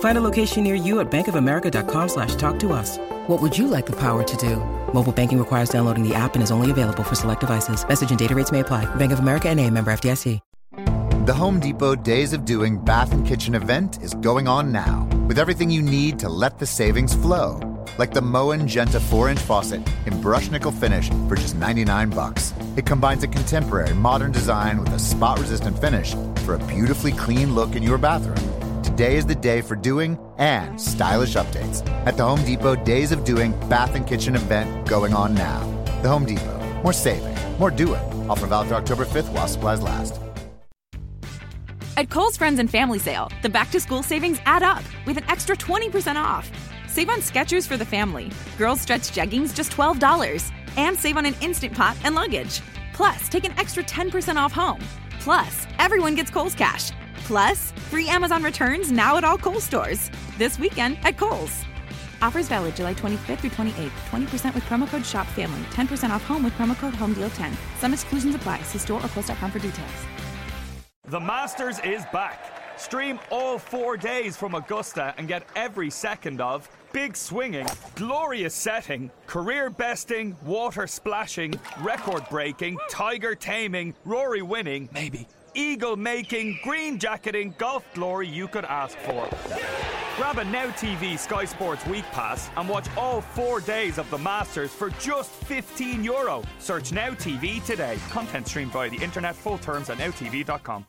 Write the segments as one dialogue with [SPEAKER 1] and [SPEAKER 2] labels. [SPEAKER 1] Find a location near you at bankofamerica.com slash talk to us. What would you like the power to do? Mobile banking requires downloading the app and is only available for select devices. Message and data rates may apply. Bank of America and a member FDIC.
[SPEAKER 2] The Home Depot Days of Doing Bath and Kitchen event is going on now with everything you need to let the savings flow. Like the Moen Genta 4-inch faucet in brush nickel finish for just 99 bucks. It combines a contemporary modern design with a spot-resistant finish for a beautifully clean look in your bathroom. Today is the day for doing and stylish updates at the Home Depot Days of Doing Bath and Kitchen event going on now. The Home Depot. More saving, more doing. Offer valid through October 5th while supplies last.
[SPEAKER 3] At Kohl's Friends and Family Sale, the back to school savings add up with an extra 20% off. Save on Skechers for the family, girls stretch jeggings just $12, and save on an instant pot and luggage. Plus, take an extra 10% off home. Plus, everyone gets Kohl's cash. Plus, free Amazon returns now at all Kohl's stores. This weekend at Kohl's. Offers valid July 25th through 28th. 20% with promo code SHOPFAMILY. 10% off home with promo code HOMEDEAL10. Some exclusions apply. See store or kohls.com for details.
[SPEAKER 4] The Masters is back. Stream all four days from Augusta and get every second of big swinging, glorious setting, career besting, water splashing, record breaking, tiger taming, Rory winning, maybe, eagle making, green jacketing, golf glory you could ask for. Grab a Now TV Sky Sports Week Pass and watch all four days of the Masters for just 15 euro. Search Now TV today. Content streamed via the internet, full terms at nowtv.com.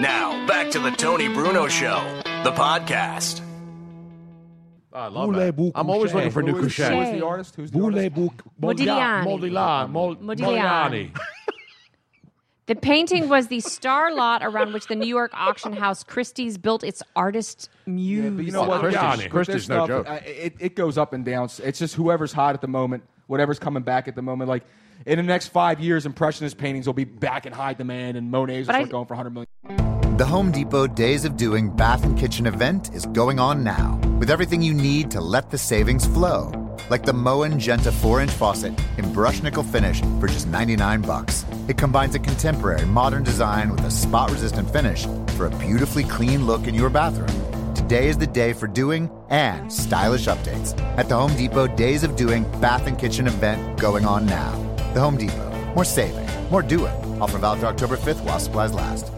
[SPEAKER 5] Now, back to the Tony Bruno Show, the podcast.
[SPEAKER 6] I love
[SPEAKER 7] Boule
[SPEAKER 6] it.
[SPEAKER 7] Bou
[SPEAKER 6] I'm always
[SPEAKER 7] Couchet.
[SPEAKER 6] looking for new
[SPEAKER 7] Who is-
[SPEAKER 6] couchet.
[SPEAKER 7] who
[SPEAKER 6] Who
[SPEAKER 7] is
[SPEAKER 6] is
[SPEAKER 7] the
[SPEAKER 6] the artist? Who's
[SPEAKER 7] Boule Bou-
[SPEAKER 8] Modigliani.
[SPEAKER 6] Modigliani. Mol- Modigliani.
[SPEAKER 8] Modigliani. The painting was the star lot around which the New York auction house Christie's built its artist muse.
[SPEAKER 7] Yeah, but you know what?
[SPEAKER 6] Christie's-
[SPEAKER 7] Johnny?
[SPEAKER 6] Christie's,
[SPEAKER 7] With this
[SPEAKER 6] no
[SPEAKER 7] stuff,
[SPEAKER 6] joke.
[SPEAKER 7] I- It, it goes up and down. It's just whoever's hot at the moment, whatever's coming back at the moment. Like in the next five years, impressionist paintings will be back in high demand, and Monet's will
[SPEAKER 8] But I-
[SPEAKER 7] start going for 100 million.
[SPEAKER 2] The Home Depot Days of Doing Bath and Kitchen event is going on now with everything you need to let the savings flow. Like the Moen Genta 4-inch faucet in brush nickel finish for just 99 bucks. It combines a contemporary modern design with a spot-resistant finish for a beautifully clean look in your bathroom. Today is the day for doing and stylish updates at the Home Depot Days of Doing Bath and Kitchen event going on now. The Home Depot. More saving, more doing. Offer valid through October 5th while supplies last.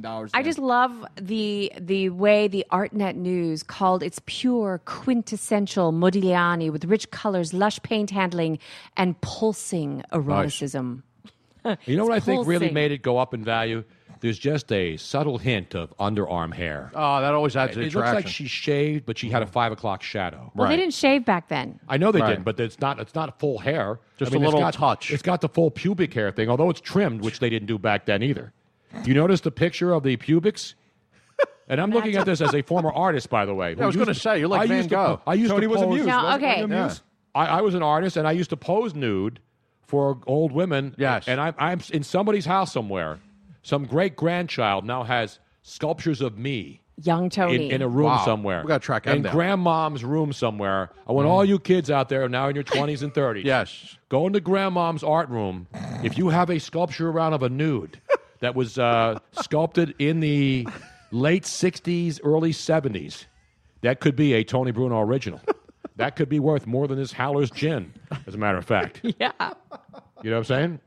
[SPEAKER 7] dollars.
[SPEAKER 8] I just love the the way the ArtNet News called its pure quintessential Modigliani with rich colors, lush paint handling, and pulsing eroticism.
[SPEAKER 6] You know what I think really
[SPEAKER 8] pulsing.
[SPEAKER 6] made it go up in value? There's just a subtle hint of underarm hair.
[SPEAKER 9] Oh, that always adds
[SPEAKER 6] it
[SPEAKER 9] to the
[SPEAKER 6] looks like
[SPEAKER 9] attraction.
[SPEAKER 6] she shaved, but she had a five o'clock shadow.
[SPEAKER 8] Well, they didn't shave back then.
[SPEAKER 6] I know they
[SPEAKER 9] Right.
[SPEAKER 6] didn't, but it's not it's not full hair.
[SPEAKER 9] Just
[SPEAKER 6] I mean,
[SPEAKER 9] a
[SPEAKER 6] it's
[SPEAKER 9] little
[SPEAKER 6] got-
[SPEAKER 9] touch.
[SPEAKER 6] It's got the full pubic hair thing, although it's trimmed, which they didn't do back then either. You notice the picture of the pubics? And I'm looking at this as a former artist, by the
[SPEAKER 9] I
[SPEAKER 6] way.
[SPEAKER 9] was
[SPEAKER 6] who used
[SPEAKER 9] gonna say, you're like
[SPEAKER 6] I
[SPEAKER 9] Van
[SPEAKER 6] used
[SPEAKER 9] Gogh.
[SPEAKER 6] To, I used
[SPEAKER 7] Tony
[SPEAKER 6] to
[SPEAKER 7] was
[SPEAKER 6] pose,
[SPEAKER 7] amused.
[SPEAKER 8] No,
[SPEAKER 7] wasn't he?
[SPEAKER 8] okay.
[SPEAKER 9] Yeah.
[SPEAKER 7] Amused?
[SPEAKER 6] I, I was an artist, and I used to pose nude for old women.
[SPEAKER 9] Yes.
[SPEAKER 6] And I, I'm in somebody's house somewhere. Some great grandchild now has sculptures of me
[SPEAKER 8] Young
[SPEAKER 6] in,
[SPEAKER 8] Tony.
[SPEAKER 6] in a room
[SPEAKER 9] Wow.
[SPEAKER 6] somewhere.
[SPEAKER 9] We gotta track him
[SPEAKER 6] In
[SPEAKER 9] down.
[SPEAKER 6] grandmom's room somewhere. I want
[SPEAKER 7] Mm.
[SPEAKER 6] all you kids out there now in your 20s and 30s.
[SPEAKER 9] Yes.
[SPEAKER 6] Go into grandmom's art room. If you have a sculpture around of a nude, that was uh, sculpted in the late 60s, early 70s. That could be a Tony Bruno original. That could be worth more than this Howler's gin, as a matter of fact. Yeah. You know what I'm saying?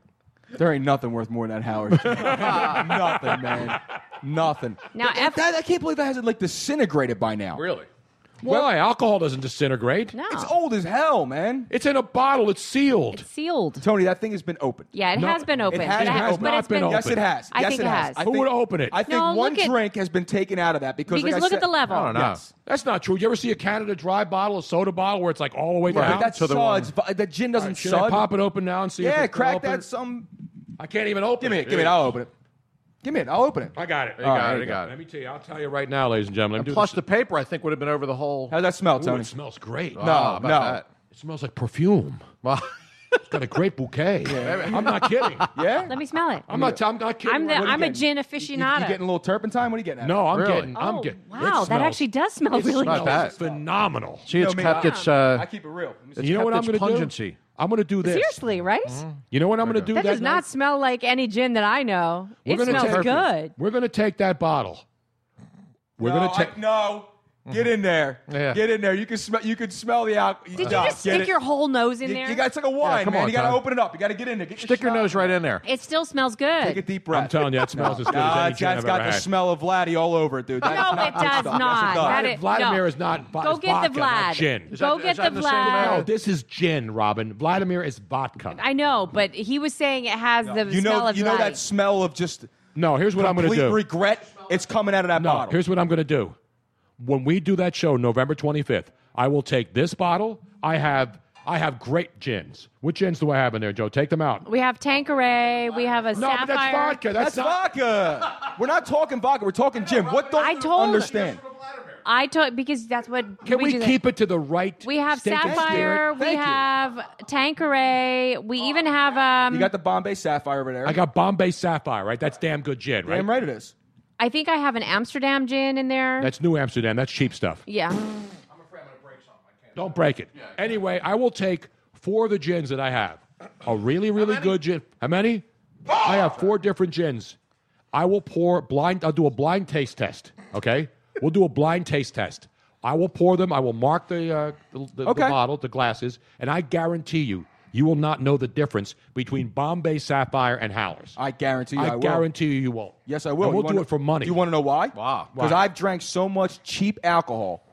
[SPEAKER 7] There ain't nothing worth more than that Howard. nothing, man. Nothing.
[SPEAKER 8] Now,
[SPEAKER 7] That-
[SPEAKER 8] F-
[SPEAKER 7] that- I can't believe that hasn't like disintegrated by now.
[SPEAKER 6] Really? Why? Alcohol doesn't disintegrate.
[SPEAKER 8] No.
[SPEAKER 7] It's old as hell, man.
[SPEAKER 6] It's in a bottle. It's sealed.
[SPEAKER 8] sealed.
[SPEAKER 7] Tony, that thing has been open.
[SPEAKER 8] Yeah, it
[SPEAKER 6] No,
[SPEAKER 8] has been
[SPEAKER 6] it
[SPEAKER 8] open.
[SPEAKER 7] has
[SPEAKER 8] but
[SPEAKER 7] not
[SPEAKER 8] ha- but
[SPEAKER 6] been
[SPEAKER 8] it's been
[SPEAKER 6] open.
[SPEAKER 7] Yes, it has.
[SPEAKER 8] I
[SPEAKER 7] yes,
[SPEAKER 8] think
[SPEAKER 7] it
[SPEAKER 8] it
[SPEAKER 7] has.
[SPEAKER 8] has.
[SPEAKER 7] I
[SPEAKER 6] Who
[SPEAKER 7] think-
[SPEAKER 6] would open it?
[SPEAKER 7] I think
[SPEAKER 8] No,
[SPEAKER 7] one
[SPEAKER 8] look at-
[SPEAKER 7] drink has been taken out of that because,
[SPEAKER 8] Because
[SPEAKER 7] like I
[SPEAKER 8] look at
[SPEAKER 7] said-
[SPEAKER 8] the level.
[SPEAKER 6] I don't know.
[SPEAKER 7] Yes.
[SPEAKER 6] That's not true. You ever see a Canada Dry bottle, a soda bottle, where it's like all the way
[SPEAKER 7] Yeah,
[SPEAKER 6] down?
[SPEAKER 7] but that
[SPEAKER 6] to the
[SPEAKER 7] suds. but That gin doesn't
[SPEAKER 6] Should
[SPEAKER 7] sud.
[SPEAKER 6] I pop it open now and see? if
[SPEAKER 7] yeah,
[SPEAKER 6] it's
[SPEAKER 7] crack
[SPEAKER 6] open?
[SPEAKER 7] that some.
[SPEAKER 6] I can't even open.
[SPEAKER 7] Give me it. Give me it. I'll open it. Give me it. I'll open it.
[SPEAKER 6] I got it. I
[SPEAKER 7] All
[SPEAKER 6] got it.
[SPEAKER 7] right, there
[SPEAKER 6] I
[SPEAKER 7] you
[SPEAKER 6] got
[SPEAKER 7] go.
[SPEAKER 6] it. Let me tell you. I'll tell you right now, ladies and gentlemen. Let me do
[SPEAKER 9] Plus,
[SPEAKER 6] this.
[SPEAKER 9] the paper I think would have been over the whole.
[SPEAKER 7] How's that smell,
[SPEAKER 6] Ooh,
[SPEAKER 7] Tony?
[SPEAKER 6] it smells great.
[SPEAKER 9] Ah,
[SPEAKER 7] no,
[SPEAKER 9] about
[SPEAKER 7] no.
[SPEAKER 9] that.
[SPEAKER 6] It smells like perfume.
[SPEAKER 9] Well,
[SPEAKER 6] It's got a great bouquet. I'm not kidding.
[SPEAKER 7] yeah.
[SPEAKER 8] Let me smell it.
[SPEAKER 6] I'm not. I'm not kidding.
[SPEAKER 8] I'm the-
[SPEAKER 6] What do you
[SPEAKER 8] I'm a
[SPEAKER 6] get?
[SPEAKER 8] gin
[SPEAKER 7] You, you
[SPEAKER 8] aficionado.
[SPEAKER 7] getting a little turpentine? What are you getting? At?
[SPEAKER 6] No, I'm
[SPEAKER 9] Really?
[SPEAKER 6] getting. I'm
[SPEAKER 8] Oh,
[SPEAKER 6] getting.
[SPEAKER 8] wow,
[SPEAKER 6] it
[SPEAKER 8] that
[SPEAKER 6] smells-
[SPEAKER 8] actually does smell
[SPEAKER 6] it
[SPEAKER 8] really
[SPEAKER 6] smells
[SPEAKER 9] good. Not bad.
[SPEAKER 6] Phenomenal.
[SPEAKER 9] see, it's
[SPEAKER 7] me-
[SPEAKER 9] kept its. Uh,
[SPEAKER 7] I keep it real. Let me see.
[SPEAKER 6] you know what I'm
[SPEAKER 9] kept its
[SPEAKER 6] going to do?
[SPEAKER 9] pungency.
[SPEAKER 6] I'm going to do this. Mm-hmm.
[SPEAKER 8] Seriously, right?
[SPEAKER 6] You know what I'm going to do?
[SPEAKER 8] That does
[SPEAKER 6] night?
[SPEAKER 8] not smell like any gin that I know.
[SPEAKER 6] We're
[SPEAKER 8] it
[SPEAKER 6] gonna
[SPEAKER 8] smells
[SPEAKER 6] take-
[SPEAKER 8] good.
[SPEAKER 6] We're going to take that bottle. We're
[SPEAKER 7] no,
[SPEAKER 6] going to take.
[SPEAKER 7] I- no. Get in there.
[SPEAKER 6] Mm-hmm.
[SPEAKER 9] Yeah.
[SPEAKER 7] Get in there. You can smell. You can smell the uh, alcohol.
[SPEAKER 8] Did you just stick your whole nose in
[SPEAKER 7] You,
[SPEAKER 8] there?
[SPEAKER 7] you got it's like a wine,
[SPEAKER 9] come
[SPEAKER 7] man.
[SPEAKER 9] on,
[SPEAKER 7] you got to
[SPEAKER 9] Tom.
[SPEAKER 7] open it up. You got to get in there. Get
[SPEAKER 9] stick your nose right in there.
[SPEAKER 8] it still smells
[SPEAKER 7] Take a
[SPEAKER 8] good.
[SPEAKER 7] deep breath.
[SPEAKER 6] I'm telling you, that smells as good as
[SPEAKER 7] Nah,
[SPEAKER 6] any
[SPEAKER 7] it's
[SPEAKER 6] gin
[SPEAKER 7] got,
[SPEAKER 6] I've
[SPEAKER 7] it's got
[SPEAKER 6] ever
[SPEAKER 7] the
[SPEAKER 6] had.
[SPEAKER 7] smell of Vladdy all over it, dude. That is
[SPEAKER 8] No,
[SPEAKER 7] good
[SPEAKER 8] it does
[SPEAKER 7] stuff.
[SPEAKER 8] not. That
[SPEAKER 7] Yes,
[SPEAKER 8] is-
[SPEAKER 7] it
[SPEAKER 6] Vladimir
[SPEAKER 8] no.
[SPEAKER 6] is not. vo-
[SPEAKER 8] Go
[SPEAKER 6] is
[SPEAKER 8] get the
[SPEAKER 6] vodka, not
[SPEAKER 8] Vlad.
[SPEAKER 6] Gin.
[SPEAKER 8] Go
[SPEAKER 9] that-
[SPEAKER 8] get
[SPEAKER 9] is that
[SPEAKER 8] the
[SPEAKER 9] the same
[SPEAKER 8] Vlad.
[SPEAKER 6] No, this is gin, Robin. Vladimir is vodka.
[SPEAKER 8] I know, but he was saying it has the
[SPEAKER 7] does. You
[SPEAKER 8] smell
[SPEAKER 7] know,
[SPEAKER 8] of
[SPEAKER 7] you know
[SPEAKER 8] Vlad.
[SPEAKER 7] that smell of just
[SPEAKER 6] no, here's what I'm going to
[SPEAKER 7] complete
[SPEAKER 6] do.
[SPEAKER 7] regret. It's coming out of that
[SPEAKER 6] no,
[SPEAKER 7] bottle.
[SPEAKER 6] here's what I'm going to do. When we do that show, November 25th, I will take this bottle. I have, I have great gins. What gins do I have in there, Joe? Take them out.
[SPEAKER 8] We have Tanqueray. We have a
[SPEAKER 6] no,
[SPEAKER 8] sapphire.
[SPEAKER 6] but that's vodka. That's,
[SPEAKER 7] That's
[SPEAKER 6] not.
[SPEAKER 7] vodka. We're not talking vodka. We're talking gin. What don't
[SPEAKER 8] I
[SPEAKER 7] you
[SPEAKER 8] told-
[SPEAKER 7] understand?
[SPEAKER 8] I took because that's what
[SPEAKER 6] Can we,
[SPEAKER 8] do that.
[SPEAKER 6] keep it to the right?
[SPEAKER 8] We have
[SPEAKER 6] state of
[SPEAKER 8] sapphire.
[SPEAKER 6] spirit?
[SPEAKER 8] We
[SPEAKER 7] Thank you.
[SPEAKER 8] have Tanqueray.
[SPEAKER 6] Oh,
[SPEAKER 8] We even have um.
[SPEAKER 7] You got the Bombay Sapphire over there.
[SPEAKER 6] I got Bombay Sapphire, right? That's damn good gin, right?
[SPEAKER 7] Damn right it is.
[SPEAKER 8] I think I have an Amsterdam gin in there.
[SPEAKER 6] That's New Amsterdam. That's cheap stuff.
[SPEAKER 8] yeah.
[SPEAKER 6] Don't break it. Anyway, I will take four of the gins that I have. A really, really good gin. How many? I have four different gins. I will pour blind. I'll do a blind taste test. Okay, we'll do a blind taste test. I will pour them. I will mark the uh, the, the, the
[SPEAKER 7] Okay.
[SPEAKER 6] bottle, the glasses, and I guarantee you, you will not know the difference between Bombay Sapphire and Howler's.
[SPEAKER 7] I guarantee you. I,
[SPEAKER 6] I,
[SPEAKER 7] will.
[SPEAKER 6] guarantee you, you won't.
[SPEAKER 7] Yes, I will.
[SPEAKER 6] And
[SPEAKER 7] You
[SPEAKER 6] we'll
[SPEAKER 7] wanna
[SPEAKER 6] do
[SPEAKER 7] know-
[SPEAKER 6] it for money.
[SPEAKER 7] Do you want to know why?
[SPEAKER 9] Wow.
[SPEAKER 7] Because
[SPEAKER 6] Why?
[SPEAKER 7] I've drank so much cheap alcohol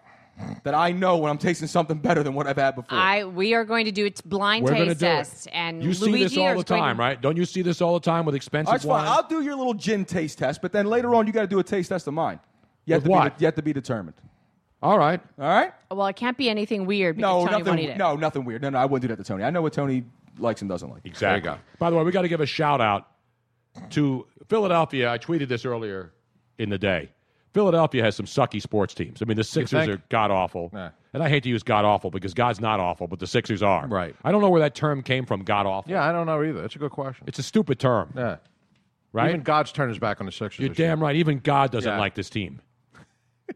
[SPEAKER 7] that I know when I'm tasting something better than what I've had before.
[SPEAKER 8] I we are going to do a blind
[SPEAKER 6] We're gonna
[SPEAKER 8] taste
[SPEAKER 6] do it.
[SPEAKER 8] test, and
[SPEAKER 6] you see
[SPEAKER 8] Luigi
[SPEAKER 6] this all
[SPEAKER 8] is
[SPEAKER 6] the
[SPEAKER 8] going-
[SPEAKER 6] time, right? Don't you see this all the time with
[SPEAKER 7] All
[SPEAKER 6] expensive
[SPEAKER 7] right, it's fine.
[SPEAKER 6] wine?
[SPEAKER 7] I'll do your little gin taste test, but then later on you got to do a taste test of mine. You
[SPEAKER 6] With
[SPEAKER 7] have, to be,
[SPEAKER 6] what?
[SPEAKER 7] de- you have to be determined.
[SPEAKER 6] all right.
[SPEAKER 7] All right?
[SPEAKER 8] Well, it can't be anything weird because
[SPEAKER 7] No,
[SPEAKER 8] Tony wanted
[SPEAKER 7] nothing.
[SPEAKER 8] it.
[SPEAKER 7] No, nothing weird. No, no, I wouldn't do that to Tony. I know what Tony likes and doesn't like.
[SPEAKER 6] Exactly. By the way, we got to give a shout out to Philadelphia. I tweeted this earlier in the day. Philadelphia has some sucky sports teams. I mean, the Sixers
[SPEAKER 9] think?
[SPEAKER 6] are god awful.
[SPEAKER 9] Yeah.
[SPEAKER 6] And I hate to use god awful because God's not awful, but the Sixers are.
[SPEAKER 9] Right.
[SPEAKER 6] I don't know where that term came from, god awful.
[SPEAKER 9] Yeah, I don't know either. That's a good question.
[SPEAKER 6] It's a stupid term,
[SPEAKER 9] yeah.
[SPEAKER 6] right?
[SPEAKER 9] Even God's turned his back on the Sixers.
[SPEAKER 6] You're
[SPEAKER 9] this year.
[SPEAKER 6] damn right. Even God doesn't
[SPEAKER 9] Yeah.
[SPEAKER 6] like this team.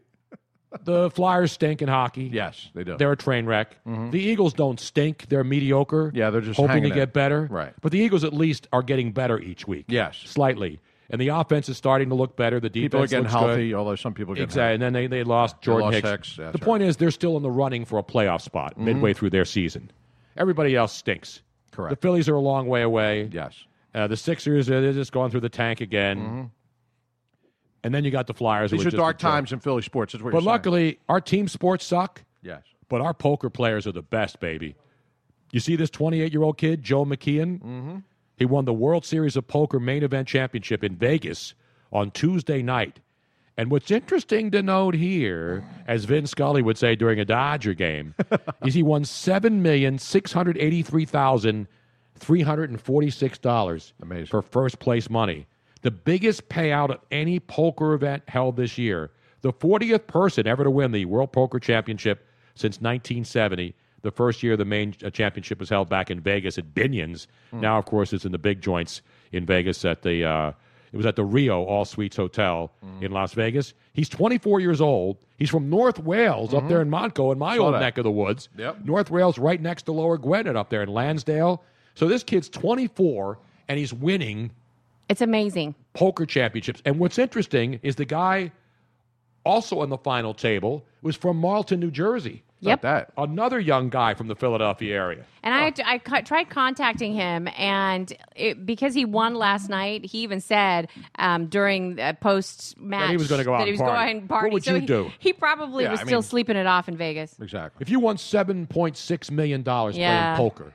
[SPEAKER 6] the Flyers stink in hockey.
[SPEAKER 9] Yes, they do.
[SPEAKER 6] They're a train wreck. The Eagles don't stink. They're mediocre.
[SPEAKER 9] Yeah, they're just
[SPEAKER 6] hoping to
[SPEAKER 9] hanging in.
[SPEAKER 6] get better.
[SPEAKER 9] Right.
[SPEAKER 6] But the Eagles at least are getting better each week.
[SPEAKER 9] Yes.
[SPEAKER 6] slightly. And the offense is starting to look better. The defense
[SPEAKER 9] people are getting
[SPEAKER 6] looks
[SPEAKER 9] healthy,
[SPEAKER 6] Good.
[SPEAKER 9] although some people get
[SPEAKER 6] Exactly. And then they, they lost Jordan
[SPEAKER 9] lost
[SPEAKER 6] Hicks.
[SPEAKER 9] Hicks,
[SPEAKER 6] the
[SPEAKER 9] that's right. Mm-hmm.
[SPEAKER 6] point is they're still in the running for a playoff spot midway through their season. Everybody else stinks.
[SPEAKER 9] Correct.
[SPEAKER 6] The Phillies are a long way away.
[SPEAKER 9] Yes. Mm-hmm.
[SPEAKER 6] Uh, the Sixers, uh, they're just going through the tank again. And then you got the Flyers. who
[SPEAKER 9] These
[SPEAKER 6] were
[SPEAKER 9] are
[SPEAKER 6] just
[SPEAKER 9] dark
[SPEAKER 6] a joke.
[SPEAKER 9] times in Philly sports. Is what
[SPEAKER 6] But
[SPEAKER 9] you're saying.
[SPEAKER 6] luckily, our team sports suck,
[SPEAKER 9] yes.
[SPEAKER 6] but our poker players are the best, baby. You see this 28 year old kid, Joe McKeon? Mm-hmm. He won the World Series of Poker main event championship in Vegas on Tuesday night. And what's interesting to note here, as Vin Scully would say during a Dodger game, is he won seven million six hundred eighty-three thousand three hundred and forty-six dollars
[SPEAKER 9] Amazing.
[SPEAKER 6] for first place money, the biggest payout of any poker event held this year. The 40th person ever to win the World Poker Championship since 1970. The first year the main uh, championship was held back in Vegas at Binion's.
[SPEAKER 9] Hmm.
[SPEAKER 6] Now, of course, it's in the big joints in Vegas at the. Uh, it was at the Rio All Suites Hotel
[SPEAKER 9] Hmm.
[SPEAKER 6] in Las Vegas. He's 24 years old. He's from North Wales up there in Montco, in my old
[SPEAKER 9] Hmm. that.
[SPEAKER 6] neck of the woods.
[SPEAKER 9] Yep.
[SPEAKER 6] North Wales right next to Lower Gwinnett up there in Lansdale. So this kid's 24 and he's winning
[SPEAKER 8] It's amazing.
[SPEAKER 6] poker championships. And what's interesting is the guy also on the final table was from Marlton, New Jersey.
[SPEAKER 8] Yep.
[SPEAKER 6] That. Another young guy from the Philadelphia area.
[SPEAKER 8] And I, I cu- tried contacting him, and it, because he won last night, he even said um, during the post match
[SPEAKER 6] That he was gonna go out
[SPEAKER 8] that he
[SPEAKER 6] and
[SPEAKER 8] was
[SPEAKER 6] party.
[SPEAKER 8] going
[SPEAKER 6] What
[SPEAKER 8] party.
[SPEAKER 6] would
[SPEAKER 8] so
[SPEAKER 6] you
[SPEAKER 8] he,
[SPEAKER 6] do?
[SPEAKER 8] He probably
[SPEAKER 6] Yeah,
[SPEAKER 8] was
[SPEAKER 6] I
[SPEAKER 8] still
[SPEAKER 6] mean-
[SPEAKER 8] sleeping it off in Vegas.
[SPEAKER 9] Exactly.
[SPEAKER 6] If you won $7.6 million playing
[SPEAKER 8] Yeah.
[SPEAKER 6] poker,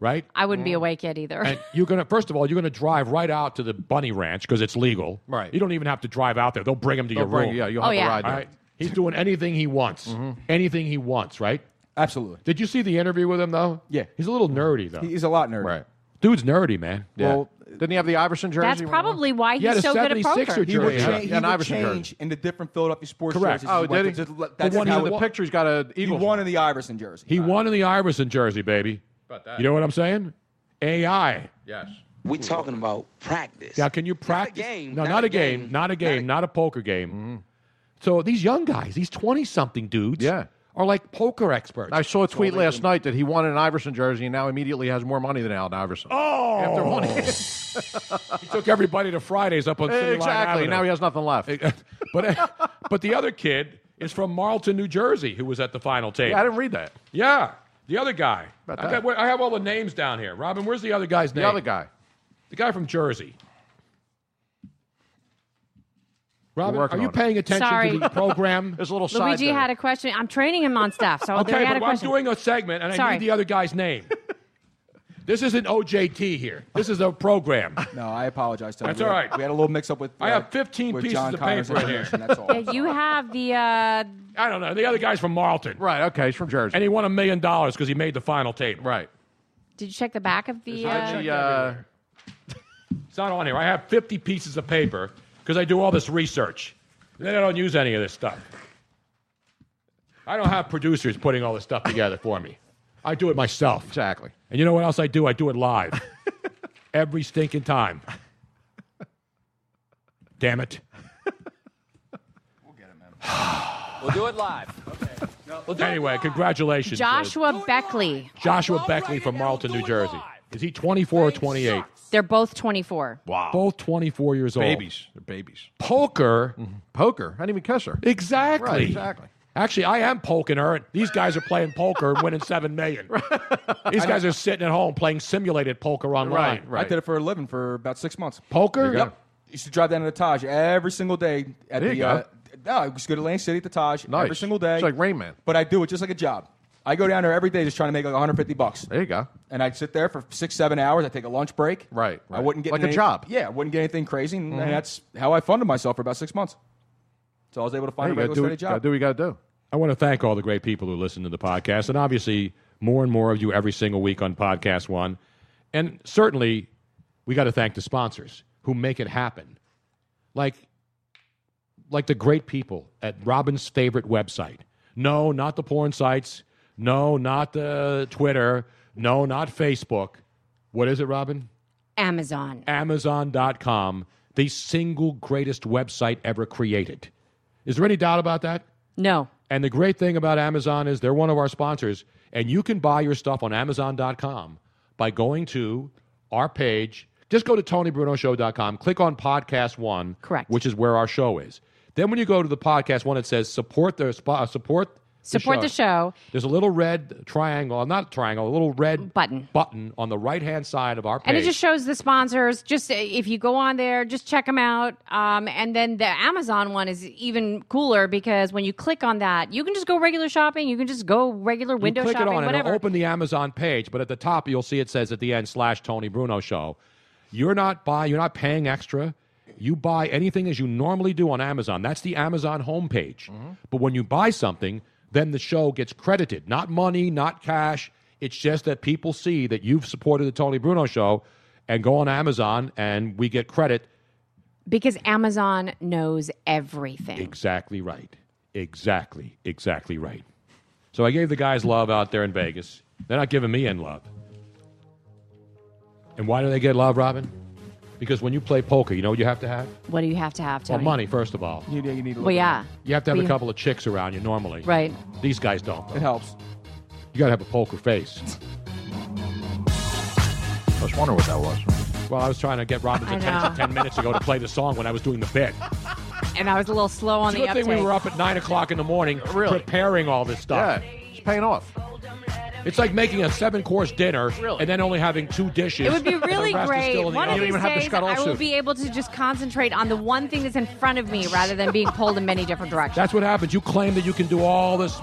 [SPEAKER 6] right?
[SPEAKER 8] I wouldn't be awake yet either.
[SPEAKER 6] mm. and you're gonna first of all you're gonna drive right out to the bunny ranch because it's legal. Right. You don't even have to drive out there. They'll bring him to
[SPEAKER 9] They'll
[SPEAKER 6] your
[SPEAKER 9] bring-
[SPEAKER 6] room.
[SPEAKER 9] yeah, you'll Oh, have a yeah. ride
[SPEAKER 6] All
[SPEAKER 9] there. Mm-hmm.
[SPEAKER 6] right. He's doing anything he wants. Anything he wants. Right.
[SPEAKER 7] Absolutely.
[SPEAKER 6] Did you see the interview with him though? Yeah. He's a little nerdy though.
[SPEAKER 7] He's a lot nerdy.
[SPEAKER 6] Right. Dude's nerdy, man.
[SPEAKER 9] Yeah. Well, didn't he have the Iverson jersey?
[SPEAKER 8] That's
[SPEAKER 9] when he
[SPEAKER 8] probably why
[SPEAKER 9] He
[SPEAKER 8] he's
[SPEAKER 9] had a
[SPEAKER 8] so good at poker.
[SPEAKER 9] 76er
[SPEAKER 7] He would,
[SPEAKER 9] jersey.
[SPEAKER 7] cha-
[SPEAKER 9] Yeah,
[SPEAKER 7] he
[SPEAKER 9] an
[SPEAKER 7] would
[SPEAKER 9] Iverson
[SPEAKER 7] change
[SPEAKER 9] jersey.
[SPEAKER 7] into different Philadelphia sports
[SPEAKER 6] Correct.
[SPEAKER 7] jerseys.
[SPEAKER 6] Oh,
[SPEAKER 7] He
[SPEAKER 6] did
[SPEAKER 7] went
[SPEAKER 6] he?
[SPEAKER 7] to just let-
[SPEAKER 6] The
[SPEAKER 7] That's
[SPEAKER 6] one
[SPEAKER 7] how
[SPEAKER 6] in the
[SPEAKER 7] it-
[SPEAKER 6] picture, he's got a Eagles
[SPEAKER 7] He won in the Iverson jersey.
[SPEAKER 6] He won in the Iverson jersey, baby.
[SPEAKER 9] About that.
[SPEAKER 6] You know what I'm saying? AI.
[SPEAKER 9] Yes.
[SPEAKER 10] We talking about practice.
[SPEAKER 6] Now, can you practice?
[SPEAKER 10] game,
[SPEAKER 6] no,
[SPEAKER 10] not
[SPEAKER 6] not,
[SPEAKER 10] a Mm-hmm.
[SPEAKER 6] a game,
[SPEAKER 10] game,
[SPEAKER 6] Not a game. Not a, poker game. So these young guys, these twenty-something dudes, yeah. are like poker experts.
[SPEAKER 9] I saw a tweet last night that he won an Iverson jersey and now immediately has more money than Allen Iverson.
[SPEAKER 6] Oh,
[SPEAKER 9] After one year.
[SPEAKER 6] he took everybody to Fridays up on City Line
[SPEAKER 9] exactly.
[SPEAKER 6] Avenue.
[SPEAKER 9] Now he has nothing left.
[SPEAKER 6] but but the other kid is from Marlton, New Jersey, who was at the final table.
[SPEAKER 9] Yeah, I didn't read that.
[SPEAKER 6] Yeah, the other guy.
[SPEAKER 9] About
[SPEAKER 6] I,
[SPEAKER 9] that.
[SPEAKER 6] got, I have all the names down here. Robin, where's the other guy's
[SPEAKER 9] The
[SPEAKER 6] name?
[SPEAKER 9] other guy.
[SPEAKER 6] The guy from Jersey.
[SPEAKER 9] We're
[SPEAKER 6] Robin,
[SPEAKER 9] working
[SPEAKER 6] are you
[SPEAKER 9] on it.
[SPEAKER 6] paying attention
[SPEAKER 8] Sorry.
[SPEAKER 6] to the program? There's a little
[SPEAKER 8] Luigi had a question. I'm training him on stuff, so
[SPEAKER 6] Okay,
[SPEAKER 8] he had
[SPEAKER 6] but
[SPEAKER 8] a
[SPEAKER 6] I'm
[SPEAKER 8] question.
[SPEAKER 6] doing a segment, and I
[SPEAKER 8] Sorry.
[SPEAKER 6] need the other guy's name. this isn't OJT here. This is a program.
[SPEAKER 7] No, I apologize. To him.
[SPEAKER 6] That's
[SPEAKER 7] We
[SPEAKER 6] all
[SPEAKER 7] had-
[SPEAKER 6] right.
[SPEAKER 7] We had a little mix up with.
[SPEAKER 6] I
[SPEAKER 7] uh,
[SPEAKER 6] have 15
[SPEAKER 7] with
[SPEAKER 6] pieces
[SPEAKER 7] John
[SPEAKER 6] of
[SPEAKER 7] Connor's
[SPEAKER 6] paper right here.
[SPEAKER 7] information, That's all.
[SPEAKER 8] Yeah, you have the. Uh,
[SPEAKER 6] I don't know. The other guy's from Marlton.
[SPEAKER 9] Right. Okay. He's from Jersey.
[SPEAKER 6] And he won a million dollars because he made the final table.
[SPEAKER 9] Right.
[SPEAKER 8] did you check the back of the? Uh,
[SPEAKER 9] The, uh,
[SPEAKER 6] It's not on here. I have 50 pieces of paper because I do all this research. And then I don't use any of this stuff. I don't have producers putting all this stuff together for me. I do it myself.
[SPEAKER 9] Exactly.
[SPEAKER 6] And you know what else I do? I do it live. Every stinking time. Damn it.
[SPEAKER 10] We'll do it live.
[SPEAKER 6] Anyway, congratulations. uh,
[SPEAKER 8] Joshua Beckley.
[SPEAKER 6] Joshua Beckley from Marlton, New Jersey. Is he 24 or 28?
[SPEAKER 8] They're both 24.
[SPEAKER 9] Wow.
[SPEAKER 6] Both 24 years old.
[SPEAKER 9] babies. They're babies. Mm-hmm.
[SPEAKER 6] Poker.
[SPEAKER 9] Poker. I didn't even kiss her.
[SPEAKER 6] Exactly.
[SPEAKER 9] Right. Exactly.
[SPEAKER 6] Actually, I am poking her. and These guys are playing poker and winning seven million. These guys are sitting at home playing simulated poker online.
[SPEAKER 7] I did it for a living for about six months.
[SPEAKER 6] Poker?
[SPEAKER 7] Yep. Used to drive down to the Taj every single day at
[SPEAKER 9] There
[SPEAKER 7] the.
[SPEAKER 9] you go.
[SPEAKER 7] Uh, no, I was good at Lane City at the Taj
[SPEAKER 9] Nice.
[SPEAKER 7] every single day.
[SPEAKER 9] It's like Rain Man.
[SPEAKER 7] But I do it just like a job. I go down there every day just trying to make like 150 bucks.
[SPEAKER 9] There you go.
[SPEAKER 7] And I'd sit there for six, seven hours. I take a lunch break.
[SPEAKER 9] Right,
[SPEAKER 7] I
[SPEAKER 9] right.
[SPEAKER 7] wouldn't get
[SPEAKER 9] Like a
[SPEAKER 7] any-
[SPEAKER 9] job. Mm-hmm.
[SPEAKER 7] Yeah, I wouldn't get anything crazy, and, and that's how I funded myself for about six months. So I was able to
[SPEAKER 9] Hey,
[SPEAKER 7] find
[SPEAKER 9] you
[SPEAKER 7] a regular
[SPEAKER 9] gotta do
[SPEAKER 7] steady
[SPEAKER 9] what-
[SPEAKER 7] job.
[SPEAKER 9] gotta do what you got to do.
[SPEAKER 6] I want to thank all the great people who listen to the podcast, and obviously more and more of you every single week on Podcast One. And certainly, we got to thank the sponsors who make it happen, like like the great people at Robin's favorite website. No, not the porn sites. No, not the Twitter. No, not Facebook. What is it, Robin?
[SPEAKER 8] Amazon.
[SPEAKER 6] Amazon.com, the single greatest website ever created. Is there any doubt about that?
[SPEAKER 8] No.
[SPEAKER 6] And the great thing about Amazon is they're one of our sponsors, and you can buy your stuff on Amazon.com by going to our page. Just go to TonyBrunoShow.com, click on Podcast One,
[SPEAKER 8] Correct.
[SPEAKER 6] which is where our show is. Then when you go to the Podcast One, it says support the spo- uh, support
[SPEAKER 8] Support the show.
[SPEAKER 6] There's a little red triangle, not triangle, a little red
[SPEAKER 8] Button.
[SPEAKER 6] button on the right hand side of our page.
[SPEAKER 8] And it just shows the sponsors. Just uh, if you go on there, just check them out. Um, and then the Amazon one is even cooler because when you click on that, you can just go regular shopping. You can just go regular window
[SPEAKER 6] you click
[SPEAKER 8] shopping,
[SPEAKER 6] it on and
[SPEAKER 8] whatever.
[SPEAKER 6] it'll open the Amazon page, but at the top you'll see it says at the end slash Tony Bruno show. You're not buy you're not paying extra. You buy anything as you normally do on Amazon. That's the Amazon homepage. But when you buy something, then the show gets credited. Not money, not cash. It's just that people see that you've supported the Tony Bruno show and go on Amazon and we get credit.
[SPEAKER 8] because Amazon knows everything.
[SPEAKER 6] Exactly right. Exactly, exactly right. So I gave the guys love out there in Vegas. They're not giving me any love. And why do they get love, Robin? Because when you play poker, you know what you have to have?
[SPEAKER 8] What do you have to have, Tony?
[SPEAKER 6] Well, money, first of all.
[SPEAKER 7] You, you need a
[SPEAKER 8] Well, yeah.
[SPEAKER 6] You have to have
[SPEAKER 8] But
[SPEAKER 6] a couple of chicks around you normally.
[SPEAKER 8] Right.
[SPEAKER 6] These guys don't.
[SPEAKER 7] It helps.
[SPEAKER 6] You got to have a poker face.
[SPEAKER 9] I was wondering what that was.
[SPEAKER 6] Well, I was trying to get Robin's
[SPEAKER 8] I
[SPEAKER 6] attention
[SPEAKER 8] know.
[SPEAKER 6] 10 minutes ago to play the song when I was doing the bit.
[SPEAKER 8] and I was a little slow on
[SPEAKER 6] it's a
[SPEAKER 8] the
[SPEAKER 6] good
[SPEAKER 8] uptake.
[SPEAKER 6] thing we were up at 9 o'clock in the morning preparing all this stuff.
[SPEAKER 9] Yeah, it's paying off.
[SPEAKER 6] It's like making a seven course dinner and then only having two dishes.
[SPEAKER 8] It would be
[SPEAKER 6] and the
[SPEAKER 8] really
[SPEAKER 6] rest is
[SPEAKER 8] great.
[SPEAKER 6] still in the
[SPEAKER 8] One of
[SPEAKER 6] oven.
[SPEAKER 8] these days, I will be able to just concentrate on the one thing that's in front of me rather than being pulled in many different directions.
[SPEAKER 6] That's what happens. You claim that you can do all this,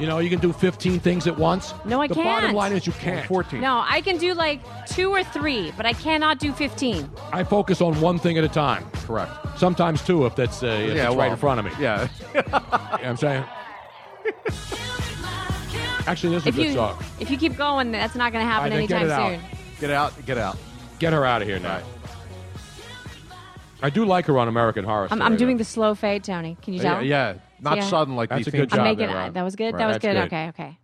[SPEAKER 6] you know, you can do 15 things at once.
[SPEAKER 8] No, I
[SPEAKER 6] the The bottom
[SPEAKER 8] can't.
[SPEAKER 6] line is you can't. 14.
[SPEAKER 8] No, I can do like two or three, but I cannot do 15.
[SPEAKER 6] I focus on one thing at a time. Correct. Sometimes two if that's uh, if
[SPEAKER 9] Yeah,
[SPEAKER 6] it's
[SPEAKER 9] well,
[SPEAKER 6] right in front of me. Yeah. I'm saying. Actually, this is
[SPEAKER 8] If
[SPEAKER 6] a good
[SPEAKER 8] you
[SPEAKER 6] song.
[SPEAKER 8] if you keep going, that's not going to happen
[SPEAKER 6] All right, then get
[SPEAKER 8] anytime
[SPEAKER 6] it
[SPEAKER 8] soon.
[SPEAKER 6] out. Get out. Get out. Get her out of here now. I do like her on American Horror
[SPEAKER 8] I'm,
[SPEAKER 6] Story.
[SPEAKER 8] I'm doing the slow fade, Tony. Can you
[SPEAKER 6] Yeah,
[SPEAKER 8] tell?
[SPEAKER 6] yeah. Not sudden like That's these a good theme
[SPEAKER 8] I'm
[SPEAKER 6] job
[SPEAKER 8] making,
[SPEAKER 6] there, Rob.
[SPEAKER 8] that was good.
[SPEAKER 9] Right,
[SPEAKER 8] that was
[SPEAKER 9] that's
[SPEAKER 8] good.
[SPEAKER 9] good.
[SPEAKER 8] Okay, okay.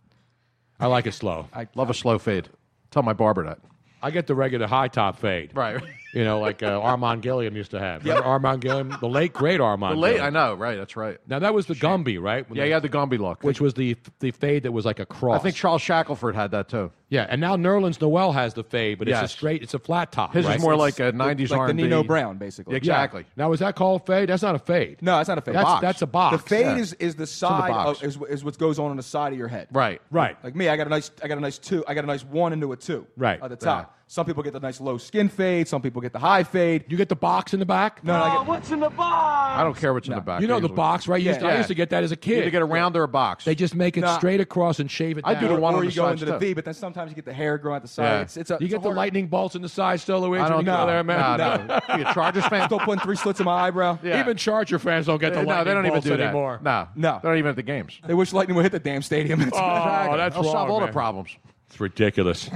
[SPEAKER 6] I like it slow.
[SPEAKER 9] I love a slow fade. Tell my barber that.
[SPEAKER 6] I get the regular high top fade. Right. You know, like uh, Armand Gilliam used to have. Remember Armand Gilliam? The late, great Armand
[SPEAKER 9] The late-
[SPEAKER 6] Gilliam.
[SPEAKER 9] I know, right? That's right.
[SPEAKER 6] Now, that was the Gumby, right?
[SPEAKER 9] Yeah,
[SPEAKER 6] you
[SPEAKER 9] he
[SPEAKER 6] had
[SPEAKER 9] had the Gumby look.
[SPEAKER 6] Which was the the fade that was like a cross.
[SPEAKER 9] I think Charles Shackelford had that too.
[SPEAKER 6] Yeah, and now Nerlens Noel has the fade, but
[SPEAKER 9] Yes.
[SPEAKER 6] it's a straight, it's a flat top.
[SPEAKER 9] His
[SPEAKER 6] right?
[SPEAKER 9] is more like a '90s
[SPEAKER 7] like the
[SPEAKER 9] R&B.
[SPEAKER 7] Nino Brown, basically.
[SPEAKER 9] Yeah, Exactly.
[SPEAKER 6] Yeah. Now is that called fade? That's not a fade.
[SPEAKER 7] No, that's not a fade.
[SPEAKER 6] That's, that's a box.
[SPEAKER 7] The fade
[SPEAKER 6] Yeah.
[SPEAKER 7] is, is the
[SPEAKER 6] It's in
[SPEAKER 7] side
[SPEAKER 6] box.
[SPEAKER 7] of, is, is what goes on on the side of your head.
[SPEAKER 6] Right. Right.
[SPEAKER 7] Like me, I got a nice I got a nice two. I got a nice one into a two.
[SPEAKER 6] Right.
[SPEAKER 7] At the top. Some people get the nice low skin fade. Some people get the high fade.
[SPEAKER 6] You get the box in the back.
[SPEAKER 7] No, no, I get,
[SPEAKER 10] Oh, what's in the box?
[SPEAKER 9] I don't care what's in the back.
[SPEAKER 6] You know the
[SPEAKER 9] Usually-
[SPEAKER 6] box, right? You used to- I used to get that as a kid.
[SPEAKER 9] You either get a round or a box.
[SPEAKER 6] They just make it
[SPEAKER 9] Nah.
[SPEAKER 6] straight across and shave it.
[SPEAKER 9] I do
[SPEAKER 6] down.
[SPEAKER 9] the one
[SPEAKER 7] or
[SPEAKER 9] on
[SPEAKER 7] you
[SPEAKER 9] the
[SPEAKER 7] go
[SPEAKER 9] side
[SPEAKER 7] into the
[SPEAKER 9] too.
[SPEAKER 7] V, but then sometimes you get the hair growing at the side.
[SPEAKER 9] Yeah.
[SPEAKER 7] It's, it's a,
[SPEAKER 6] you
[SPEAKER 7] it's
[SPEAKER 6] get
[SPEAKER 7] a
[SPEAKER 6] the
[SPEAKER 7] hard-
[SPEAKER 6] lightning bolts in the side still, Luigi.
[SPEAKER 7] I don't
[SPEAKER 6] you go
[SPEAKER 7] know.
[SPEAKER 6] there, man.
[SPEAKER 7] No, no.
[SPEAKER 9] You a Chargers fan?
[SPEAKER 7] Still putting three slits in my eyebrow.
[SPEAKER 6] Even Charger fans don't get the
[SPEAKER 9] Uh, no,
[SPEAKER 6] lightning
[SPEAKER 9] they don't even
[SPEAKER 6] bolts
[SPEAKER 9] do that
[SPEAKER 6] anymore.
[SPEAKER 9] No, no, they're not even at the games.
[SPEAKER 7] They wish lightning would hit the damn stadium.
[SPEAKER 9] Oh, that's They'll solve wrong, all the man. problems.
[SPEAKER 6] It's ridiculous.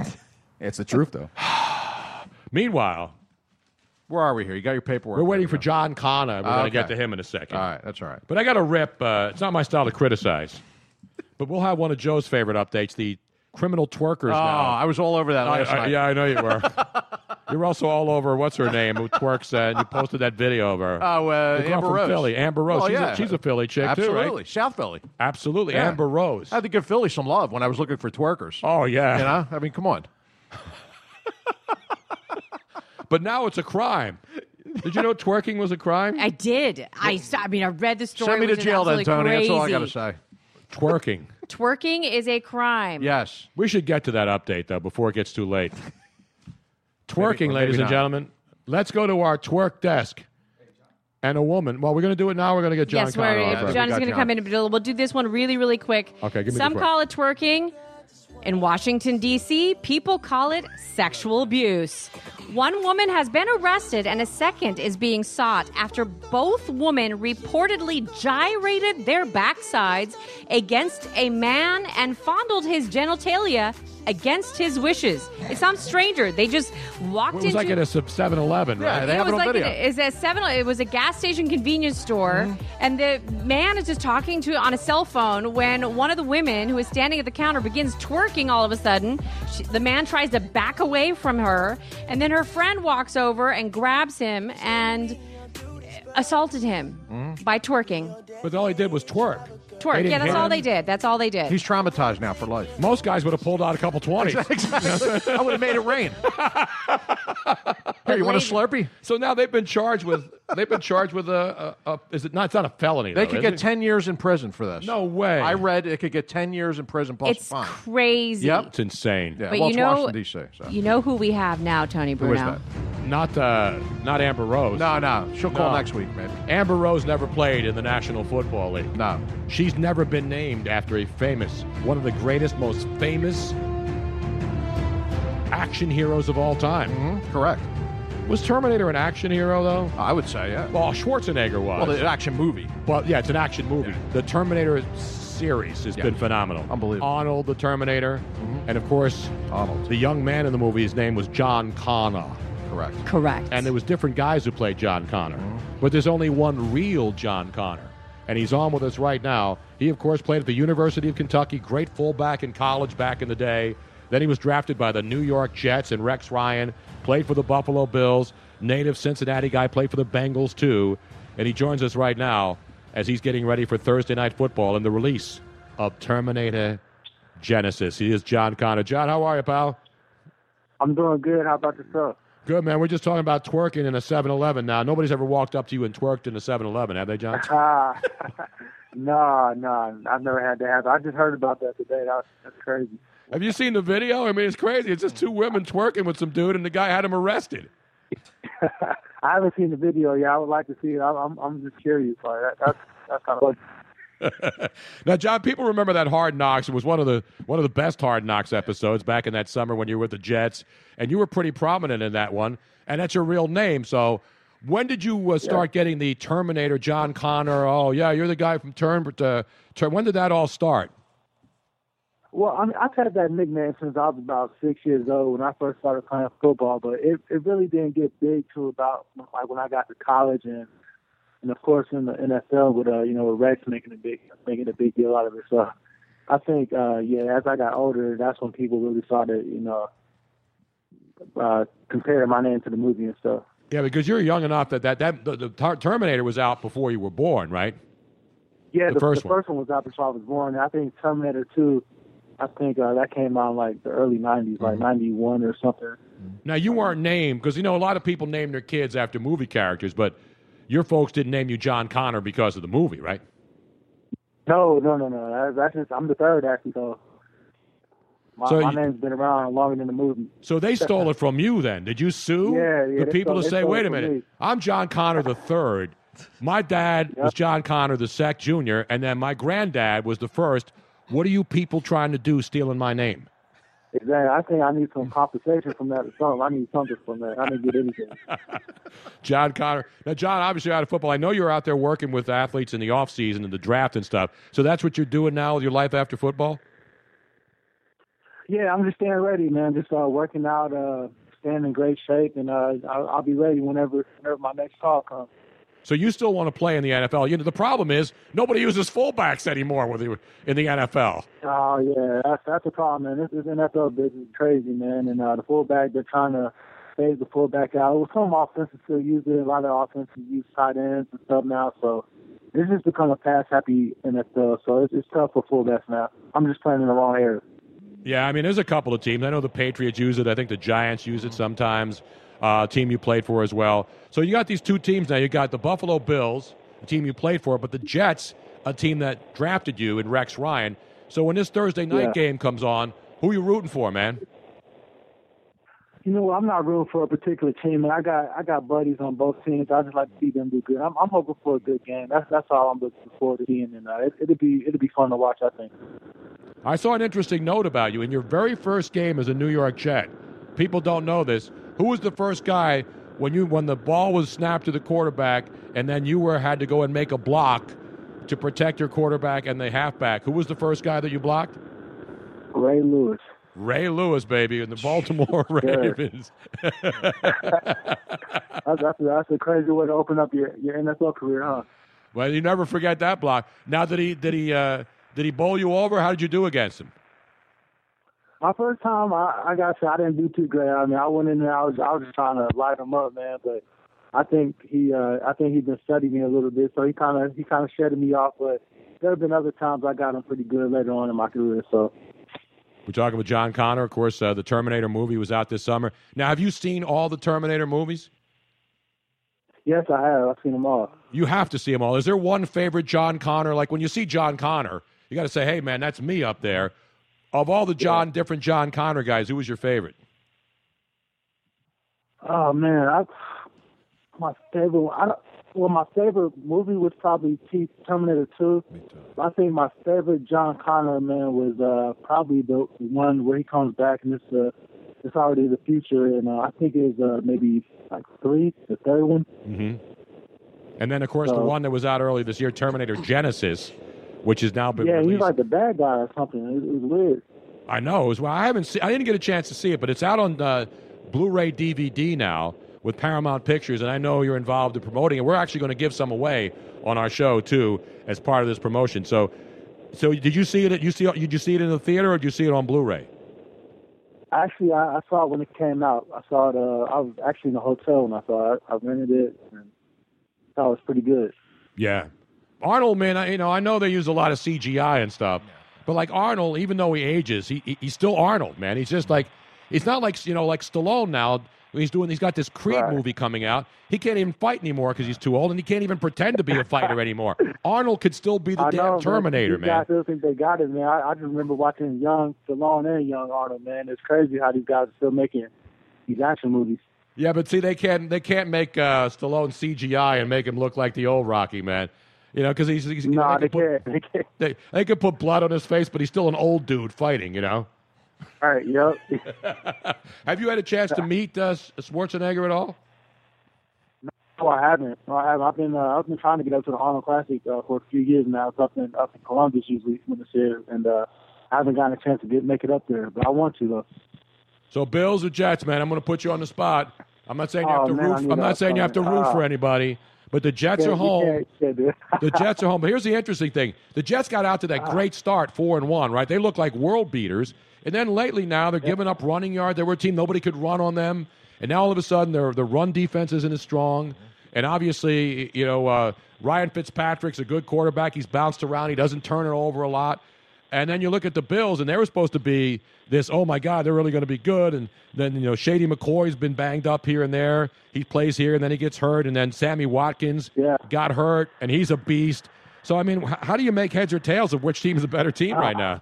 [SPEAKER 7] it's the truth, though.
[SPEAKER 6] Meanwhile,
[SPEAKER 9] where are we here? You got your paperwork.
[SPEAKER 6] We're waiting for John Connor. We're
[SPEAKER 9] Oh,
[SPEAKER 6] going to get
[SPEAKER 9] okay.
[SPEAKER 6] to him in a second.
[SPEAKER 9] All right, that's all right.
[SPEAKER 6] But I got to rip. Uh, it's not my style to criticize. But we'll have one of Joe's favorite updates: the criminal twerkers.
[SPEAKER 9] Oh,
[SPEAKER 6] now.
[SPEAKER 9] I was all over that
[SPEAKER 6] I-
[SPEAKER 9] last
[SPEAKER 6] I-
[SPEAKER 9] night.
[SPEAKER 6] Yeah, I know you were. you were also all over what's her name who twerks, uh, and you posted that video of her.
[SPEAKER 9] Oh, uh,
[SPEAKER 6] the girl
[SPEAKER 9] Amber
[SPEAKER 6] from
[SPEAKER 9] Rose.
[SPEAKER 6] Philly, Amber Rose.
[SPEAKER 9] Oh,
[SPEAKER 6] she's,
[SPEAKER 9] yeah.
[SPEAKER 6] a, she's a Philly chick
[SPEAKER 9] Absolutely.
[SPEAKER 6] too, right?
[SPEAKER 9] South Philly.
[SPEAKER 6] Absolutely,
[SPEAKER 9] Yeah.
[SPEAKER 6] Amber Rose.
[SPEAKER 9] I had to give Philly some love when I was looking for twerkers.
[SPEAKER 6] Oh yeah,
[SPEAKER 9] You know, I mean, come on.
[SPEAKER 6] but now it's a crime. Did you know twerking was a crime?
[SPEAKER 8] I did. I, saw- I mean, I read the story.
[SPEAKER 9] Send me to
[SPEAKER 8] which is
[SPEAKER 9] jail then,
[SPEAKER 8] absolutely
[SPEAKER 9] Tony. That's all I
[SPEAKER 8] crazy.
[SPEAKER 9] got to say.
[SPEAKER 6] Twerking.
[SPEAKER 8] Twerking is a crime.
[SPEAKER 9] Yes.
[SPEAKER 6] We should get to that update, though, before it gets too late. Twerking,
[SPEAKER 9] Maybe- or
[SPEAKER 6] ladies
[SPEAKER 9] maybe
[SPEAKER 6] and
[SPEAKER 9] not.
[SPEAKER 6] gentlemen. Let's go to our twerk desk. And a woman. Well, we're going to do it now. We're going to get John
[SPEAKER 8] yes,
[SPEAKER 6] Connor.
[SPEAKER 8] we're,
[SPEAKER 6] on
[SPEAKER 8] if
[SPEAKER 6] first.
[SPEAKER 8] John is going to come in, but we'll do this one really, really quick.
[SPEAKER 6] Okay, give me the
[SPEAKER 8] Some
[SPEAKER 6] quick.
[SPEAKER 8] call it twerking. In Washington, D.C., people call it sexual abuse. One woman has been arrested and a second is being sought after both women reportedly gyrated their backsides against a man and fondled his genitalia against his wishes. It's some stranger. They just walked
[SPEAKER 6] It was
[SPEAKER 8] into
[SPEAKER 6] like at a 7 Eleven, right?
[SPEAKER 8] it was like It, is a seven. It was a gas station convenience store,
[SPEAKER 6] Mm-hmm.
[SPEAKER 8] and the man is just talking to on a cell phone when one of the women who is standing at the counter begins twerking. All of a sudden, she, the man tries to back away from her, and then her friend walks over and grabs him and assaulted him by twerking.
[SPEAKER 6] But all he did was twerk. They
[SPEAKER 8] Twerk.
[SPEAKER 6] didn't
[SPEAKER 8] Yeah, that's
[SPEAKER 6] hit
[SPEAKER 8] all
[SPEAKER 6] him.
[SPEAKER 8] they did. That's all they did.
[SPEAKER 9] He's traumatized now for life.
[SPEAKER 6] Most guys would have pulled out a couple 20s.
[SPEAKER 9] Exactly. I would have made it rain.
[SPEAKER 6] Here,
[SPEAKER 9] you want a Slurpee?
[SPEAKER 6] So now they've been charged with, they've been charged with a, a, a is it not, it's not a felony.
[SPEAKER 9] They
[SPEAKER 6] though,
[SPEAKER 9] could
[SPEAKER 6] is
[SPEAKER 9] get
[SPEAKER 6] it?
[SPEAKER 9] 10 years in prison for this.
[SPEAKER 6] No way.
[SPEAKER 9] I read it could get 10 years in prison plus
[SPEAKER 8] it's
[SPEAKER 9] a fine.
[SPEAKER 8] crazy.
[SPEAKER 9] Yep.
[SPEAKER 6] It's insane.
[SPEAKER 9] Yeah,
[SPEAKER 8] But
[SPEAKER 9] well,
[SPEAKER 8] you
[SPEAKER 9] it's
[SPEAKER 8] know,
[SPEAKER 9] Washington, D.C. So.
[SPEAKER 8] you know who we have now, Tony Bruno.
[SPEAKER 6] Not, uh, not Amber Rose.
[SPEAKER 9] No, no. She'll call next week, maybe.
[SPEAKER 6] Amber Rose never played in the National Football League.
[SPEAKER 9] No.
[SPEAKER 6] She's never been named after a famous, one of the greatest, most famous action heroes of all time.
[SPEAKER 9] Mm-hmm. Correct.
[SPEAKER 6] Was Terminator an action hero, though?
[SPEAKER 9] I would say, yeah.
[SPEAKER 6] Well, Schwarzenegger was.
[SPEAKER 9] Well, the action movie.
[SPEAKER 6] But yeah, it's an action movie.
[SPEAKER 9] Yeah.
[SPEAKER 6] The Terminator series has
[SPEAKER 9] Yeah.
[SPEAKER 6] been phenomenal.
[SPEAKER 9] Unbelievable. Mm-hmm.
[SPEAKER 6] Arnold the Terminator, and of course,
[SPEAKER 9] Arnold.
[SPEAKER 6] the young man in the movie, his name was John Connor.
[SPEAKER 9] Correct.
[SPEAKER 8] Correct.
[SPEAKER 6] And there was different guys who played John Connor. But there's only one real John Connor. And he's on with us right now. He, of course, played at the University of Kentucky, great fullback in college back in the day. Then he was drafted by the New York Jets and Rex Ryan, played for the Buffalo Bills, native Cincinnati guy, played for the Bengals too. And he joins us right now as he's getting ready for Thursday Night Football and the release of Terminator Genesis. He is John Connor. John, how are you, pal?
[SPEAKER 11] I'm doing good. How about yourself?
[SPEAKER 6] Good, man. We're just talking about twerking in a 7 Eleven now. Nobody's ever walked up to you and twerked in a 7 Eleven, have they, John?
[SPEAKER 11] Ah, no, no, I've never had that happen. I just heard about that today. That, that's crazy.
[SPEAKER 6] Have you seen the video? I mean, it's crazy. It's just two women twerking with some dude, and the guy had him arrested.
[SPEAKER 11] I haven't seen the video yet. I would like to see it. I'm, I'm, I'm just curious. Like that, that's that's kind of.
[SPEAKER 6] now, John, people remember that Hard Knocks. It was one of the one of the best Hard Knocks episodes back in that summer when you were with the Jets, and you were pretty prominent in that one. And that's your real name. So, when did you uh, start getting the Terminator, John Connor? Oh, yeah, you're the guy from Turn. Uh, Turn. When did that all start?
[SPEAKER 11] Well, I mean, I've had that nickname since I was about six years old when I first started playing football, but it, it really didn't get big till about like when I got to college and and of course in the NFL with uh you know with Rex making a big making a big deal out of it. So I think uh yeah, as I got older, that's when people really started you know uh comparing my name to the movie and stuff.
[SPEAKER 6] Yeah, because you're young enough that that, that the, the Tar- Terminator was out before you were born, right?
[SPEAKER 11] Yeah,
[SPEAKER 6] The
[SPEAKER 11] the,
[SPEAKER 6] first
[SPEAKER 11] the
[SPEAKER 6] one.
[SPEAKER 11] first one was out before I was born. and I think Terminator Two. I think uh, that came out in, like the early '90s,
[SPEAKER 6] Mm-hmm.
[SPEAKER 11] like '91 or something.
[SPEAKER 6] Now you weren't named because you know a lot of people name their kids after movie characters, but your folks didn't name you John Connor because of the movie, right?
[SPEAKER 11] No, no, no, no. That- That's just I'm the third actually. So my,
[SPEAKER 6] So
[SPEAKER 11] my
[SPEAKER 6] you-
[SPEAKER 11] name's been around longer than the movie.
[SPEAKER 6] So they stole it from you. Then did you sue
[SPEAKER 11] Yeah, yeah,
[SPEAKER 6] the
[SPEAKER 11] they
[SPEAKER 6] people to
[SPEAKER 11] stole- they
[SPEAKER 6] say,
[SPEAKER 11] stole it
[SPEAKER 6] "Wait a
[SPEAKER 11] from
[SPEAKER 6] minute,
[SPEAKER 11] me."
[SPEAKER 6] I'm John Connor the third. My dad was John Connor the sec junior, and then my granddad was the first. What are you people trying to do stealing my name?"
[SPEAKER 11] Exactly. I think I need some compensation from that or something. I need something from that. I didn't get anything.
[SPEAKER 6] John Connor. Now, John, obviously out of football, I know you're out there working with athletes in the off season and the draft and stuff. So that's what you're doing now with your life after football.
[SPEAKER 11] yeah, I'm just staying ready, man. Just uh, working out, uh, staying in great shape, and uh, I'll, I'll be ready whenever whenever my next call comes.
[SPEAKER 6] So you still want to play in the NFL? You know, the problem is nobody uses fullbacks anymore with the, in the NFL.
[SPEAKER 11] Oh yeah, that's that's the problem, man. This is NFL business is crazy, man. And uh, the fullback, they're trying to phase the fullback out. Well, some offenses still use it. A lot of offenses use tight ends and stuff now. So this has become a pass happy NFL. So it's, it's tough for fullbacks now. I'm just playing in the wrong area.
[SPEAKER 6] Yeah, I mean, there's a couple of teams. I know the Patriots use it. I think the Giants use it sometimes. Uh, team you played for as well. So you got these two teams now. You got the Buffalo Bills, a team you played for, but the Jets, a team that drafted you and Rex Ryan. So when this Thursday night
[SPEAKER 11] Yeah.
[SPEAKER 6] game comes on, who you rooting for, man?
[SPEAKER 11] You know, what? I'm not rooting for a particular team, and I got I got buddies on both teams. I just like to see them do good. I'm, I'm hoping for a good game. That's that's all I'm looking forward to seeing, and uh, it, it'll be it'll be fun to watch. I think.
[SPEAKER 6] I saw an interesting note about you in your very first game as a New York Jet. People don't know this. Who was the first guy when you when the ball was snapped to the quarterback and then you were had to go and make a block to protect your quarterback and the halfback? Who was the first guy that you blocked?
[SPEAKER 11] Ray Lewis.
[SPEAKER 6] Ray Lewis, baby, in the Baltimore Ravens.
[SPEAKER 11] That's that's a, that's a crazy way to open up your your NFL career, huh?
[SPEAKER 6] Well, you never forget that block. Now did he did he uh, did he bowl you over? How did you do against him?
[SPEAKER 11] My first time, I, I got to say, I didn't do too great. I mean, I went in there, I was, I was just trying to light him up, man. But I think he, uh, I think he's been studying me a little bit, so he kind of, he kind of shedded me off. But there have been other times I got him pretty good later on in my career. So
[SPEAKER 6] We're talking with John Connor, of course. Uh, the Terminator movie was out this summer. Now, have you seen all the Terminator movies?
[SPEAKER 11] yes, I have. I've seen them all.
[SPEAKER 6] You have to see them all. Is there one favorite John Connor? Like when you see John Connor, you got to say, "Hey, man, that's me up there." Of all the John, different John Connor guys, who was your favorite?
[SPEAKER 11] Oh man, I, my favorite. one- I don't, well, my favorite movie was probably T- Terminator Two. Me too. I think my favorite John Connor man was uh, probably the one where he comes back and it's uh, it's already the future, and uh, I think it was uh, maybe like three, the third one.
[SPEAKER 6] Mm-hmm. And then, of course, the
[SPEAKER 11] So-
[SPEAKER 6] one that was out early this year, Terminator Genesis, which has now been
[SPEAKER 11] yeah,
[SPEAKER 6] released.
[SPEAKER 11] he's like the bad guy or something. It, it was weird.
[SPEAKER 6] I know. It was, well, I haven't. See, I didn't get a chance to see it, but it's out on uh, Blu-ray DVD now with Paramount Pictures, and I know you're involved in promoting it. We're actually going to give some away on our show too as part of this promotion. So, so did you see it? at- You see? Did you see it in the theater, or did you see it on Blu-ray?
[SPEAKER 11] Actually, I, I saw it when it came out. I saw it. Uh, I was actually in the hotel when I saw it. I rented it, and thought it was pretty good.
[SPEAKER 6] Yeah. Arnold, man, I, you know, I know they use a lot of CGI and stuff, but like Arnold, even though he ages, he, he he's still Arnold, man. He's just like, it's not like you know, like Stallone now. He's doing. He's got this Creed movie coming out. He can't even fight anymore because he's too old, and he can't even pretend to be a fighter anymore. Arnold could still be the
[SPEAKER 11] I
[SPEAKER 6] damn
[SPEAKER 11] know, man.
[SPEAKER 6] Terminator,
[SPEAKER 11] these
[SPEAKER 6] man.
[SPEAKER 11] Guys still think they got it, man. I, I just remember watching Young Stallone and Young Arnold, man. It's crazy how these guys are still making these action movies.
[SPEAKER 6] Yeah, but see, they can't they can't make uh, Stallone CGI and make him look like the old Rocky man. You know, because he's, he's you know, they, can
[SPEAKER 11] put, they,
[SPEAKER 6] they could put blood on his face, but he's still an old dude fighting. You know.
[SPEAKER 11] All right. Yep.
[SPEAKER 6] Have you had a chance to meet uh, Schwarzenegger at all?
[SPEAKER 11] No, I haven't. No, I haven't. I've been uh, I've been trying to get up to the Arnold Classic uh, for a few years now. It's up in up in Columbus usually when it's here, and uh, I haven't gotten a chance to get make it up there, but I want to though.
[SPEAKER 6] So Bills or Jets, man, I'm going to put you on the spot. I'm not saying you
[SPEAKER 11] Oh,
[SPEAKER 6] have to
[SPEAKER 11] man, I
[SPEAKER 6] root.
[SPEAKER 11] need
[SPEAKER 6] I'm
[SPEAKER 11] that
[SPEAKER 6] not saying you have to
[SPEAKER 11] phone.
[SPEAKER 6] root for
[SPEAKER 11] Ah.
[SPEAKER 6] anybody, but the Jets
[SPEAKER 11] Yeah,
[SPEAKER 6] are
[SPEAKER 11] you
[SPEAKER 6] home.
[SPEAKER 11] can't- yeah, dude.
[SPEAKER 6] The Jets are home. But here's the interesting thing: the Jets got out to
[SPEAKER 11] Uh.
[SPEAKER 6] that great start, four and one, right? They look like world beaters, and then lately now they're giving up running yard. They were a team nobody could run on them, and now all of a sudden their their run defense isn't as strong. And obviously, you know uh, Ryan Fitzpatrick's a good quarterback. He's bounced around. He doesn't turn it over a lot. And then you look at the Bills, and they were supposed to be this. Oh my God, they're really going to be good. And then you know Shady McCoy's been banged up here and there. He plays here, and then he gets hurt. And then Sammy Watkins got hurt, and he's a beast. So I mean, h- how do you make heads or tails of which team is the better team right now?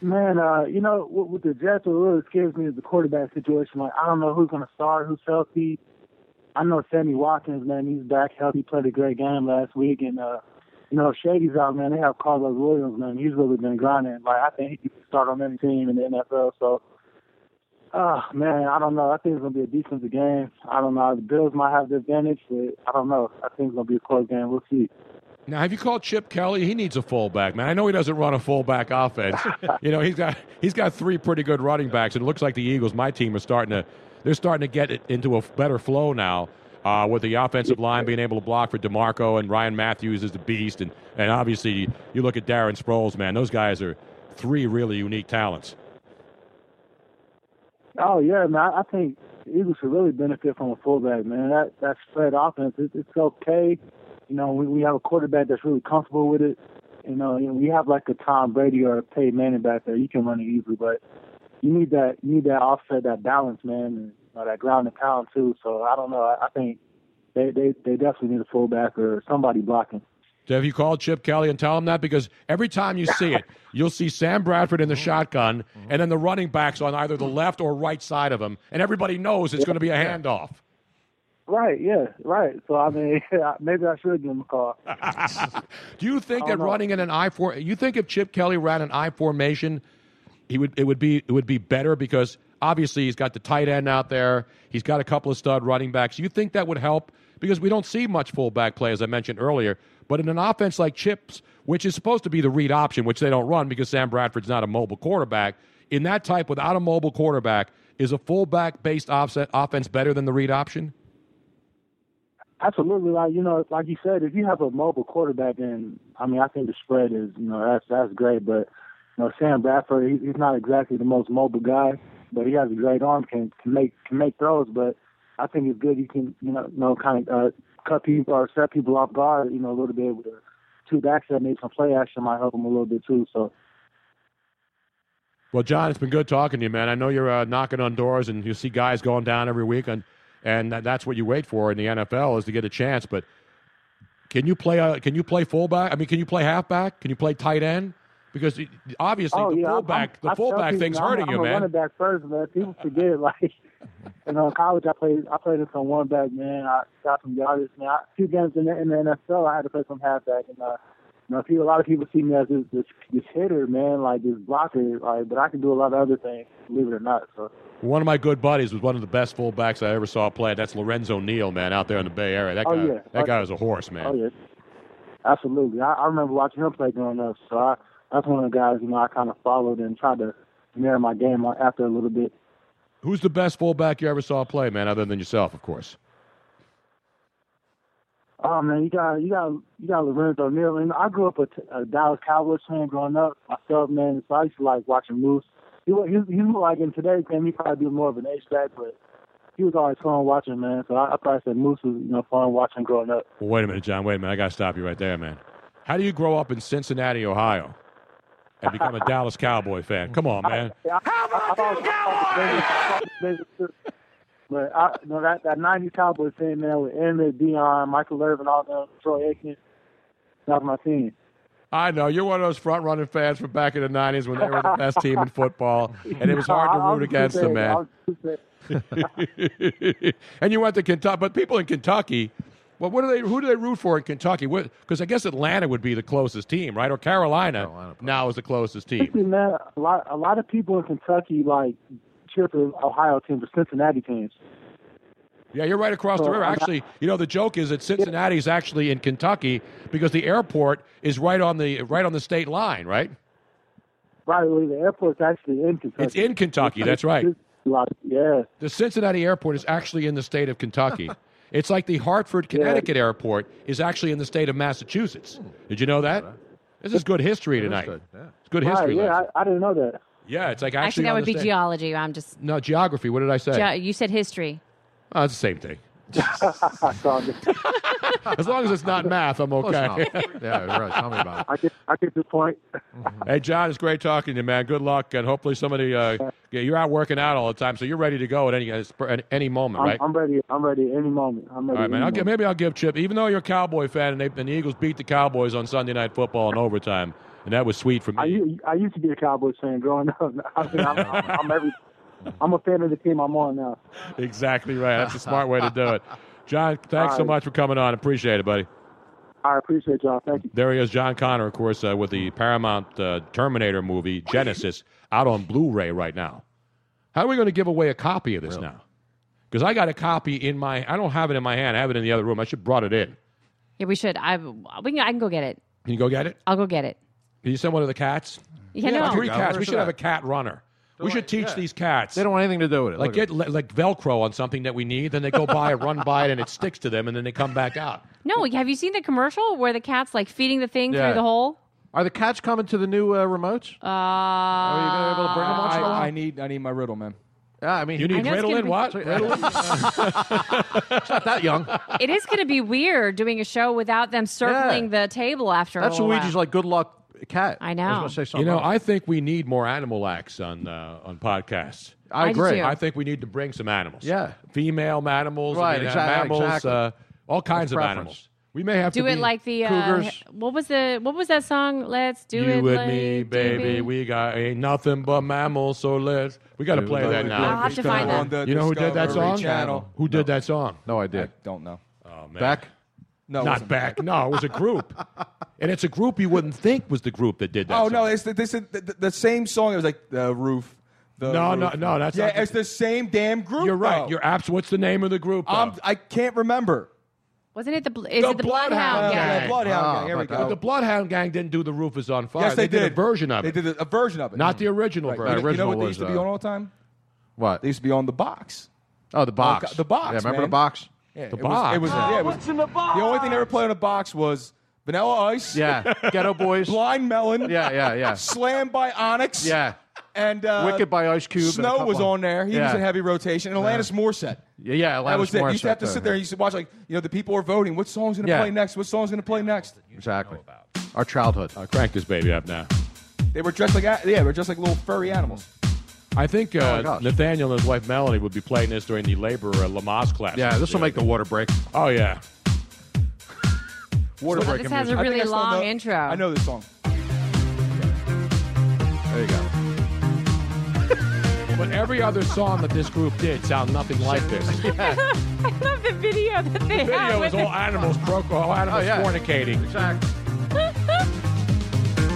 [SPEAKER 11] Man, uh, you know, with, with the Jets, what really scares me is the quarterback situation. Like, I don't know who's going to start, who's healthy. I know Sammy Watkins, man, he's back healthy, played a great game last week. And, uh, you know, if Shady's out, man, they have Carlos Williams, man. He's really been grinding. Like, I think he could start on any team in the NFL. So, uh, man, I don't know. I think it's going to be a defensive game. I don't know. The Bills might have the advantage, but I don't know. I think it's going to be a close game. We'll see.
[SPEAKER 6] Now, have you called Chip Kelly? He needs a fullback, man. I know he doesn't run a fullback offense. you know, he's got he's got three pretty good running backs, and it looks like the Eagles, my team, are starting to they're starting to get it into a better flow now. Uh, with the offensive line being able to block for DeMarco and Ryan Matthews is the beast, and, and obviously you look at Darren Sproles, man, those guys are three really unique talents.
[SPEAKER 11] Oh yeah, man. I I think Eagles should really benefit from a fullback, man. That that spread offense, it, it's okay. You know, we we have a quarterback that's really comfortable with it. You know, you know, we have like a Tom Brady or a Peyton Manning back there. You can run it easily, but you need that you need that offset, that balance, man, and you know, that ground and pound too. So I don't know. I, I think they they they definitely need a fullback or somebody blocking.
[SPEAKER 6] So have you called Chip Kelly and tell him that? Because every time you see it, you'll see Sam Bradford in the shotgun, and then the running backs on either the left or right side of him, and everybody knows it's going to be a handoff.
[SPEAKER 11] Right. Yeah. Right. So I mean, maybe I should give him a call.
[SPEAKER 6] Do you think
[SPEAKER 11] I
[SPEAKER 6] that
[SPEAKER 11] don't know.
[SPEAKER 6] running in an I four? You think if Chip Kelly ran an I formation, he would it would be it would be better because obviously he's got the tight end out there. He's got a couple of stud running backs. You think that would help because we don't see much fullback play as I mentioned earlier. But in an offense like Chip's, which is supposed to be the read option, which they don't run because Sam Bradford's not a mobile quarterback. In that type, without a mobile quarterback, is a fullback based offset offense better than the read option?
[SPEAKER 11] Absolutely, like you know, like you said, if you have a mobile quarterback, then I mean, I think the spread is you know that's that's great. But you know, Sam Bradford, he, he's not exactly the most mobile guy, but he has a great arm, can can make can make throws. But I think it's good you can you know, you know kind of uh, cut people or set people off guard, you know, a little bit with a two backs that maybe some play action might help him a little bit too. So
[SPEAKER 6] Well, John, it's been good talking to you, man. I know you're uh, knocking on doors and you see guys going down every week, and and that- that's what you wait for in the NFL is to get a chance. But can you play? Uh, can you play fullback? I mean, can you play halfback? Can you play tight end? Because it- obviously
[SPEAKER 11] Oh,
[SPEAKER 6] the
[SPEAKER 11] yeah, I'm-
[SPEAKER 6] fullback,
[SPEAKER 11] I'm-
[SPEAKER 6] the
[SPEAKER 11] I tell
[SPEAKER 6] fullback
[SPEAKER 11] people,
[SPEAKER 6] thing's
[SPEAKER 11] I'm,
[SPEAKER 6] hurting
[SPEAKER 11] I'm
[SPEAKER 6] you,
[SPEAKER 11] a
[SPEAKER 6] man.
[SPEAKER 11] running back first, man. People forget, like, you know, in uh, college I played, I played in some one back, man. I got some yardage, man. I, two games in the, in the NFL, I had to play some halfback, and uh, you know, people, a lot of people see me as this, this this hitter, man, like this blocker, like, but I can do a lot of other things, believe it or not. So,
[SPEAKER 6] One of my good buddies was one of the best fullbacks I ever saw play. That's Lorenzo Neal, man, out there in the Bay Area. That guy,
[SPEAKER 11] Oh, yeah.
[SPEAKER 6] that guy was a horse, man.
[SPEAKER 11] oh yeah, absolutely. I, I remember watching him play growing up, so I, that's one of the guys, you know, I kind of followed and tried to mirror my game after a little bit.
[SPEAKER 6] Who's the best fullback you ever saw play, man? Other than yourself, of course.
[SPEAKER 11] Oh man, you got you got you got Lorenzo Neal. And I grew up a, a Dallas Cowboys fan growing up myself, man. So I used to like watching Moose. He was he, was- he was like in today's game, he probably be more of an H back, but he was always fun watching, man. So I, I probably said Moose was you know fun watching growing up.
[SPEAKER 6] Well, wait a minute, John. Wait a minute. I got to stop you right there, man. How do you grow up in Cincinnati, Ohio, and become a Dallas Cowboy fan? Come on, man.
[SPEAKER 11] How about you, Cowboys? But I you know that that '90s Cowboys team, man, with Emmett, Dion, Michael Irvin, all them, Troy Aikman, that was my team.
[SPEAKER 6] I know you're one of those front running fans from back in the '90s when they were the best team in football, and it was hard to
[SPEAKER 11] I- I
[SPEAKER 6] root
[SPEAKER 11] was too
[SPEAKER 6] against
[SPEAKER 11] big.
[SPEAKER 6] them,
[SPEAKER 11] I
[SPEAKER 6] man.
[SPEAKER 11] was too big.
[SPEAKER 6] and you went to Kentucky, but people in Kentucky, well, what do they? Who do they root for in Kentucky? Because I guess Atlanta would be the closest team, right? Or Carolina, now is the closest team.
[SPEAKER 11] Honestly, man, a lot a lot of people in Kentucky like cheer for Ohio teams or Cincinnati teams.
[SPEAKER 6] Yeah, you're right across the
[SPEAKER 11] So,
[SPEAKER 6] river.
[SPEAKER 11] I'm not-
[SPEAKER 6] Actually, you know the joke is that Cincinnati's actually in Kentucky because the airport is right on the right on the state line, right?
[SPEAKER 11] Right, well, the airport's actually in Kentucky.
[SPEAKER 6] It's in Kentucky. That's right.
[SPEAKER 11] A lot, yeah.
[SPEAKER 6] The Cincinnati airport is actually in the state of Kentucky. it's like the Hartford, Connecticut airport is actually in the state of Massachusetts.
[SPEAKER 11] Hmm.
[SPEAKER 6] Did you know that? This is good history tonight. It's good
[SPEAKER 11] Right,
[SPEAKER 6] history.
[SPEAKER 11] yeah,
[SPEAKER 6] lesson.
[SPEAKER 11] I, I didn't know that.
[SPEAKER 6] yeah, it's like actually,
[SPEAKER 8] Actually, that
[SPEAKER 6] on
[SPEAKER 8] would
[SPEAKER 6] the
[SPEAKER 8] be
[SPEAKER 6] state-
[SPEAKER 8] geology. I'm just.
[SPEAKER 6] No, geography. What did I say?
[SPEAKER 8] Ge- you said history.
[SPEAKER 6] oh, it's the same thing.
[SPEAKER 11] as
[SPEAKER 6] long as it's not math, I'm
[SPEAKER 9] Close
[SPEAKER 6] okay.
[SPEAKER 9] enough. Yeah, right. Tell me about it.
[SPEAKER 11] I get I get the point.
[SPEAKER 6] Hey, John, it's great talking to you, man. Good luck, and hopefully somebody. Uh, yeah, you're out working out all the time, so you're ready to go at any at any moment,
[SPEAKER 11] I'm,
[SPEAKER 6] right?
[SPEAKER 11] I'm ready. I'm ready any moment. I'm
[SPEAKER 6] all
[SPEAKER 11] ready.
[SPEAKER 6] right, man.
[SPEAKER 11] any
[SPEAKER 6] I'll give,
[SPEAKER 11] moment.
[SPEAKER 6] maybe I'll give Chip, even though you're a Cowboy fan, and, they, and the Eagles beat the Cowboys on Sunday Night Football in overtime, and that was sweet for me.
[SPEAKER 11] I, u- I used to be a Cowboys fan growing up. I think I'm, I'm, I'm every. I'm a fan of the team I'm on now.
[SPEAKER 6] exactly right. That's a smart way to do it. John, thanks so
[SPEAKER 11] right.
[SPEAKER 6] much for coming on. Appreciate it, buddy.
[SPEAKER 11] I appreciate y'all. Thank you.
[SPEAKER 6] There he is, John Connor, of course, uh, with the Paramount uh, Terminator movie Genesis out on Blu-ray right now. How are we going to give away a copy of this now? Because I got a copy in my. I don't have it in my hand. I have it in the other room. I should have brought it in.
[SPEAKER 8] Yeah, we should. I we can, I can go get it.
[SPEAKER 6] Can you go get it?
[SPEAKER 8] I'll go get it.
[SPEAKER 6] Can you send one of the cats?
[SPEAKER 8] Yeah, Yeah, no.
[SPEAKER 6] three
[SPEAKER 8] go.
[SPEAKER 6] cats.
[SPEAKER 8] Where's
[SPEAKER 6] We should
[SPEAKER 8] that?
[SPEAKER 6] have a cat runner. we should teach these cats.
[SPEAKER 9] They don't want anything to do with it.
[SPEAKER 6] Like
[SPEAKER 9] Look at
[SPEAKER 6] get li- like Velcro on something that we need, then they go by it, run by it, and it sticks to them, and then they come back out.
[SPEAKER 8] No, have you seen the commercial where the cat's like feeding the thing
[SPEAKER 6] Yeah.
[SPEAKER 8] through the hole?
[SPEAKER 9] Are the cats coming to the new uh, remotes?
[SPEAKER 8] Uh, Are
[SPEAKER 9] you gonna be able to bring them once in a while?
[SPEAKER 7] I, I need I need my riddle, man.
[SPEAKER 9] Yeah, I mean,
[SPEAKER 7] You need I know it's riddle gonna in be- what?
[SPEAKER 9] it's not that young.
[SPEAKER 8] It is going to be weird doing a show without them circling the table after
[SPEAKER 9] That's
[SPEAKER 8] a little
[SPEAKER 9] Luigi's
[SPEAKER 8] while.
[SPEAKER 9] like good luck cat. I
[SPEAKER 8] know.
[SPEAKER 9] I was going to say
[SPEAKER 6] You
[SPEAKER 9] something.
[SPEAKER 6] know,
[SPEAKER 9] else.
[SPEAKER 6] I think we need more animal acts on uh, on podcasts.
[SPEAKER 9] I I do agree. too.
[SPEAKER 6] I think we need to bring some animals.
[SPEAKER 9] Yeah.
[SPEAKER 6] female animals,
[SPEAKER 9] Right,
[SPEAKER 6] I mean, uh,
[SPEAKER 9] exactly,
[SPEAKER 6] mammals,
[SPEAKER 9] exactly.
[SPEAKER 6] uh, all kinds of
[SPEAKER 9] preference.
[SPEAKER 6] animals. We may have
[SPEAKER 8] do
[SPEAKER 6] to
[SPEAKER 8] it
[SPEAKER 6] be
[SPEAKER 8] like the uh,
[SPEAKER 6] cougars.
[SPEAKER 8] what was the what was that song? Let's do
[SPEAKER 6] you
[SPEAKER 8] it.
[SPEAKER 6] and
[SPEAKER 8] like-
[SPEAKER 6] me, baby,
[SPEAKER 8] baby.
[SPEAKER 6] we got ain't nothing but mammals. So let's we got to
[SPEAKER 9] Do
[SPEAKER 6] play
[SPEAKER 9] it
[SPEAKER 6] that
[SPEAKER 9] like
[SPEAKER 6] now.
[SPEAKER 9] I'll have to find
[SPEAKER 7] On that. the
[SPEAKER 6] You know who did that
[SPEAKER 7] Discovery
[SPEAKER 6] song?
[SPEAKER 7] Channel.
[SPEAKER 6] Who did that song?
[SPEAKER 9] No idea. I
[SPEAKER 7] don't know.
[SPEAKER 6] Oh man,
[SPEAKER 9] Beck?
[SPEAKER 7] No, it
[SPEAKER 6] not
[SPEAKER 7] wasn't
[SPEAKER 6] Beck. No, it was a group, and it's a group you wouldn't think was the group that did that.
[SPEAKER 7] Oh no, it's the, this is the, the, the same song. It was like the roof. The
[SPEAKER 6] No, no,
[SPEAKER 7] Roof.
[SPEAKER 6] no, that's
[SPEAKER 7] yeah.
[SPEAKER 6] not the-
[SPEAKER 7] it's the same damn group.
[SPEAKER 6] You're right.
[SPEAKER 7] though.
[SPEAKER 6] You're abs. What's the name of the group?
[SPEAKER 7] I'm, I can't remember.
[SPEAKER 8] Wasn't it the bl- is it the
[SPEAKER 7] Gang.
[SPEAKER 8] Bloodhound? Gang?
[SPEAKER 7] Yeah, Bloodhound
[SPEAKER 9] Oh,
[SPEAKER 7] Gang. Here we
[SPEAKER 6] But
[SPEAKER 7] go.
[SPEAKER 6] the Bloodhound Gang didn't do the roof is on fire.
[SPEAKER 7] Yes, they
[SPEAKER 6] did.
[SPEAKER 7] did.
[SPEAKER 6] a version of
[SPEAKER 7] They
[SPEAKER 6] it.
[SPEAKER 7] did a, a version of it.
[SPEAKER 6] Not the original uh,
[SPEAKER 7] Right. You
[SPEAKER 6] version.
[SPEAKER 7] know- You know what they used to
[SPEAKER 9] uh,
[SPEAKER 7] be on all the time?
[SPEAKER 9] What?
[SPEAKER 7] They used to be on the box.
[SPEAKER 9] Oh, the box.
[SPEAKER 7] The box.
[SPEAKER 9] Yeah, remember
[SPEAKER 7] man.
[SPEAKER 9] the box? The
[SPEAKER 7] Yeah, it was-
[SPEAKER 9] box.
[SPEAKER 7] it was, yeah, it was-
[SPEAKER 9] What's in the box?
[SPEAKER 7] The only thing they ever played on the box was Vanilla Ice.
[SPEAKER 9] Yeah. Ghetto Boys.
[SPEAKER 7] Blind Melon.
[SPEAKER 9] Yeah, yeah, yeah.
[SPEAKER 7] Slam by Onyx.
[SPEAKER 9] Yeah.
[SPEAKER 7] And uh,
[SPEAKER 9] Wicked by Ice Cube and a
[SPEAKER 7] Snow
[SPEAKER 9] couple
[SPEAKER 7] was
[SPEAKER 9] of-
[SPEAKER 7] on there. He was
[SPEAKER 9] Yeah.
[SPEAKER 7] in heavy rotation. And Alanis Morissette.
[SPEAKER 9] Yeah, yeah.
[SPEAKER 7] that was
[SPEAKER 9] Alanis
[SPEAKER 7] it. You used to
[SPEAKER 9] Morissette,
[SPEAKER 7] have to
[SPEAKER 9] though.
[SPEAKER 7] sit there. and You used to watch like you know the people are voting. What song's gonna
[SPEAKER 9] Yeah.
[SPEAKER 7] play next? What song's gonna play next?
[SPEAKER 9] Exactly. Our childhood. I
[SPEAKER 6] Uh, crank this baby up now.
[SPEAKER 7] They were dressed like a- yeah, they were dressed like little furry animals.
[SPEAKER 6] I think
[SPEAKER 7] my
[SPEAKER 9] Oh,
[SPEAKER 6] uh,
[SPEAKER 7] gosh.
[SPEAKER 6] Nathaniel and his wife Melanie would be playing this during the labor or Lamaze class.
[SPEAKER 9] Yeah, this will make the water break.
[SPEAKER 6] Oh yeah.
[SPEAKER 9] Water
[SPEAKER 8] Well,
[SPEAKER 9] break.
[SPEAKER 8] this has a
[SPEAKER 9] music.
[SPEAKER 8] really long intro.
[SPEAKER 7] I know this song.
[SPEAKER 9] There you go.
[SPEAKER 6] But every other song that this group did sound nothing like this.
[SPEAKER 8] I love the video that they
[SPEAKER 6] The video
[SPEAKER 8] have. with
[SPEAKER 6] is all animals broke, all animals fornicating.
[SPEAKER 9] Oh, Exactly.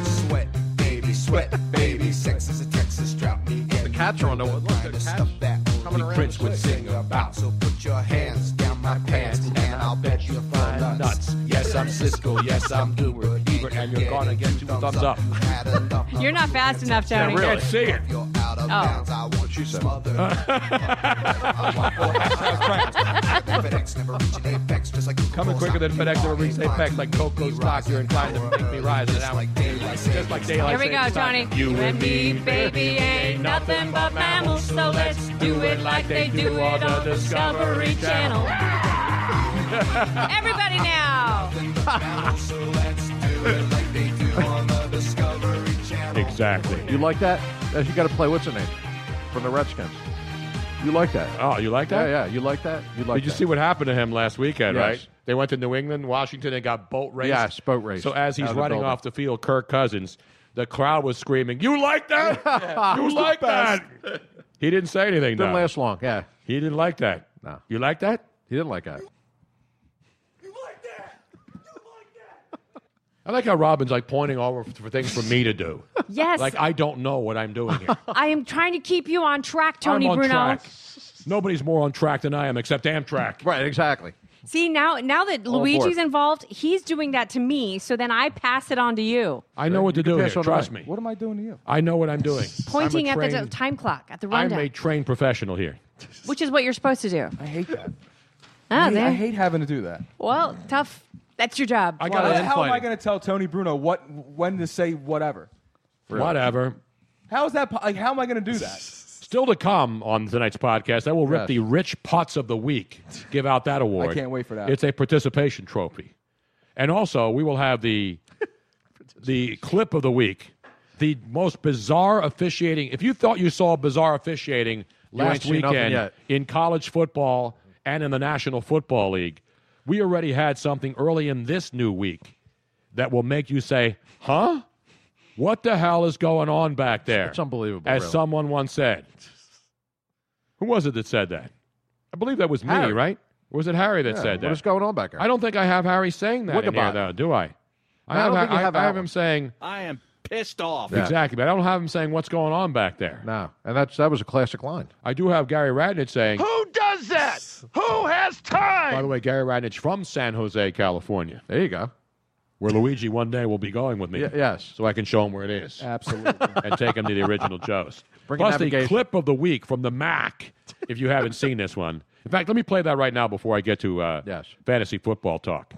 [SPEAKER 12] Sweat, baby, sweat, baby. Sex is a Texas drought. The, the
[SPEAKER 9] cats are on the look.
[SPEAKER 12] The stuff that only Prince would sing about. So put your hands down my pants, and I'll bet you'll find nuts. Yes, I'm Cisco. Yes, I'm Goober Ebert, and you're gonna get two thumbs up.
[SPEAKER 8] You're not fast enough, Tony. Oh.
[SPEAKER 6] see it.
[SPEAKER 12] You're out of bounds. I want you smothered. FedEx never reach an apex, just like
[SPEAKER 6] Coming quicker than FedEx ever reached apex, like Coco's stock. You're inclined to make me rise, and now I'm daylight, just like daylight.
[SPEAKER 8] Here we go,
[SPEAKER 6] savings time.
[SPEAKER 8] Johnny. You and me, baby, ain't nothing but mammals. So let's do it like they do it on Discovery Channel. Everybody now.
[SPEAKER 6] Exactly.
[SPEAKER 9] You like that? Uh, You got to play what's her name from the Redskins. You like that?
[SPEAKER 6] Oh, you like that?
[SPEAKER 9] Yeah, yeah. You like that? You like
[SPEAKER 6] Did you
[SPEAKER 9] that?
[SPEAKER 6] see what happened to him last weekend,
[SPEAKER 9] Yes.
[SPEAKER 6] right? They went to New England, Washington, and got boat raced.
[SPEAKER 9] Yes, boat raced.
[SPEAKER 6] So as he's
[SPEAKER 9] Out of the
[SPEAKER 6] running
[SPEAKER 9] building.
[SPEAKER 6] off the field, Kirk Cousins, the crowd was screaming, You like that?
[SPEAKER 7] Ah,
[SPEAKER 9] It
[SPEAKER 6] You
[SPEAKER 9] was the
[SPEAKER 6] like that? He didn't say anything,
[SPEAKER 9] Didn't
[SPEAKER 6] though.
[SPEAKER 9] last long, yeah.
[SPEAKER 6] He didn't like that. No. You like that?
[SPEAKER 9] He didn't like that.
[SPEAKER 6] I like how Robin's like pointing all over for things for me to do.
[SPEAKER 8] Yes.
[SPEAKER 6] Like I don't know what I'm doing here.
[SPEAKER 8] I am trying to keep you on track, Tony
[SPEAKER 6] I'm on
[SPEAKER 8] Bruno.
[SPEAKER 6] track. Nobody's more on track than I am except Amtrak.
[SPEAKER 9] Right, exactly.
[SPEAKER 8] See now, now that
[SPEAKER 6] All
[SPEAKER 8] Luigi's
[SPEAKER 6] aboard.
[SPEAKER 8] involved, he's doing that to me. So then I pass it on to you,
[SPEAKER 6] I know what to do here.
[SPEAKER 9] pass on to
[SPEAKER 6] Trust
[SPEAKER 9] me.
[SPEAKER 6] me.
[SPEAKER 7] What am I doing to you?
[SPEAKER 6] I know what I'm doing.
[SPEAKER 8] pointing
[SPEAKER 6] I'm
[SPEAKER 8] at
[SPEAKER 6] a
[SPEAKER 8] the
[SPEAKER 6] trained-
[SPEAKER 8] time clock at the
[SPEAKER 6] I'm
[SPEAKER 8] rundown,
[SPEAKER 6] a trained professional here.
[SPEAKER 8] which is what you're supposed to do.
[SPEAKER 7] I hate that. I,
[SPEAKER 8] Ah,
[SPEAKER 7] hate,
[SPEAKER 8] there.
[SPEAKER 7] I hate having to do that.
[SPEAKER 8] Well, tough. That's your job.
[SPEAKER 7] Why the hell am I going to tell Tony Bruno what when to say whatever?
[SPEAKER 6] Whatever.
[SPEAKER 7] How is that? po- Like, how am I going to do that?
[SPEAKER 6] Still to come on tonight's podcast, I will rip
[SPEAKER 7] Yes.
[SPEAKER 6] the Rich Pots of the Week. Give out that award.
[SPEAKER 7] can't wait for that.
[SPEAKER 6] It's a participation trophy. And also, we will have the the clip of the week, the most bizarre officiating. If you thought you saw bizarre officiating
[SPEAKER 9] You ain't
[SPEAKER 6] last
[SPEAKER 9] seen nothing
[SPEAKER 6] weekend
[SPEAKER 9] yet.
[SPEAKER 6] in college football and in the National Football League, we already had something early in this new week that will make you say, "Huh? What the hell is going on back there?"
[SPEAKER 9] It's unbelievable.
[SPEAKER 6] as
[SPEAKER 9] really.
[SPEAKER 6] someone once said. Who was it that said that? I believe that was me,
[SPEAKER 9] Harry.
[SPEAKER 6] right? Or was it Harry that
[SPEAKER 9] Yeah,
[SPEAKER 6] said that?
[SPEAKER 9] What is going on back there?
[SPEAKER 6] I don't think I have Harry saying that
[SPEAKER 9] Look
[SPEAKER 6] in here,
[SPEAKER 9] about it.
[SPEAKER 6] though, do I? I,
[SPEAKER 9] No, I
[SPEAKER 6] have,
[SPEAKER 9] don't think you
[SPEAKER 6] I,
[SPEAKER 9] have
[SPEAKER 6] I
[SPEAKER 9] that
[SPEAKER 6] have
[SPEAKER 9] one.
[SPEAKER 6] him saying
[SPEAKER 13] I am pissed off.
[SPEAKER 6] exactly, but I don't have him saying what's going on back there.
[SPEAKER 9] No, and that's that was a classic line.
[SPEAKER 6] I do have Gary Radnich saying.
[SPEAKER 13] Who does that? Who has time?
[SPEAKER 6] By the way, Gary Radnich from San Jose, California.
[SPEAKER 9] There you go.
[SPEAKER 6] Where Luigi one day will be going with me.
[SPEAKER 9] Ye- yes.
[SPEAKER 6] So I can show him where it is.
[SPEAKER 7] Absolutely.
[SPEAKER 6] and take him to the original Joe's.
[SPEAKER 9] Bring
[SPEAKER 6] Plus
[SPEAKER 9] a
[SPEAKER 6] the
[SPEAKER 9] navigation.
[SPEAKER 6] clip of the week from the Mac, if you haven't seen this one. In fact, let me play that right now before I get to uh,
[SPEAKER 9] Yes. Mm-hmm.
[SPEAKER 6] fantasy football talk.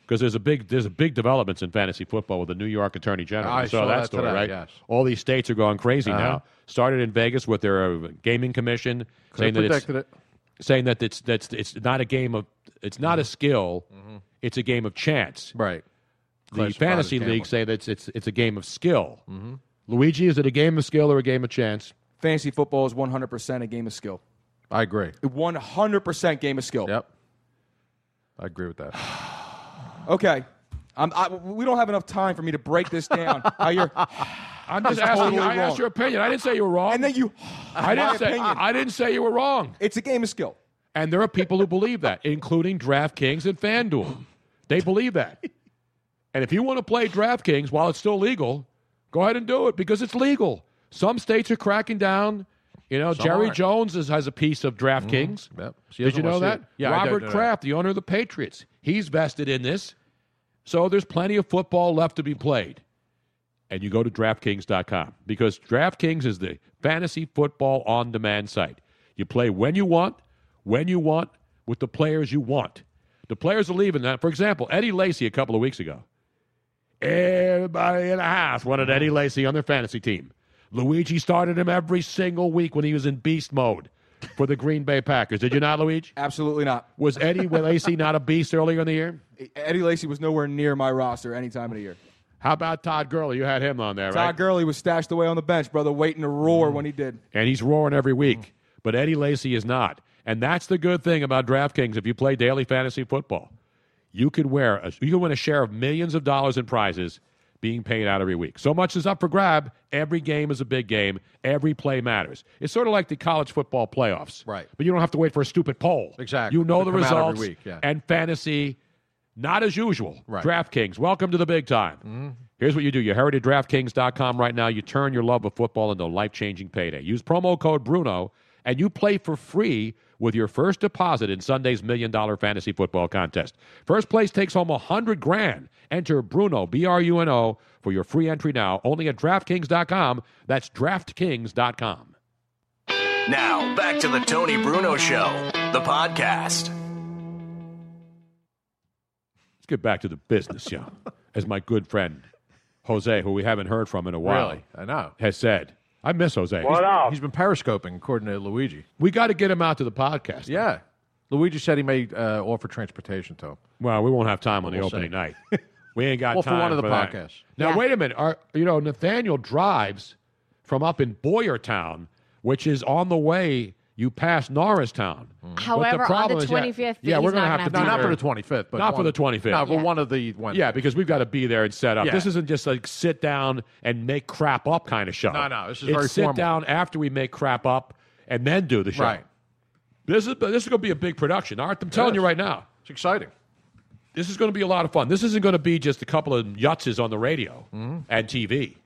[SPEAKER 6] Because there's a big there's a big developments in fantasy football with the New York Attorney General.
[SPEAKER 9] I
[SPEAKER 6] You saw,
[SPEAKER 9] saw
[SPEAKER 6] that,
[SPEAKER 9] that
[SPEAKER 6] story,
[SPEAKER 9] today,
[SPEAKER 6] right?
[SPEAKER 9] yes.
[SPEAKER 6] All these states are going crazy
[SPEAKER 9] Uh-huh.
[SPEAKER 6] now. Started in Vegas with their uh, gaming commission saying that it's
[SPEAKER 9] predicted it. Mm-hmm.
[SPEAKER 6] saying that it's that's it's not a game of it's not a skill, it's a game of chance.
[SPEAKER 9] Right.
[SPEAKER 6] The
[SPEAKER 9] Classified as Mm-hmm.
[SPEAKER 6] fantasy
[SPEAKER 9] gambling.
[SPEAKER 6] leagues say that it's it's, it's a game of skill. Luigi, is it a game of skill or a game of chance?
[SPEAKER 7] Fantasy football is 100% a game of skill.
[SPEAKER 9] I agree.
[SPEAKER 7] 100% game of skill.
[SPEAKER 9] Yep. I agree with that.
[SPEAKER 7] Okay. I'm, I, we don't have enough time for me to break this down. How you're,
[SPEAKER 6] I'm just
[SPEAKER 7] That's
[SPEAKER 6] asking. you-
[SPEAKER 7] totally
[SPEAKER 6] I asked
[SPEAKER 7] wrong.
[SPEAKER 6] your opinion. I didn't say you were wrong.
[SPEAKER 7] and then you.
[SPEAKER 6] I
[SPEAKER 7] my
[SPEAKER 6] didn't say
[SPEAKER 7] opinion.
[SPEAKER 6] I didn't say you were wrong.
[SPEAKER 7] It's a game of skill.
[SPEAKER 6] And there are people who believe that, including DraftKings and FanDuel. They believe that. And if you want to play DraftKings while it's still legal, go ahead and do it because it's legal. Some states are cracking down. You know,
[SPEAKER 9] Some
[SPEAKER 6] Jerry
[SPEAKER 9] aren't.
[SPEAKER 6] Jones is, has a piece
[SPEAKER 7] Mm-hmm.
[SPEAKER 6] of DraftKings.
[SPEAKER 9] Yep. She
[SPEAKER 6] Did
[SPEAKER 9] doesn't
[SPEAKER 6] you know
[SPEAKER 9] wanna see
[SPEAKER 6] that?
[SPEAKER 9] it. Yeah, I did
[SPEAKER 6] Robert
[SPEAKER 9] know that.
[SPEAKER 6] Kraft, the owner of the Patriots, he's vested in this. So there's plenty of football left to be played. And you go to DraftKings.com because DraftKings is the fantasy football on demand site. You play when you want, when you want, with the players you want. The players are leaving that. For example, Eddie Lacy a couple of weeks ago. Everybody in the house wanted Eddie Lacy on their fantasy team. Luigi started him every single week when he was in beast mode for the Green Bay Packers. Did you not, Luigi?
[SPEAKER 7] Absolutely not.
[SPEAKER 6] Was Eddie Lacy not a beast earlier in the year?
[SPEAKER 7] E, Eddie Lacy was nowhere near my roster any time of the year.
[SPEAKER 6] How about Todd Gurley? You had him on there, right? Mm.
[SPEAKER 7] Todd Gurley was stashed away on the bench, brother, waiting to roar when he did.
[SPEAKER 6] and he's roaring every week.
[SPEAKER 9] Mm.
[SPEAKER 6] But Eddie Lacy is not. And that's the good thing about DraftKings. If you play daily fantasy football, you could wear a, you can win a share of millions of dollars in prizes being paid out every week. So much is up for grab. Every game is a big game. Every play matters. It's sort of like the college football playoffs,
[SPEAKER 9] Right.
[SPEAKER 6] But you don't have to wait for a stupid poll.
[SPEAKER 9] Exactly.
[SPEAKER 6] You know
[SPEAKER 9] They
[SPEAKER 6] the
[SPEAKER 9] come out every
[SPEAKER 6] results.
[SPEAKER 9] week, yeah.
[SPEAKER 6] And fantasy, not as usual.
[SPEAKER 9] Right.
[SPEAKER 6] DraftKings, welcome to the big time.
[SPEAKER 9] Mm-hmm.
[SPEAKER 6] Here's what you do. You head to DraftKings.com right now. You turn your love of football into a life-changing payday. Use promo code BRUNO, and you play for free with your first deposit in Sunday's Million Dollar Fantasy Football Contest. First place takes home 100 grand. Enter BRUNO, B-R-U-N-O, for your free entry now, only at DraftKings.com. That's DraftKings.com.
[SPEAKER 5] Now, back to the Tony Bruno Show, the podcast.
[SPEAKER 6] Let's get back to the business, yo. As my good friend Jose, who we haven't heard from in a while,
[SPEAKER 9] Really? I know.
[SPEAKER 6] has said, I miss Jose.
[SPEAKER 9] He's- He's been periscoping, according to Luigi.
[SPEAKER 6] We got to get him out to the podcast.
[SPEAKER 9] Yeah. Luigi said he may uh, offer transportation to him.
[SPEAKER 6] Well, we won't have time on the
[SPEAKER 9] We'll
[SPEAKER 6] opening
[SPEAKER 9] see.
[SPEAKER 6] night. We ain't got
[SPEAKER 9] Well, for
[SPEAKER 6] time
[SPEAKER 9] one of the
[SPEAKER 6] that.
[SPEAKER 9] podcasts.
[SPEAKER 6] Now,
[SPEAKER 8] Yeah.
[SPEAKER 6] wait a minute. Our, you know, Nathaniel drives from up in Boyertown, which is on the way. You pass Norristown. But the
[SPEAKER 8] Hmm. However, on the
[SPEAKER 6] problem is, yeah-
[SPEAKER 8] 25th,
[SPEAKER 6] yeah,
[SPEAKER 8] he's
[SPEAKER 6] we're going to
[SPEAKER 8] not gonna
[SPEAKER 6] have to
[SPEAKER 8] have
[SPEAKER 6] do
[SPEAKER 8] time. Not for
[SPEAKER 6] that.
[SPEAKER 8] the 25th,
[SPEAKER 9] but
[SPEAKER 6] not for
[SPEAKER 9] one-
[SPEAKER 6] the 25th.
[SPEAKER 9] no, for Yeah. one of the Wednesdays.
[SPEAKER 6] Yeah, because we've got to be there and set up.
[SPEAKER 9] Yeah.
[SPEAKER 6] This isn't just like sit down and make crap up kind of show.
[SPEAKER 9] No, no, this is
[SPEAKER 6] It's
[SPEAKER 9] very
[SPEAKER 6] sit
[SPEAKER 9] formal.
[SPEAKER 6] down after we make crap up and then do the show.
[SPEAKER 9] Right.
[SPEAKER 6] This is this is going to be a big production. Art, I'm telling you right now, it's exciting. This is going to be a lot of fun. This isn't going to be just a couple of yutzes on the radio and TV.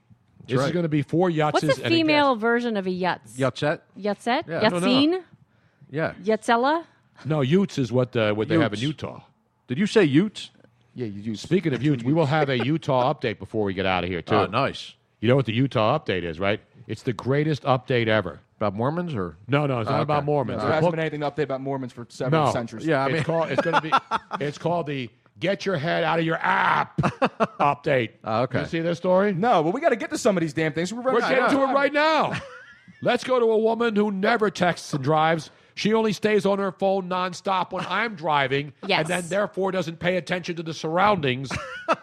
[SPEAKER 6] this is
[SPEAKER 9] right.
[SPEAKER 6] going to be four yutzes.
[SPEAKER 8] What's the
[SPEAKER 6] and a guest.
[SPEAKER 8] female version of a yutz?
[SPEAKER 6] Yutzet?
[SPEAKER 8] Yutzet?
[SPEAKER 6] Yeah, I don't know.
[SPEAKER 8] Yutzine?
[SPEAKER 6] Yeah.
[SPEAKER 8] Yutzella?
[SPEAKER 6] No, Utes is what uh, what they have in
[SPEAKER 9] Utes.
[SPEAKER 6] Utah. Did you say Utes? Yeah, you Speaking of Utes, we will have a Utah update before we get out of here too.
[SPEAKER 9] Oh,
[SPEAKER 6] nice. You know what the Utah update is, right? It's the greatest update ever. About Mormons or no, no, it's
[SPEAKER 7] Oh,
[SPEAKER 6] not
[SPEAKER 7] okay.
[SPEAKER 6] about Mormons.
[SPEAKER 7] There
[SPEAKER 6] The
[SPEAKER 7] hasn't
[SPEAKER 6] book-
[SPEAKER 7] been anything to update about Mormons for several
[SPEAKER 6] no.
[SPEAKER 7] centuries.
[SPEAKER 6] it's called, it's going to be it's called the Get Your Head Out of Your App update.
[SPEAKER 9] Ah,
[SPEAKER 6] okay. You see this story?
[SPEAKER 7] No, but we got to get to some of these damn things. We're,
[SPEAKER 6] We're getting to it right now. Let's go to a woman who never texts and drives. She only stays on her phone nonstop when I'm driving,
[SPEAKER 8] Yes.
[SPEAKER 6] and then therefore doesn't pay attention to the surroundings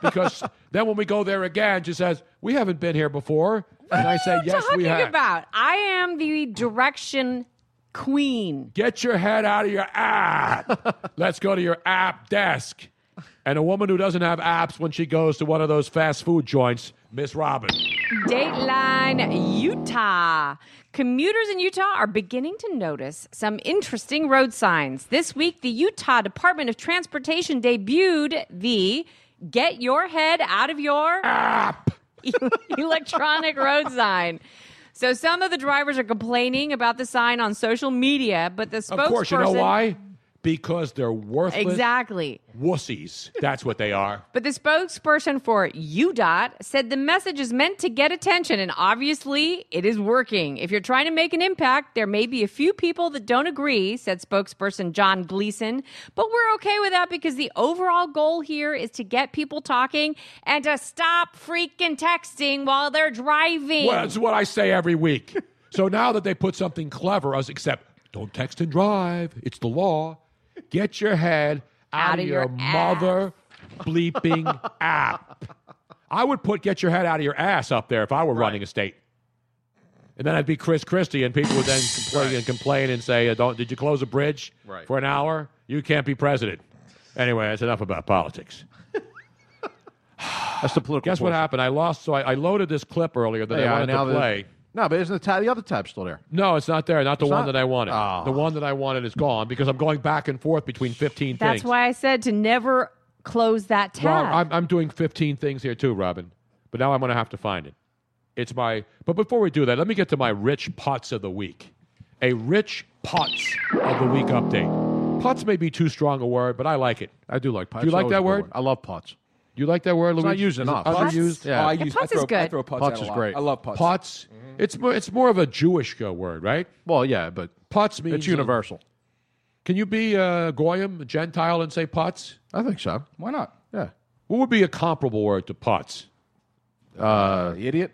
[SPEAKER 6] because then when we go there again, she says, "We haven't been here before," and I say, "Yes, we
[SPEAKER 8] Talking
[SPEAKER 6] have."
[SPEAKER 8] about, I am the direction queen.
[SPEAKER 6] Get your head out of your app. Let's go to your app desk. And a woman who doesn't have apps when she goes to one of those fast food joints, Miss Robin.
[SPEAKER 8] Dateline Utah. Commuters in Utah are beginning to notice some interesting road signs. This week, the Utah Department of Transportation debuted the Get Your Head Out of Your App electronic road sign. So some of the drivers are complaining about the sign on social media, but the spokesperson
[SPEAKER 6] Of course, you know why? Because they're worthless
[SPEAKER 8] Exactly.
[SPEAKER 6] wussies. That's what they are.
[SPEAKER 8] But the spokesperson for UDOT said the message is meant to get attention, and obviously it is working. If you're trying to make an impact, there may be a few people that don't agree, said spokesperson John Gleason. But we're okay with that because the overall goal here is to get people talking and to stop freaking texting while they're driving.
[SPEAKER 6] Well, that's what I say every week. so now that they put something clever, us except don't text and drive. It's the law. Get your head out, of, your, mother bleeping app. I would put get your head out of your ass up there if I were running a state. And then I'd be Chris Christie, and people would then complain and complain and say, uh, "Don't did you close a bridge
[SPEAKER 9] Right.
[SPEAKER 6] for an hour? You can't be president." Anyway, that's enough about politics. that's the political. Guess what
[SPEAKER 9] portion.
[SPEAKER 6] happened? I lost. So I, I loaded this clip earlier that I
[SPEAKER 9] Yeah,
[SPEAKER 6] wanted
[SPEAKER 9] now
[SPEAKER 6] to
[SPEAKER 9] that-
[SPEAKER 6] play.
[SPEAKER 9] No, but isn't the, tab, the other tab still there?
[SPEAKER 6] No, it's not there. Not Oh. the
[SPEAKER 9] It's
[SPEAKER 6] one
[SPEAKER 9] not?
[SPEAKER 6] that I wanted. The one that I wanted is gone because I'm going back and forth between 15 things.
[SPEAKER 8] That's why I said to never close that tab.
[SPEAKER 6] Well, I'm, I'm doing 15 things here too, Robin. But now I'm going to have to find it. It's my. But before we do that, let me get to my rich putts of the week. A rich putts of the week update. Putts may be too strong a word, but I like it. I do like
[SPEAKER 9] putts.
[SPEAKER 6] Do you like
[SPEAKER 9] Always a
[SPEAKER 6] that
[SPEAKER 9] good
[SPEAKER 6] word?
[SPEAKER 9] word.
[SPEAKER 6] I love putts. You like that word,
[SPEAKER 9] It's
[SPEAKER 6] Luigi?
[SPEAKER 9] not used
[SPEAKER 6] Is it
[SPEAKER 9] enough.
[SPEAKER 6] Underused?
[SPEAKER 9] Yeah.
[SPEAKER 7] I use I throw, I throw putts,
[SPEAKER 6] Putts
[SPEAKER 7] out a
[SPEAKER 6] is
[SPEAKER 7] lot.
[SPEAKER 6] great.
[SPEAKER 7] I love putts.
[SPEAKER 6] It's more. It's more of a Jewish uh, word, right? Well, yeah, but putz means
[SPEAKER 9] it's universal.
[SPEAKER 6] Can you be a goyim, a Gentile, and say putz? I think so.
[SPEAKER 7] Why not?
[SPEAKER 6] Yeah. What would be a comparable word to putz? Uh, idiot.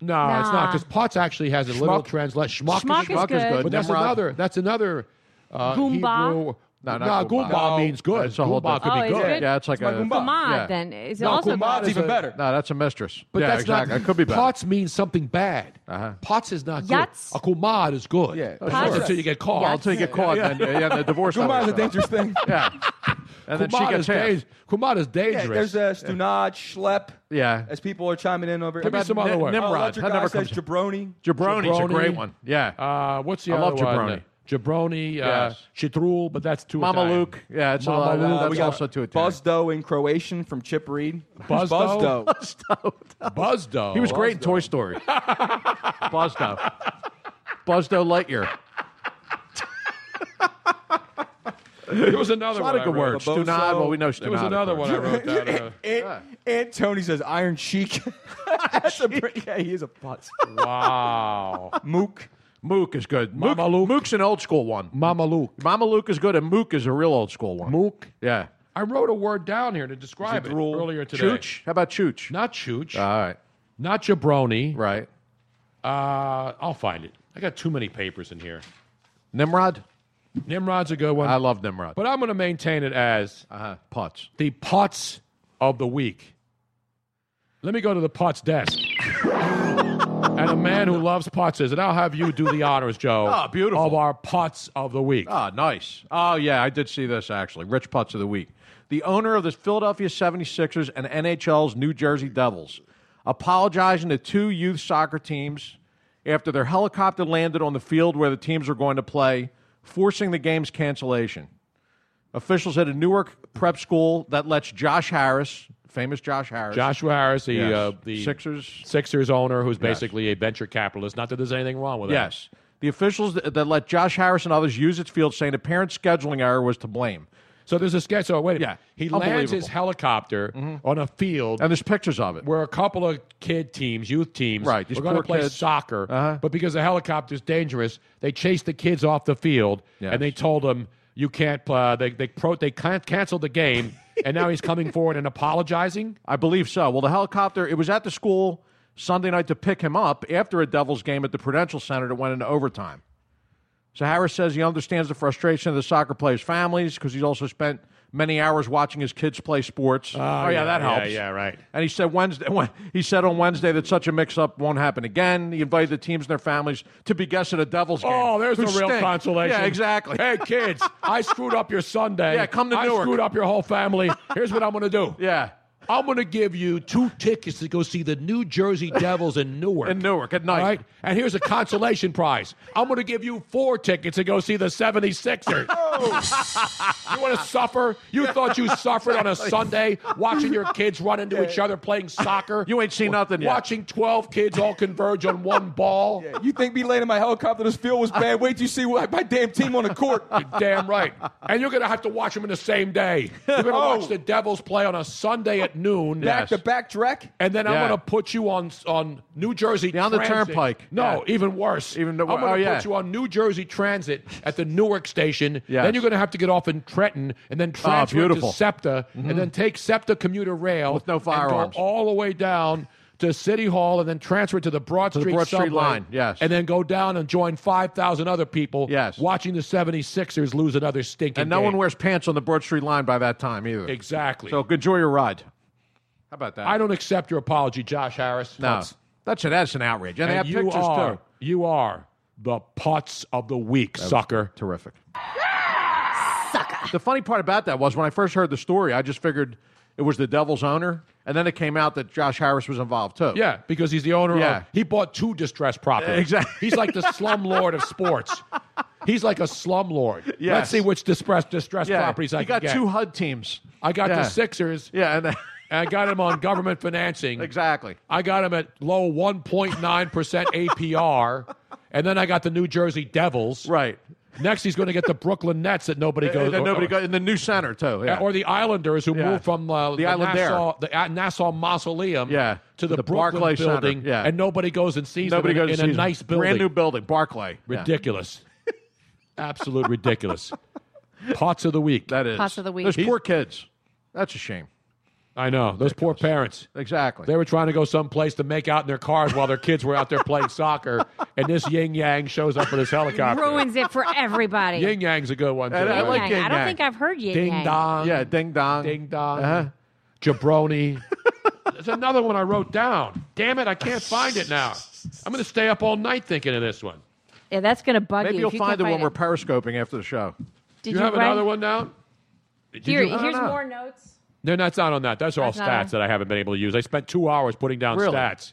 [SPEAKER 6] No, it's not
[SPEAKER 9] Nah.
[SPEAKER 6] because putz actually has a literal translation. Schmuck,
[SPEAKER 9] Schmuck is Schmuck is good. good.
[SPEAKER 6] But that's
[SPEAKER 9] Nimrod.
[SPEAKER 6] another. That's another. Uh,
[SPEAKER 8] Goomba?
[SPEAKER 6] Hebrew-
[SPEAKER 9] No,
[SPEAKER 6] no,
[SPEAKER 9] not
[SPEAKER 6] goomba
[SPEAKER 9] Goomba. No.
[SPEAKER 6] means good.
[SPEAKER 9] That's a whole
[SPEAKER 6] Goomba could
[SPEAKER 9] different-
[SPEAKER 6] be
[SPEAKER 9] Oh, is
[SPEAKER 6] good.
[SPEAKER 9] it? Yeah, it's like It's like a- Goomba.
[SPEAKER 8] Kumad,
[SPEAKER 9] Yeah.
[SPEAKER 8] then. Is
[SPEAKER 9] No,
[SPEAKER 8] also
[SPEAKER 9] Kumad's
[SPEAKER 8] good.
[SPEAKER 9] even better. No, that's a mistress.
[SPEAKER 6] But
[SPEAKER 9] yeah,
[SPEAKER 6] that's
[SPEAKER 9] exactly.
[SPEAKER 6] not.
[SPEAKER 9] It could be better.
[SPEAKER 6] Putz means something bad. Uh-huh. Putz is not
[SPEAKER 8] Yats?
[SPEAKER 6] good. A kumad is good. Yeah,
[SPEAKER 9] Putz.
[SPEAKER 6] until you get caught.
[SPEAKER 9] Well, until you get caught, then, yeah, the divorce
[SPEAKER 7] Kumar's a
[SPEAKER 9] letter.
[SPEAKER 7] dangerous thing.
[SPEAKER 9] yeah. And then she
[SPEAKER 7] Kumar
[SPEAKER 9] gets
[SPEAKER 7] is
[SPEAKER 9] half.
[SPEAKER 7] dang-
[SPEAKER 6] Kumar is dangerous.
[SPEAKER 7] Yeah, there's a stunad, schlep.
[SPEAKER 9] Yeah.
[SPEAKER 7] As people are chiming in over.
[SPEAKER 9] Give me
[SPEAKER 7] How about
[SPEAKER 9] some other
[SPEAKER 7] Ni-
[SPEAKER 9] word.
[SPEAKER 7] Nimrod.
[SPEAKER 9] Nimrod.
[SPEAKER 7] Electric
[SPEAKER 9] That
[SPEAKER 7] guy
[SPEAKER 9] never
[SPEAKER 7] says
[SPEAKER 9] comes-
[SPEAKER 7] jabroni.
[SPEAKER 9] Jabroni's a great one. Yeah.
[SPEAKER 6] Uh, what's the
[SPEAKER 9] I
[SPEAKER 6] other
[SPEAKER 9] love
[SPEAKER 6] one?
[SPEAKER 9] jabroni.
[SPEAKER 6] Uh, Jabroni, uh,
[SPEAKER 9] Yes.
[SPEAKER 6] chitrul, but that's too
[SPEAKER 9] Mama
[SPEAKER 6] Italian.
[SPEAKER 9] Luke. Yeah, it's a lot-
[SPEAKER 6] Mama Luke.
[SPEAKER 9] that's also too Italian.
[SPEAKER 7] Buzdo in Croatian from Chip Reed.
[SPEAKER 6] Buzz
[SPEAKER 7] Buzdo.
[SPEAKER 6] Buzdo.
[SPEAKER 9] He was great in Toy Story. Buzdo. Buzdo Lightyear.
[SPEAKER 6] There was another
[SPEAKER 9] It's a lot
[SPEAKER 6] one.
[SPEAKER 9] of good
[SPEAKER 6] I wrote.
[SPEAKER 9] words. Stunad, well, we know
[SPEAKER 6] There was
[SPEAKER 9] Stunad, of
[SPEAKER 6] another one I
[SPEAKER 9] course.
[SPEAKER 6] wrote down. uh,
[SPEAKER 7] Aunt, Aunt Tony says Iron Sheik. That's a pretty, yeah, he is a putz.
[SPEAKER 6] wow.
[SPEAKER 7] Mook.
[SPEAKER 9] Mook is good. Mook, Mook's an old school one.
[SPEAKER 6] Mama Luke.
[SPEAKER 9] Mama Luke is good, and Mook is a real old school one.
[SPEAKER 6] Mook?
[SPEAKER 9] Yeah.
[SPEAKER 6] I wrote a word down here to describe it
[SPEAKER 9] Chitrul.
[SPEAKER 6] earlier today.
[SPEAKER 9] Chooch? How about Chooch?
[SPEAKER 6] Not Chooch.
[SPEAKER 9] All right.
[SPEAKER 6] Not jabroni.
[SPEAKER 9] Right.
[SPEAKER 6] Uh, I'll find it. I got too many papers in here.
[SPEAKER 9] Nimrod?
[SPEAKER 6] Nimrod's a good one.
[SPEAKER 9] I love Nimrod.
[SPEAKER 6] But I'm going to maintain it as
[SPEAKER 9] uh, putts.
[SPEAKER 6] The putts of the week. Let me go to the putts desk. and a man who loves putts says, and I'll have you do the honors, Joe.
[SPEAKER 9] Ah, beautiful.
[SPEAKER 6] Of our putts of the week.
[SPEAKER 9] Ah, nice. Oh, yeah, I did see this actually. Rich Putts of the Week. The owner of the Philadelphia 76ers and NHL's New Jersey Devils apologizing to two youth soccer teams after their helicopter landed on the field where the teams were going to play, forcing the game's cancellation. Officials at a Newark prep school that lets Josh Harris, famous Josh Harris,
[SPEAKER 6] Joshua Harris, the,
[SPEAKER 9] Yes.
[SPEAKER 6] uh, the
[SPEAKER 9] Sixers
[SPEAKER 6] Sixers owner, who's
[SPEAKER 9] Yes.
[SPEAKER 6] basically a venture capitalist. Not that there's anything wrong with that.
[SPEAKER 9] Yes. The officials that, that let Josh Harris and others use its field saying the parent scheduling error was to blame.
[SPEAKER 6] So there's a sketch. So wait a
[SPEAKER 9] minute. Yeah.
[SPEAKER 6] He lands
[SPEAKER 9] Unbelievable.
[SPEAKER 6] his
[SPEAKER 9] Mm-hmm.
[SPEAKER 6] helicopter on a field.
[SPEAKER 9] And there's pictures of it.
[SPEAKER 6] Where a couple of kid teams, youth teams,
[SPEAKER 9] Right, these
[SPEAKER 6] were going
[SPEAKER 9] poor
[SPEAKER 6] to play
[SPEAKER 9] kids. Uh-huh.
[SPEAKER 6] soccer. But because the helicopter's dangerous, they chased the kids off the field and they told them, you can't play. They, they, pro- they can- canceled the game. and now he's coming forward and apologizing?
[SPEAKER 9] I believe so. Well, the helicopter, it was at the school Sunday night to pick him up after a Devils game at the Prudential Center that went into overtime. So Harris says he understands the frustration of the soccer players' families because he's also spent many hours watching his kids play sports. Oh, yeah,
[SPEAKER 6] yeah,
[SPEAKER 9] that
[SPEAKER 6] yeah,
[SPEAKER 9] helps.
[SPEAKER 6] yeah, right.
[SPEAKER 9] And he said Wednesday. When, he said on Wednesday that such a mix-up won't happen again. He invited the teams and their families to be guests at a Devils game.
[SPEAKER 6] Oh, there's
[SPEAKER 9] who
[SPEAKER 6] the real
[SPEAKER 9] stink.
[SPEAKER 6] consolation.
[SPEAKER 9] Yeah, exactly.
[SPEAKER 6] Hey, kids, I screwed up your Sunday.
[SPEAKER 9] Yeah, come to
[SPEAKER 6] I
[SPEAKER 9] Newark.
[SPEAKER 6] screwed up your whole family. Here's what I'm going to do.
[SPEAKER 9] Yeah.
[SPEAKER 6] I'm going to give you two tickets to go see the New Jersey Devils in Newark.
[SPEAKER 9] In Newark at night.
[SPEAKER 6] All right? And here's a consolation prize. I'm going to give you four tickets to go see the 76ers. you want to suffer? You thought you suffered on a Sunday watching your kids run into each other playing soccer?
[SPEAKER 9] You ain't seen nothing yet.
[SPEAKER 6] Watching 12 kids all converge on one ball?
[SPEAKER 7] You think me landing my helicopter in this field was bad? Wait till you see what, my damn team on the court.
[SPEAKER 6] Damn right. And you're going to have to watch them in the same day. You're going to
[SPEAKER 7] Oh.
[SPEAKER 6] watch the Devils play on a Sunday at noon.
[SPEAKER 7] Back to back, Drek.
[SPEAKER 6] And then
[SPEAKER 7] Yeah.
[SPEAKER 6] I'm going to put you on on New Jersey
[SPEAKER 9] Down the
[SPEAKER 6] Transit.
[SPEAKER 9] turnpike.
[SPEAKER 6] No,
[SPEAKER 9] Yeah.
[SPEAKER 6] even worse.
[SPEAKER 9] Even the-
[SPEAKER 6] I'm going to
[SPEAKER 9] oh,
[SPEAKER 6] put
[SPEAKER 9] yeah.
[SPEAKER 6] you on New Jersey Transit at the Newark station.
[SPEAKER 9] Yes. Ah,
[SPEAKER 6] Then you're going to have to get off in Trenton and then transfer to
[SPEAKER 9] beautiful. Mm-hmm.
[SPEAKER 6] SEPTA and then take SEPTA commuter rail with
[SPEAKER 9] no
[SPEAKER 6] and
[SPEAKER 9] firearms.
[SPEAKER 6] go all the way down. To City Hall and then transfer to the Broad
[SPEAKER 9] To the
[SPEAKER 6] Street
[SPEAKER 9] Broad Street
[SPEAKER 6] subway,
[SPEAKER 9] line, yes.
[SPEAKER 6] and then go down and join five thousand other people,
[SPEAKER 9] Yes.
[SPEAKER 6] watching the 76ers lose another stinking.
[SPEAKER 9] And no
[SPEAKER 6] game.
[SPEAKER 9] one wears pants on the Broad Street line by that time either.
[SPEAKER 6] exactly.
[SPEAKER 9] So enjoy your ride. How about that?
[SPEAKER 6] I don't accept your apology, Josh Harris.
[SPEAKER 9] No, that's an, that's an outrage. And, they have
[SPEAKER 6] you
[SPEAKER 9] pictures
[SPEAKER 6] are,
[SPEAKER 9] too.
[SPEAKER 6] You are the putts of the week, sucker.
[SPEAKER 9] Terrific. The funny part about that was when I first heard the story, I just figured it was the Devil's owner, and then it came out that Josh Harris was involved too.
[SPEAKER 6] Yeah, because he's the owner
[SPEAKER 9] Yeah.
[SPEAKER 6] of. He bought two distressed properties.
[SPEAKER 9] Exactly.
[SPEAKER 6] He's like the slumlord of sports. He's like a slumlord.
[SPEAKER 9] Yes.
[SPEAKER 6] Let's see which distressed distressed
[SPEAKER 9] Yeah.
[SPEAKER 6] properties I
[SPEAKER 9] He
[SPEAKER 6] can
[SPEAKER 9] got
[SPEAKER 6] get.
[SPEAKER 9] two HUD teams.
[SPEAKER 6] I got
[SPEAKER 9] Yeah.
[SPEAKER 6] the Sixers.
[SPEAKER 9] Yeah, and
[SPEAKER 6] and I got him on government financing.
[SPEAKER 9] Exactly.
[SPEAKER 6] I got him at low 1.9% APR. And then I got the New Jersey Devils.
[SPEAKER 9] Right.
[SPEAKER 6] Next, he's going to get the Brooklyn Nets that nobody
[SPEAKER 9] And-
[SPEAKER 6] goes.
[SPEAKER 9] and then
[SPEAKER 6] or-
[SPEAKER 9] nobody got in the new center too. Yeah.
[SPEAKER 6] or the Islanders who
[SPEAKER 9] Yeah.
[SPEAKER 6] moved from uh,
[SPEAKER 9] The Island there.
[SPEAKER 6] Nassau, the uh, Nassau Mausoleum
[SPEAKER 9] Yeah.
[SPEAKER 6] to the,
[SPEAKER 9] The
[SPEAKER 6] Brooklyn
[SPEAKER 9] Barclay Center.
[SPEAKER 6] building,
[SPEAKER 9] Yeah.
[SPEAKER 6] and nobody goes and sees
[SPEAKER 9] nobody
[SPEAKER 6] them
[SPEAKER 9] goes to
[SPEAKER 6] in, in a
[SPEAKER 9] see-
[SPEAKER 6] nice building.
[SPEAKER 9] brand new building, Barclay. Yeah.
[SPEAKER 6] ridiculous, absolute ridiculous. Pots of the week.
[SPEAKER 9] That is
[SPEAKER 8] Pots of the week.
[SPEAKER 9] Those
[SPEAKER 8] He's-
[SPEAKER 9] poor kids. That's a shame.
[SPEAKER 6] I know those poor parents.
[SPEAKER 9] Exactly.
[SPEAKER 6] They were trying to go someplace to make out in their cars while their kids were out there playing soccer, and this yin yang shows up with his helicopter.
[SPEAKER 8] Ruins it for everybody.
[SPEAKER 6] Yin yang's a good one. Too,
[SPEAKER 9] And I
[SPEAKER 6] right?
[SPEAKER 9] like
[SPEAKER 8] Yang.
[SPEAKER 9] yin
[SPEAKER 8] I don't
[SPEAKER 9] yang.
[SPEAKER 8] think I've heard yin
[SPEAKER 6] Ding
[SPEAKER 8] yang.
[SPEAKER 6] dong.
[SPEAKER 9] Yeah, ding dong.
[SPEAKER 6] Ding dong.
[SPEAKER 9] Uh-huh.
[SPEAKER 6] Jabroni. There's another one I wrote down. Damn it, I can't find it now. I'm going to stay up all night thinking of this one.
[SPEAKER 8] Yeah, that's gonna bug
[SPEAKER 9] Maybe
[SPEAKER 8] you.
[SPEAKER 9] you'll
[SPEAKER 8] if you
[SPEAKER 9] find
[SPEAKER 8] can't
[SPEAKER 9] it when
[SPEAKER 8] find
[SPEAKER 9] we're periscoping after the show.
[SPEAKER 8] Did
[SPEAKER 6] you,
[SPEAKER 8] you
[SPEAKER 6] have
[SPEAKER 8] write-
[SPEAKER 6] another one down? Did
[SPEAKER 8] Here,
[SPEAKER 6] you-
[SPEAKER 8] here's
[SPEAKER 6] I don't know.
[SPEAKER 8] more notes.
[SPEAKER 6] No, that's not on that. That's all
[SPEAKER 8] That's not
[SPEAKER 6] stats
[SPEAKER 8] on-
[SPEAKER 6] that I haven't been able to use. I spent two hours putting down
[SPEAKER 7] Really?
[SPEAKER 6] stats.
[SPEAKER 7] Is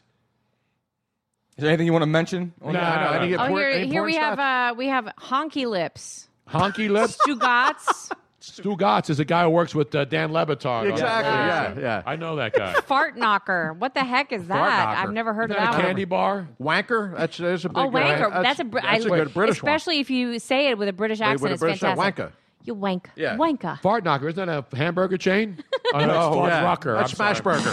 [SPEAKER 7] there anything you want to mention? on
[SPEAKER 6] No,
[SPEAKER 7] that?
[SPEAKER 6] no, any-
[SPEAKER 8] Oh,
[SPEAKER 6] Porn-
[SPEAKER 8] here,
[SPEAKER 6] any
[SPEAKER 8] here
[SPEAKER 6] porn
[SPEAKER 8] we have uh, we have honky lips,
[SPEAKER 6] Honky Lips.
[SPEAKER 8] Stugatz,
[SPEAKER 6] Stu Gatz is a guy who works with uh, Dan Levitard. on-
[SPEAKER 9] Exactly, yeah, yeah.
[SPEAKER 6] I know that guy.
[SPEAKER 8] fart knocker. What the heck is
[SPEAKER 9] Fart
[SPEAKER 8] that?
[SPEAKER 9] knocker.
[SPEAKER 8] I've never heard
[SPEAKER 6] Is
[SPEAKER 8] of
[SPEAKER 6] that
[SPEAKER 8] that
[SPEAKER 6] a
[SPEAKER 8] one.
[SPEAKER 6] candy bar?
[SPEAKER 9] Wanker. That's, that's a big.
[SPEAKER 8] Oh, wanker.
[SPEAKER 9] Uh,
[SPEAKER 8] that's, a, Br-
[SPEAKER 9] that's a
[SPEAKER 8] I-
[SPEAKER 9] good British one.
[SPEAKER 8] Especially if you say it with a British
[SPEAKER 9] Say it
[SPEAKER 8] accent,
[SPEAKER 9] with a
[SPEAKER 8] it's
[SPEAKER 9] British accent.
[SPEAKER 8] fantastic. Uh,
[SPEAKER 9] Wanker.
[SPEAKER 8] You wank.
[SPEAKER 9] Yeah.
[SPEAKER 8] Wanker.
[SPEAKER 6] Fart knocker. Isn't that a hamburger chain? Oh, no, that's
[SPEAKER 9] Oh,
[SPEAKER 6] Fud
[SPEAKER 9] yeah.
[SPEAKER 6] Rucker.
[SPEAKER 9] That's
[SPEAKER 6] I'm
[SPEAKER 9] Smash
[SPEAKER 6] sorry.
[SPEAKER 9] Burger.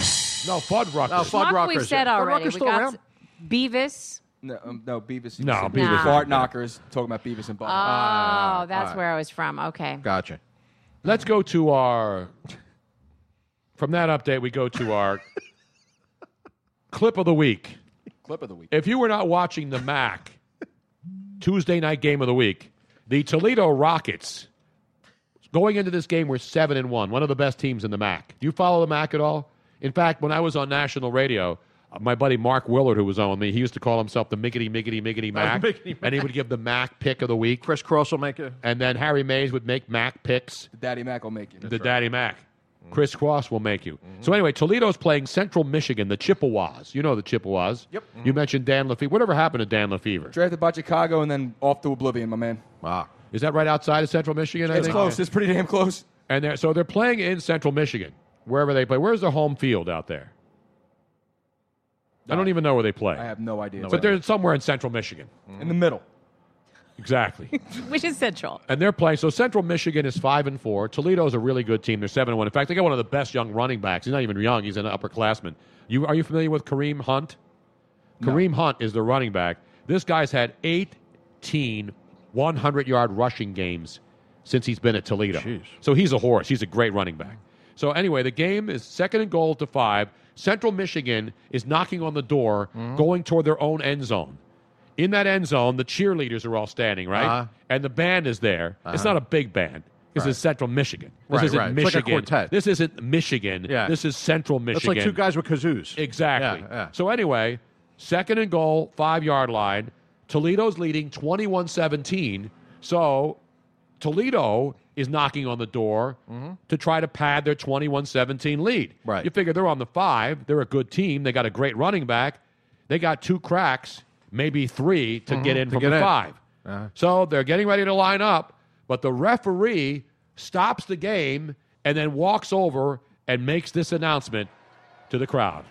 [SPEAKER 6] No, Fud Rucker.
[SPEAKER 9] No, Fud-
[SPEAKER 8] Schmuck we
[SPEAKER 9] Ruckers,
[SPEAKER 8] said
[SPEAKER 9] yeah. Fud
[SPEAKER 8] already.
[SPEAKER 9] Ruckers
[SPEAKER 8] We
[SPEAKER 9] still
[SPEAKER 8] got
[SPEAKER 9] around?
[SPEAKER 8] Beavis.
[SPEAKER 7] No, um, no, Beavis.
[SPEAKER 6] No,
[SPEAKER 7] Beavis.
[SPEAKER 6] Beavis Uh,
[SPEAKER 7] Bart Knocker is talking about Beavis and
[SPEAKER 8] Oh,
[SPEAKER 7] Butthead.
[SPEAKER 8] that's
[SPEAKER 9] right.
[SPEAKER 8] where I was from. Okay.
[SPEAKER 9] Gotcha.
[SPEAKER 6] Let's go to our. From that update, we go to our clip of the week.
[SPEAKER 7] Clip of the week.
[SPEAKER 6] If you were not watching the MAC Tuesday night game of the week, the Toledo Rockets going into this game were seven and one, one of the best teams in the MAC. Do you follow the MAC at all? In fact, when I was on national radio, uh, my buddy Mark Willard, who was on with me, he used to call himself the Miggity Miggity Miggity Mac,
[SPEAKER 9] Miggity Mac.
[SPEAKER 6] and he would give the Mac pick of the week.
[SPEAKER 9] Chris Cross will make it,
[SPEAKER 6] and then Harry Mays would make Mac picks.
[SPEAKER 7] Daddy Mac will make you.
[SPEAKER 6] the Daddy Mac. Chris Cross Mm-hmm. will make you.
[SPEAKER 7] Mm-hmm.
[SPEAKER 6] So anyway, Toledo's playing Central Michigan, the Chippewas. You know the Chippewas. Yep.
[SPEAKER 7] Mm-hmm.
[SPEAKER 6] You mentioned Dan Lefevre. Whatever happened to Dan Lefevre?
[SPEAKER 7] Drafted by Chicago and then off to oblivion, my man.
[SPEAKER 6] Wow. Ah. Is that right outside of Central Michigan? I
[SPEAKER 7] It's
[SPEAKER 6] think?
[SPEAKER 7] close. It's pretty damn close.
[SPEAKER 6] And they're, so they're playing in Central Michigan, wherever they play. Where's the home field out there? I don't even know where they play.
[SPEAKER 7] Uh, I have no idea.
[SPEAKER 6] but they're somewhere in Central Michigan.
[SPEAKER 7] in the middle.
[SPEAKER 6] Exactly.
[SPEAKER 8] Which is central.
[SPEAKER 6] And they're playing. So Central Michigan is five and four. Toledo's a really good team. They're seven and one. In fact, they got one of the best young running backs. He's not even young. He's an upperclassman. You are you familiar with Kareem Hunt? Kareem Hunt is the running back. This guy's had 18 100 yard rushing games since he's been at Toledo. So he's a horse. He's a great running back. So anyway, the game is second and goal to five. Central Michigan is knocking on the door, going toward their own end zone. In that end zone, the cheerleaders are all standing, right?
[SPEAKER 9] Uh-huh.
[SPEAKER 6] And the band is there. It's
[SPEAKER 9] Uh-huh.
[SPEAKER 6] not a big band. This
[SPEAKER 9] Right.
[SPEAKER 6] is Central Michigan. This
[SPEAKER 9] Right,
[SPEAKER 6] isn't
[SPEAKER 9] right. It's like a
[SPEAKER 6] Michigan.
[SPEAKER 9] quartet.
[SPEAKER 6] This isn't Michigan.
[SPEAKER 9] Yeah.
[SPEAKER 6] This is Central
[SPEAKER 9] That's
[SPEAKER 6] Michigan.
[SPEAKER 9] like two guys with kazoos.
[SPEAKER 6] Exactly.
[SPEAKER 9] Yeah, yeah.
[SPEAKER 6] So anyway, second and goal, five yard line. Toledo's leading 21 17. So Toledo is knocking on the door Mm-hmm. to try to pad their 21 17 lead. Right. You figure they're on the five. They're a good team. They got a great running back. They got two cracks, maybe three, to
[SPEAKER 7] Mm-hmm.
[SPEAKER 9] Mhm,
[SPEAKER 6] get in
[SPEAKER 9] to
[SPEAKER 6] from
[SPEAKER 9] get
[SPEAKER 6] the
[SPEAKER 9] in.
[SPEAKER 6] five.
[SPEAKER 7] Uh-huh.
[SPEAKER 6] So they're getting ready to line up, but the referee stops the game and then walks over and makes this announcement to the crowd.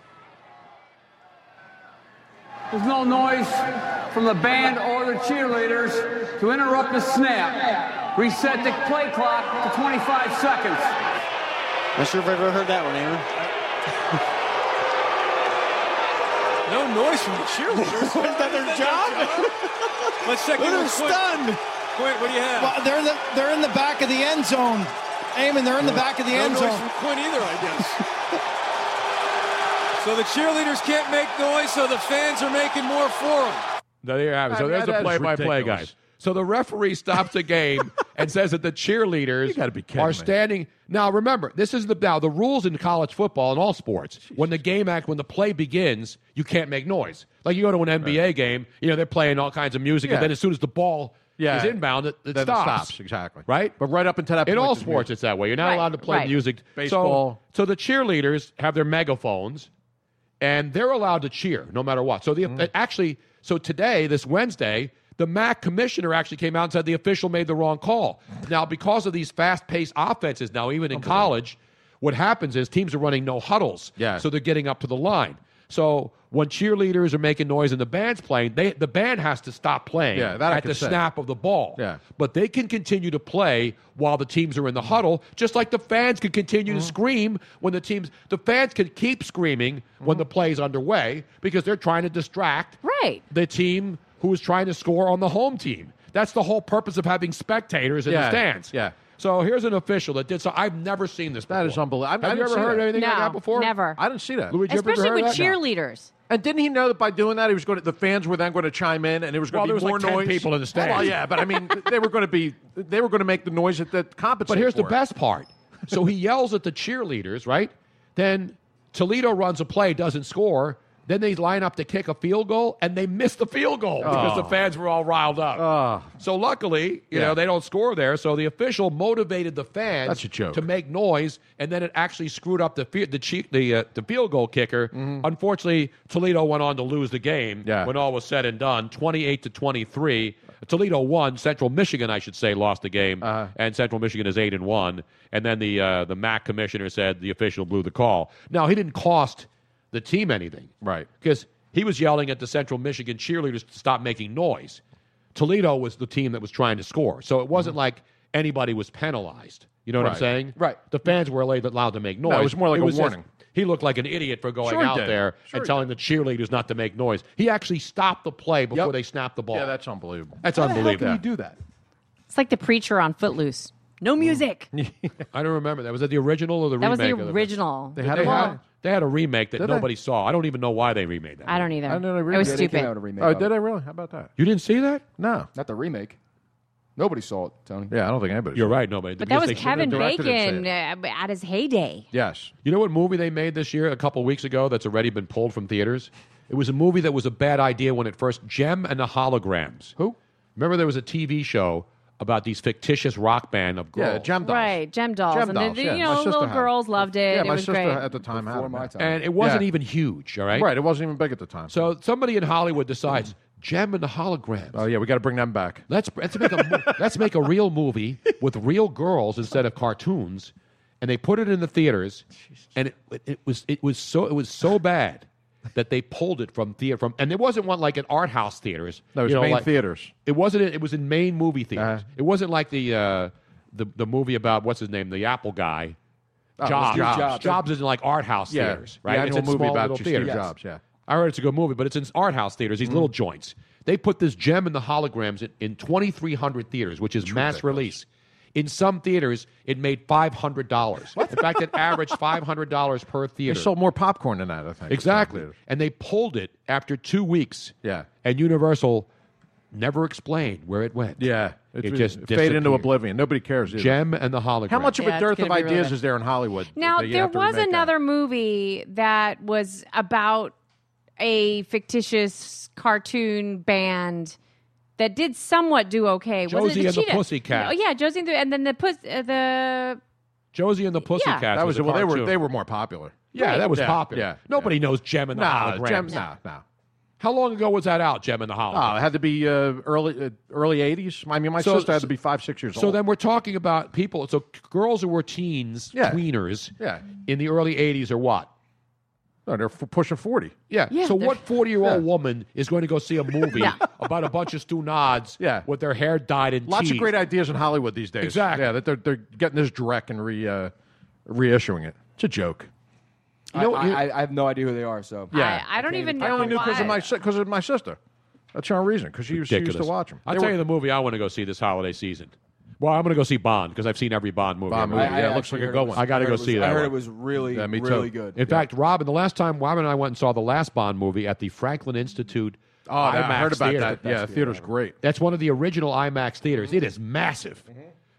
[SPEAKER 14] There's no noise from the band or the cheerleaders to interrupt the snap. Reset the play clock to 25 seconds.
[SPEAKER 15] Not sure if I've ever heard that one, Aaron.
[SPEAKER 16] No noise from the cheerleaders. Is that their job? Let's check. in
[SPEAKER 15] They're
[SPEAKER 16] with Quint.
[SPEAKER 15] stunned.
[SPEAKER 16] Quint, what do you have?
[SPEAKER 15] Well, they're the, they're in the back of the end zone. Eamon, they're in the back of the
[SPEAKER 16] no
[SPEAKER 15] end
[SPEAKER 16] noise
[SPEAKER 15] zone.
[SPEAKER 16] from Quinn either, I guess. so the cheerleaders can't make noise, so the fans are making more for them.
[SPEAKER 6] Now, there you have it.
[SPEAKER 16] I
[SPEAKER 6] So
[SPEAKER 16] mean,
[SPEAKER 6] there's a
[SPEAKER 16] that is
[SPEAKER 6] play-by-play guy.
[SPEAKER 16] ridiculous.
[SPEAKER 6] So the referee stops the game and says that the cheerleaders are
[SPEAKER 9] me.
[SPEAKER 6] standing. Now remember, this is the now the rules in college football and all sports. When the game act, when the play begins, you can't make noise. Like you go to an NBA game, you know they're playing all kinds of music,
[SPEAKER 9] Yeah.
[SPEAKER 6] and then as soon as the ball
[SPEAKER 9] Yeah.
[SPEAKER 6] is inbound, it, it
[SPEAKER 9] Then it
[SPEAKER 6] stops.
[SPEAKER 9] stops, exactly.
[SPEAKER 6] Right. But right up until
[SPEAKER 9] that
[SPEAKER 6] in
[SPEAKER 9] point,
[SPEAKER 6] all
[SPEAKER 9] it's
[SPEAKER 6] sports,
[SPEAKER 9] music.
[SPEAKER 6] it's that way. You're not
[SPEAKER 9] Right,
[SPEAKER 6] allowed to play
[SPEAKER 9] right.
[SPEAKER 6] music.
[SPEAKER 9] Baseball.
[SPEAKER 6] So, so the cheerleaders have their megaphones and they're allowed to cheer no matter what. So the uh, actually, so today, this Wednesday, the MAC commissioner actually came out and said the official made the wrong call. Now, because of these fast-paced offenses, now even in college, what happens is teams are running no huddles, yeah. so they're getting up to the line. So when cheerleaders are making noise and the band's playing, they, the band has to stop playing
[SPEAKER 9] Yeah, that I
[SPEAKER 6] at
[SPEAKER 9] can
[SPEAKER 6] the
[SPEAKER 9] say.
[SPEAKER 6] snap of the ball.
[SPEAKER 9] Yeah.
[SPEAKER 6] But they can continue to play while the teams are in the huddle, just like the fans can continue to scream when the teams. The fans can keep screaming when the play's underway because they're trying to distract
[SPEAKER 8] right.
[SPEAKER 6] the team who is trying to score on the home team. That's the whole purpose of having spectators in
[SPEAKER 9] Yeah,
[SPEAKER 6] the stands. Yeah. So here's an official that did so. I've never seen this. That is unbelievable.
[SPEAKER 9] I
[SPEAKER 6] Have you
[SPEAKER 9] didn't
[SPEAKER 6] ever
[SPEAKER 9] see
[SPEAKER 6] heard
[SPEAKER 9] that.
[SPEAKER 6] anything like
[SPEAKER 8] No,
[SPEAKER 6] that before?
[SPEAKER 8] never.
[SPEAKER 6] I didn't see that.
[SPEAKER 8] Especially with cheerleaders.
[SPEAKER 9] And didn't he know that by doing that, he was going to, the fans were then going to chime in, and it was
[SPEAKER 6] Well,
[SPEAKER 9] going
[SPEAKER 6] there
[SPEAKER 9] to
[SPEAKER 6] was
[SPEAKER 9] be more
[SPEAKER 6] like 10
[SPEAKER 9] noise.
[SPEAKER 6] people in the stands.
[SPEAKER 9] Well, yeah, but I mean, they were going to be, they were going to make the noise that, that compensates.
[SPEAKER 6] But here's the
[SPEAKER 9] for it.
[SPEAKER 6] best part. So he yells at the cheerleaders, right? Then Toledo runs a play, doesn't score. Then they line up to kick a field goal, and they miss the field goal because
[SPEAKER 9] Oh.
[SPEAKER 6] the fans were all riled up.
[SPEAKER 7] Oh.
[SPEAKER 6] So luckily, you
[SPEAKER 9] Yeah.
[SPEAKER 6] know, they don't score there. So the official motivated the fans
[SPEAKER 9] That's a joke.
[SPEAKER 6] to make noise, and then it actually screwed up the fe- the cheat the uh, the field goal kicker. Unfortunately, Toledo went on to lose the game
[SPEAKER 9] Mm-hmm. Yeah.
[SPEAKER 6] when all was said and done, twenty eight to twenty three. Toledo won. Central Michigan, I should say, lost the game,
[SPEAKER 9] Uh-huh.
[SPEAKER 6] and Central Michigan is eight and one. And then the uh, the MAC commissioner said the official blew the call. Now he didn't cost the team anything, right? Because he was yelling at the Central Michigan cheerleaders to stop making noise. Toledo was the team that was trying to score, so it wasn't like anybody was penalized. You know what I'm
[SPEAKER 9] Mm-hmm. Right.
[SPEAKER 6] saying? Right. The fans were allowed allowed to make
[SPEAKER 9] No,
[SPEAKER 6] noise.
[SPEAKER 9] it was more like a
[SPEAKER 6] just-
[SPEAKER 9] warning.
[SPEAKER 6] he looked like an idiot for going
[SPEAKER 9] Sure he
[SPEAKER 6] out
[SPEAKER 9] did.
[SPEAKER 6] there
[SPEAKER 9] Sure
[SPEAKER 6] and
[SPEAKER 9] he
[SPEAKER 6] telling the cheerleaders not to make noise. He actually stopped the play before they snapped the ball.
[SPEAKER 9] Yeah, that's unbelievable.
[SPEAKER 6] That's
[SPEAKER 9] How the hell
[SPEAKER 6] unbelievable.
[SPEAKER 9] can
[SPEAKER 6] do that?
[SPEAKER 8] It's like the preacher on Footloose. No music.
[SPEAKER 6] I don't remember that. Was that the original or Mm. the
[SPEAKER 8] That was
[SPEAKER 6] remake?
[SPEAKER 8] the
[SPEAKER 6] of
[SPEAKER 8] original.
[SPEAKER 6] They had, a, they had a remake that
[SPEAKER 8] Did they?
[SPEAKER 6] nobody saw. I don't even know why they remade that.
[SPEAKER 8] I don't either.
[SPEAKER 9] I didn't know they
[SPEAKER 8] it was
[SPEAKER 9] remade it. They came out
[SPEAKER 8] stupid.
[SPEAKER 9] with a remake Oh, of did it. they really? How about that?
[SPEAKER 6] You didn't see that?
[SPEAKER 9] No.
[SPEAKER 7] Not the remake. Nobody saw it, Tony.
[SPEAKER 9] Yeah, I don't think anybody.
[SPEAKER 6] You're right. Nobody.
[SPEAKER 8] But that was Kevin Bacon uh, at his heyday.
[SPEAKER 9] Yes.
[SPEAKER 6] You know what movie they made this year, a couple weeks ago, that's already been pulled from theaters? It was a movie that was a bad idea when it first. Gem and the Holograms.
[SPEAKER 7] Who?
[SPEAKER 6] Remember, there was a TV show about these fictitious rock band of girls.
[SPEAKER 9] Yeah, Gem Dolls.
[SPEAKER 8] Right, gem dolls.
[SPEAKER 9] Gem
[SPEAKER 8] and
[SPEAKER 9] dolls,
[SPEAKER 8] the,
[SPEAKER 9] yeah.
[SPEAKER 8] you
[SPEAKER 9] My
[SPEAKER 8] know,
[SPEAKER 9] sister
[SPEAKER 8] little
[SPEAKER 9] had it.
[SPEAKER 8] girls loved it.
[SPEAKER 9] Yeah,
[SPEAKER 8] it
[SPEAKER 9] my
[SPEAKER 8] was
[SPEAKER 9] sister
[SPEAKER 8] great.
[SPEAKER 9] uh, at the time had it.
[SPEAKER 6] And it wasn't even huge, all right?
[SPEAKER 9] Right, it wasn't even big at the time.
[SPEAKER 6] So somebody in Hollywood decides Gem and the Holograms.
[SPEAKER 9] Oh yeah, we got to bring them back.
[SPEAKER 6] Let's let's make a mo- let's make a real movie with real girls instead of cartoons, and they put it in the theaters, and it, it, it was it was so it was so bad that they pulled it from theater from and it wasn't one like an art house theaters.
[SPEAKER 9] No, it was
[SPEAKER 6] you know,
[SPEAKER 9] main
[SPEAKER 6] like-
[SPEAKER 9] theaters.
[SPEAKER 6] It wasn't. It was in main movie theaters. It wasn't like the uh, the the movie about what's his name, the Apple guy.
[SPEAKER 9] Oh, it was
[SPEAKER 6] Jobs.
[SPEAKER 9] Steve
[SPEAKER 6] Jobs.
[SPEAKER 9] Jobs.
[SPEAKER 6] is in like art house
[SPEAKER 9] Yeah,
[SPEAKER 6] theaters,
[SPEAKER 9] the
[SPEAKER 6] right?
[SPEAKER 9] annual
[SPEAKER 6] it's in
[SPEAKER 9] movie
[SPEAKER 6] small
[SPEAKER 9] about
[SPEAKER 6] little
[SPEAKER 9] Steve
[SPEAKER 6] theaters.
[SPEAKER 9] Jobs, yeah. Mm.
[SPEAKER 6] I heard it's a good movie, but it's in art house theaters, these little joints. They put this gem in the holograms in, in 2,300 theaters, which is mass release. In some theaters, it made $500. in fact, it averaged $500 per
[SPEAKER 9] They
[SPEAKER 6] theater.
[SPEAKER 9] sold more popcorn than that, I think.
[SPEAKER 6] exactly. And they pulled it after two weeks.
[SPEAKER 9] Yeah.
[SPEAKER 6] And Universal never explained where it went.
[SPEAKER 9] Yeah,
[SPEAKER 6] It,
[SPEAKER 9] faded
[SPEAKER 6] just
[SPEAKER 9] into
[SPEAKER 6] disappeared.
[SPEAKER 9] oblivion. Nobody cares. Either.
[SPEAKER 6] Gem and the hologram.
[SPEAKER 9] How much of
[SPEAKER 8] Yeah,
[SPEAKER 9] a
[SPEAKER 8] it's
[SPEAKER 9] dearth
[SPEAKER 8] gonna
[SPEAKER 9] of
[SPEAKER 8] be really
[SPEAKER 9] ideas
[SPEAKER 8] bad.
[SPEAKER 9] is there in Hollywood?
[SPEAKER 8] Now,
[SPEAKER 9] that you
[SPEAKER 8] there
[SPEAKER 9] have to
[SPEAKER 8] was
[SPEAKER 9] remake
[SPEAKER 8] another movie that was about a fictitious cartoon band that did somewhat do okay. Wasn't
[SPEAKER 6] Josie
[SPEAKER 8] it the
[SPEAKER 6] and the
[SPEAKER 8] Cheetah?
[SPEAKER 6] Pussycats.
[SPEAKER 8] Oh, yeah, Josie and the, and then the, puss, uh, the
[SPEAKER 6] Josie and the Pussycats.
[SPEAKER 8] Yeah.
[SPEAKER 9] That
[SPEAKER 6] was
[SPEAKER 9] was
[SPEAKER 6] a
[SPEAKER 9] well. They were
[SPEAKER 6] cartoon.
[SPEAKER 9] they were more popular.
[SPEAKER 6] Yeah, that was
[SPEAKER 9] Yeah,
[SPEAKER 6] popular.
[SPEAKER 9] yeah,
[SPEAKER 6] Nobody knows Gem and the
[SPEAKER 9] Nah,
[SPEAKER 6] Holograms.
[SPEAKER 9] Gem- nah, nah.
[SPEAKER 6] How long ago was that out, Gem and the Holograms?
[SPEAKER 9] Oh, it had to be uh, early uh, early eighties. I mean, my
[SPEAKER 6] So-
[SPEAKER 9] sister had to be five six years
[SPEAKER 6] so
[SPEAKER 9] old.
[SPEAKER 6] then we're talking about people. So c- girls who were teens,
[SPEAKER 9] Yeah.
[SPEAKER 6] tweeners,
[SPEAKER 9] Yeah.
[SPEAKER 6] in the early '80s are what?
[SPEAKER 9] no, they're f- pushing forty.
[SPEAKER 6] Yeah.
[SPEAKER 8] Yeah,
[SPEAKER 6] so
[SPEAKER 8] they're-
[SPEAKER 6] what forty-year-old
[SPEAKER 9] Yeah.
[SPEAKER 6] woman is going to go see a movie
[SPEAKER 8] Yeah.
[SPEAKER 6] about a bunch of stunads
[SPEAKER 9] Yeah.
[SPEAKER 6] with their hair dyed in
[SPEAKER 9] Lots
[SPEAKER 6] cheese?
[SPEAKER 9] of great ideas in Hollywood these days.
[SPEAKER 6] Exactly.
[SPEAKER 9] Yeah, that they're they're getting this direct and re uh, reissuing it. It's a joke.
[SPEAKER 7] You know, I, I, I have no idea who they are. So
[SPEAKER 9] Yeah.
[SPEAKER 8] I, I don't even know.
[SPEAKER 9] I only knew because of
[SPEAKER 8] why.
[SPEAKER 9] my because of my sister. That's her reason because she, used- she used to
[SPEAKER 6] Ridiculous.
[SPEAKER 9] watch them.
[SPEAKER 6] I'll tell you the movie I want to go see this holiday season. Well, I'm going to go see Bond because I've seen every Bond movie.
[SPEAKER 9] Bond
[SPEAKER 6] I'm
[SPEAKER 9] movie.
[SPEAKER 6] gonna-
[SPEAKER 9] yeah, it looks like a good
[SPEAKER 7] actually heard it
[SPEAKER 9] one.
[SPEAKER 7] was-
[SPEAKER 6] I got to
[SPEAKER 7] heard
[SPEAKER 6] go
[SPEAKER 7] it was-
[SPEAKER 6] see that.
[SPEAKER 7] I heard
[SPEAKER 6] one.
[SPEAKER 7] it was really,
[SPEAKER 9] Yeah, me too.
[SPEAKER 7] really good.
[SPEAKER 6] In fact, Robin, the last time Robin and I went and saw the last Bond movie at the Franklin Institute.
[SPEAKER 9] Oh, yeah, I
[SPEAKER 6] IMAX
[SPEAKER 9] heard about
[SPEAKER 6] theater.
[SPEAKER 9] that. Yeah, the theater's great.
[SPEAKER 6] That's one of the original IMAX theaters. It is massive.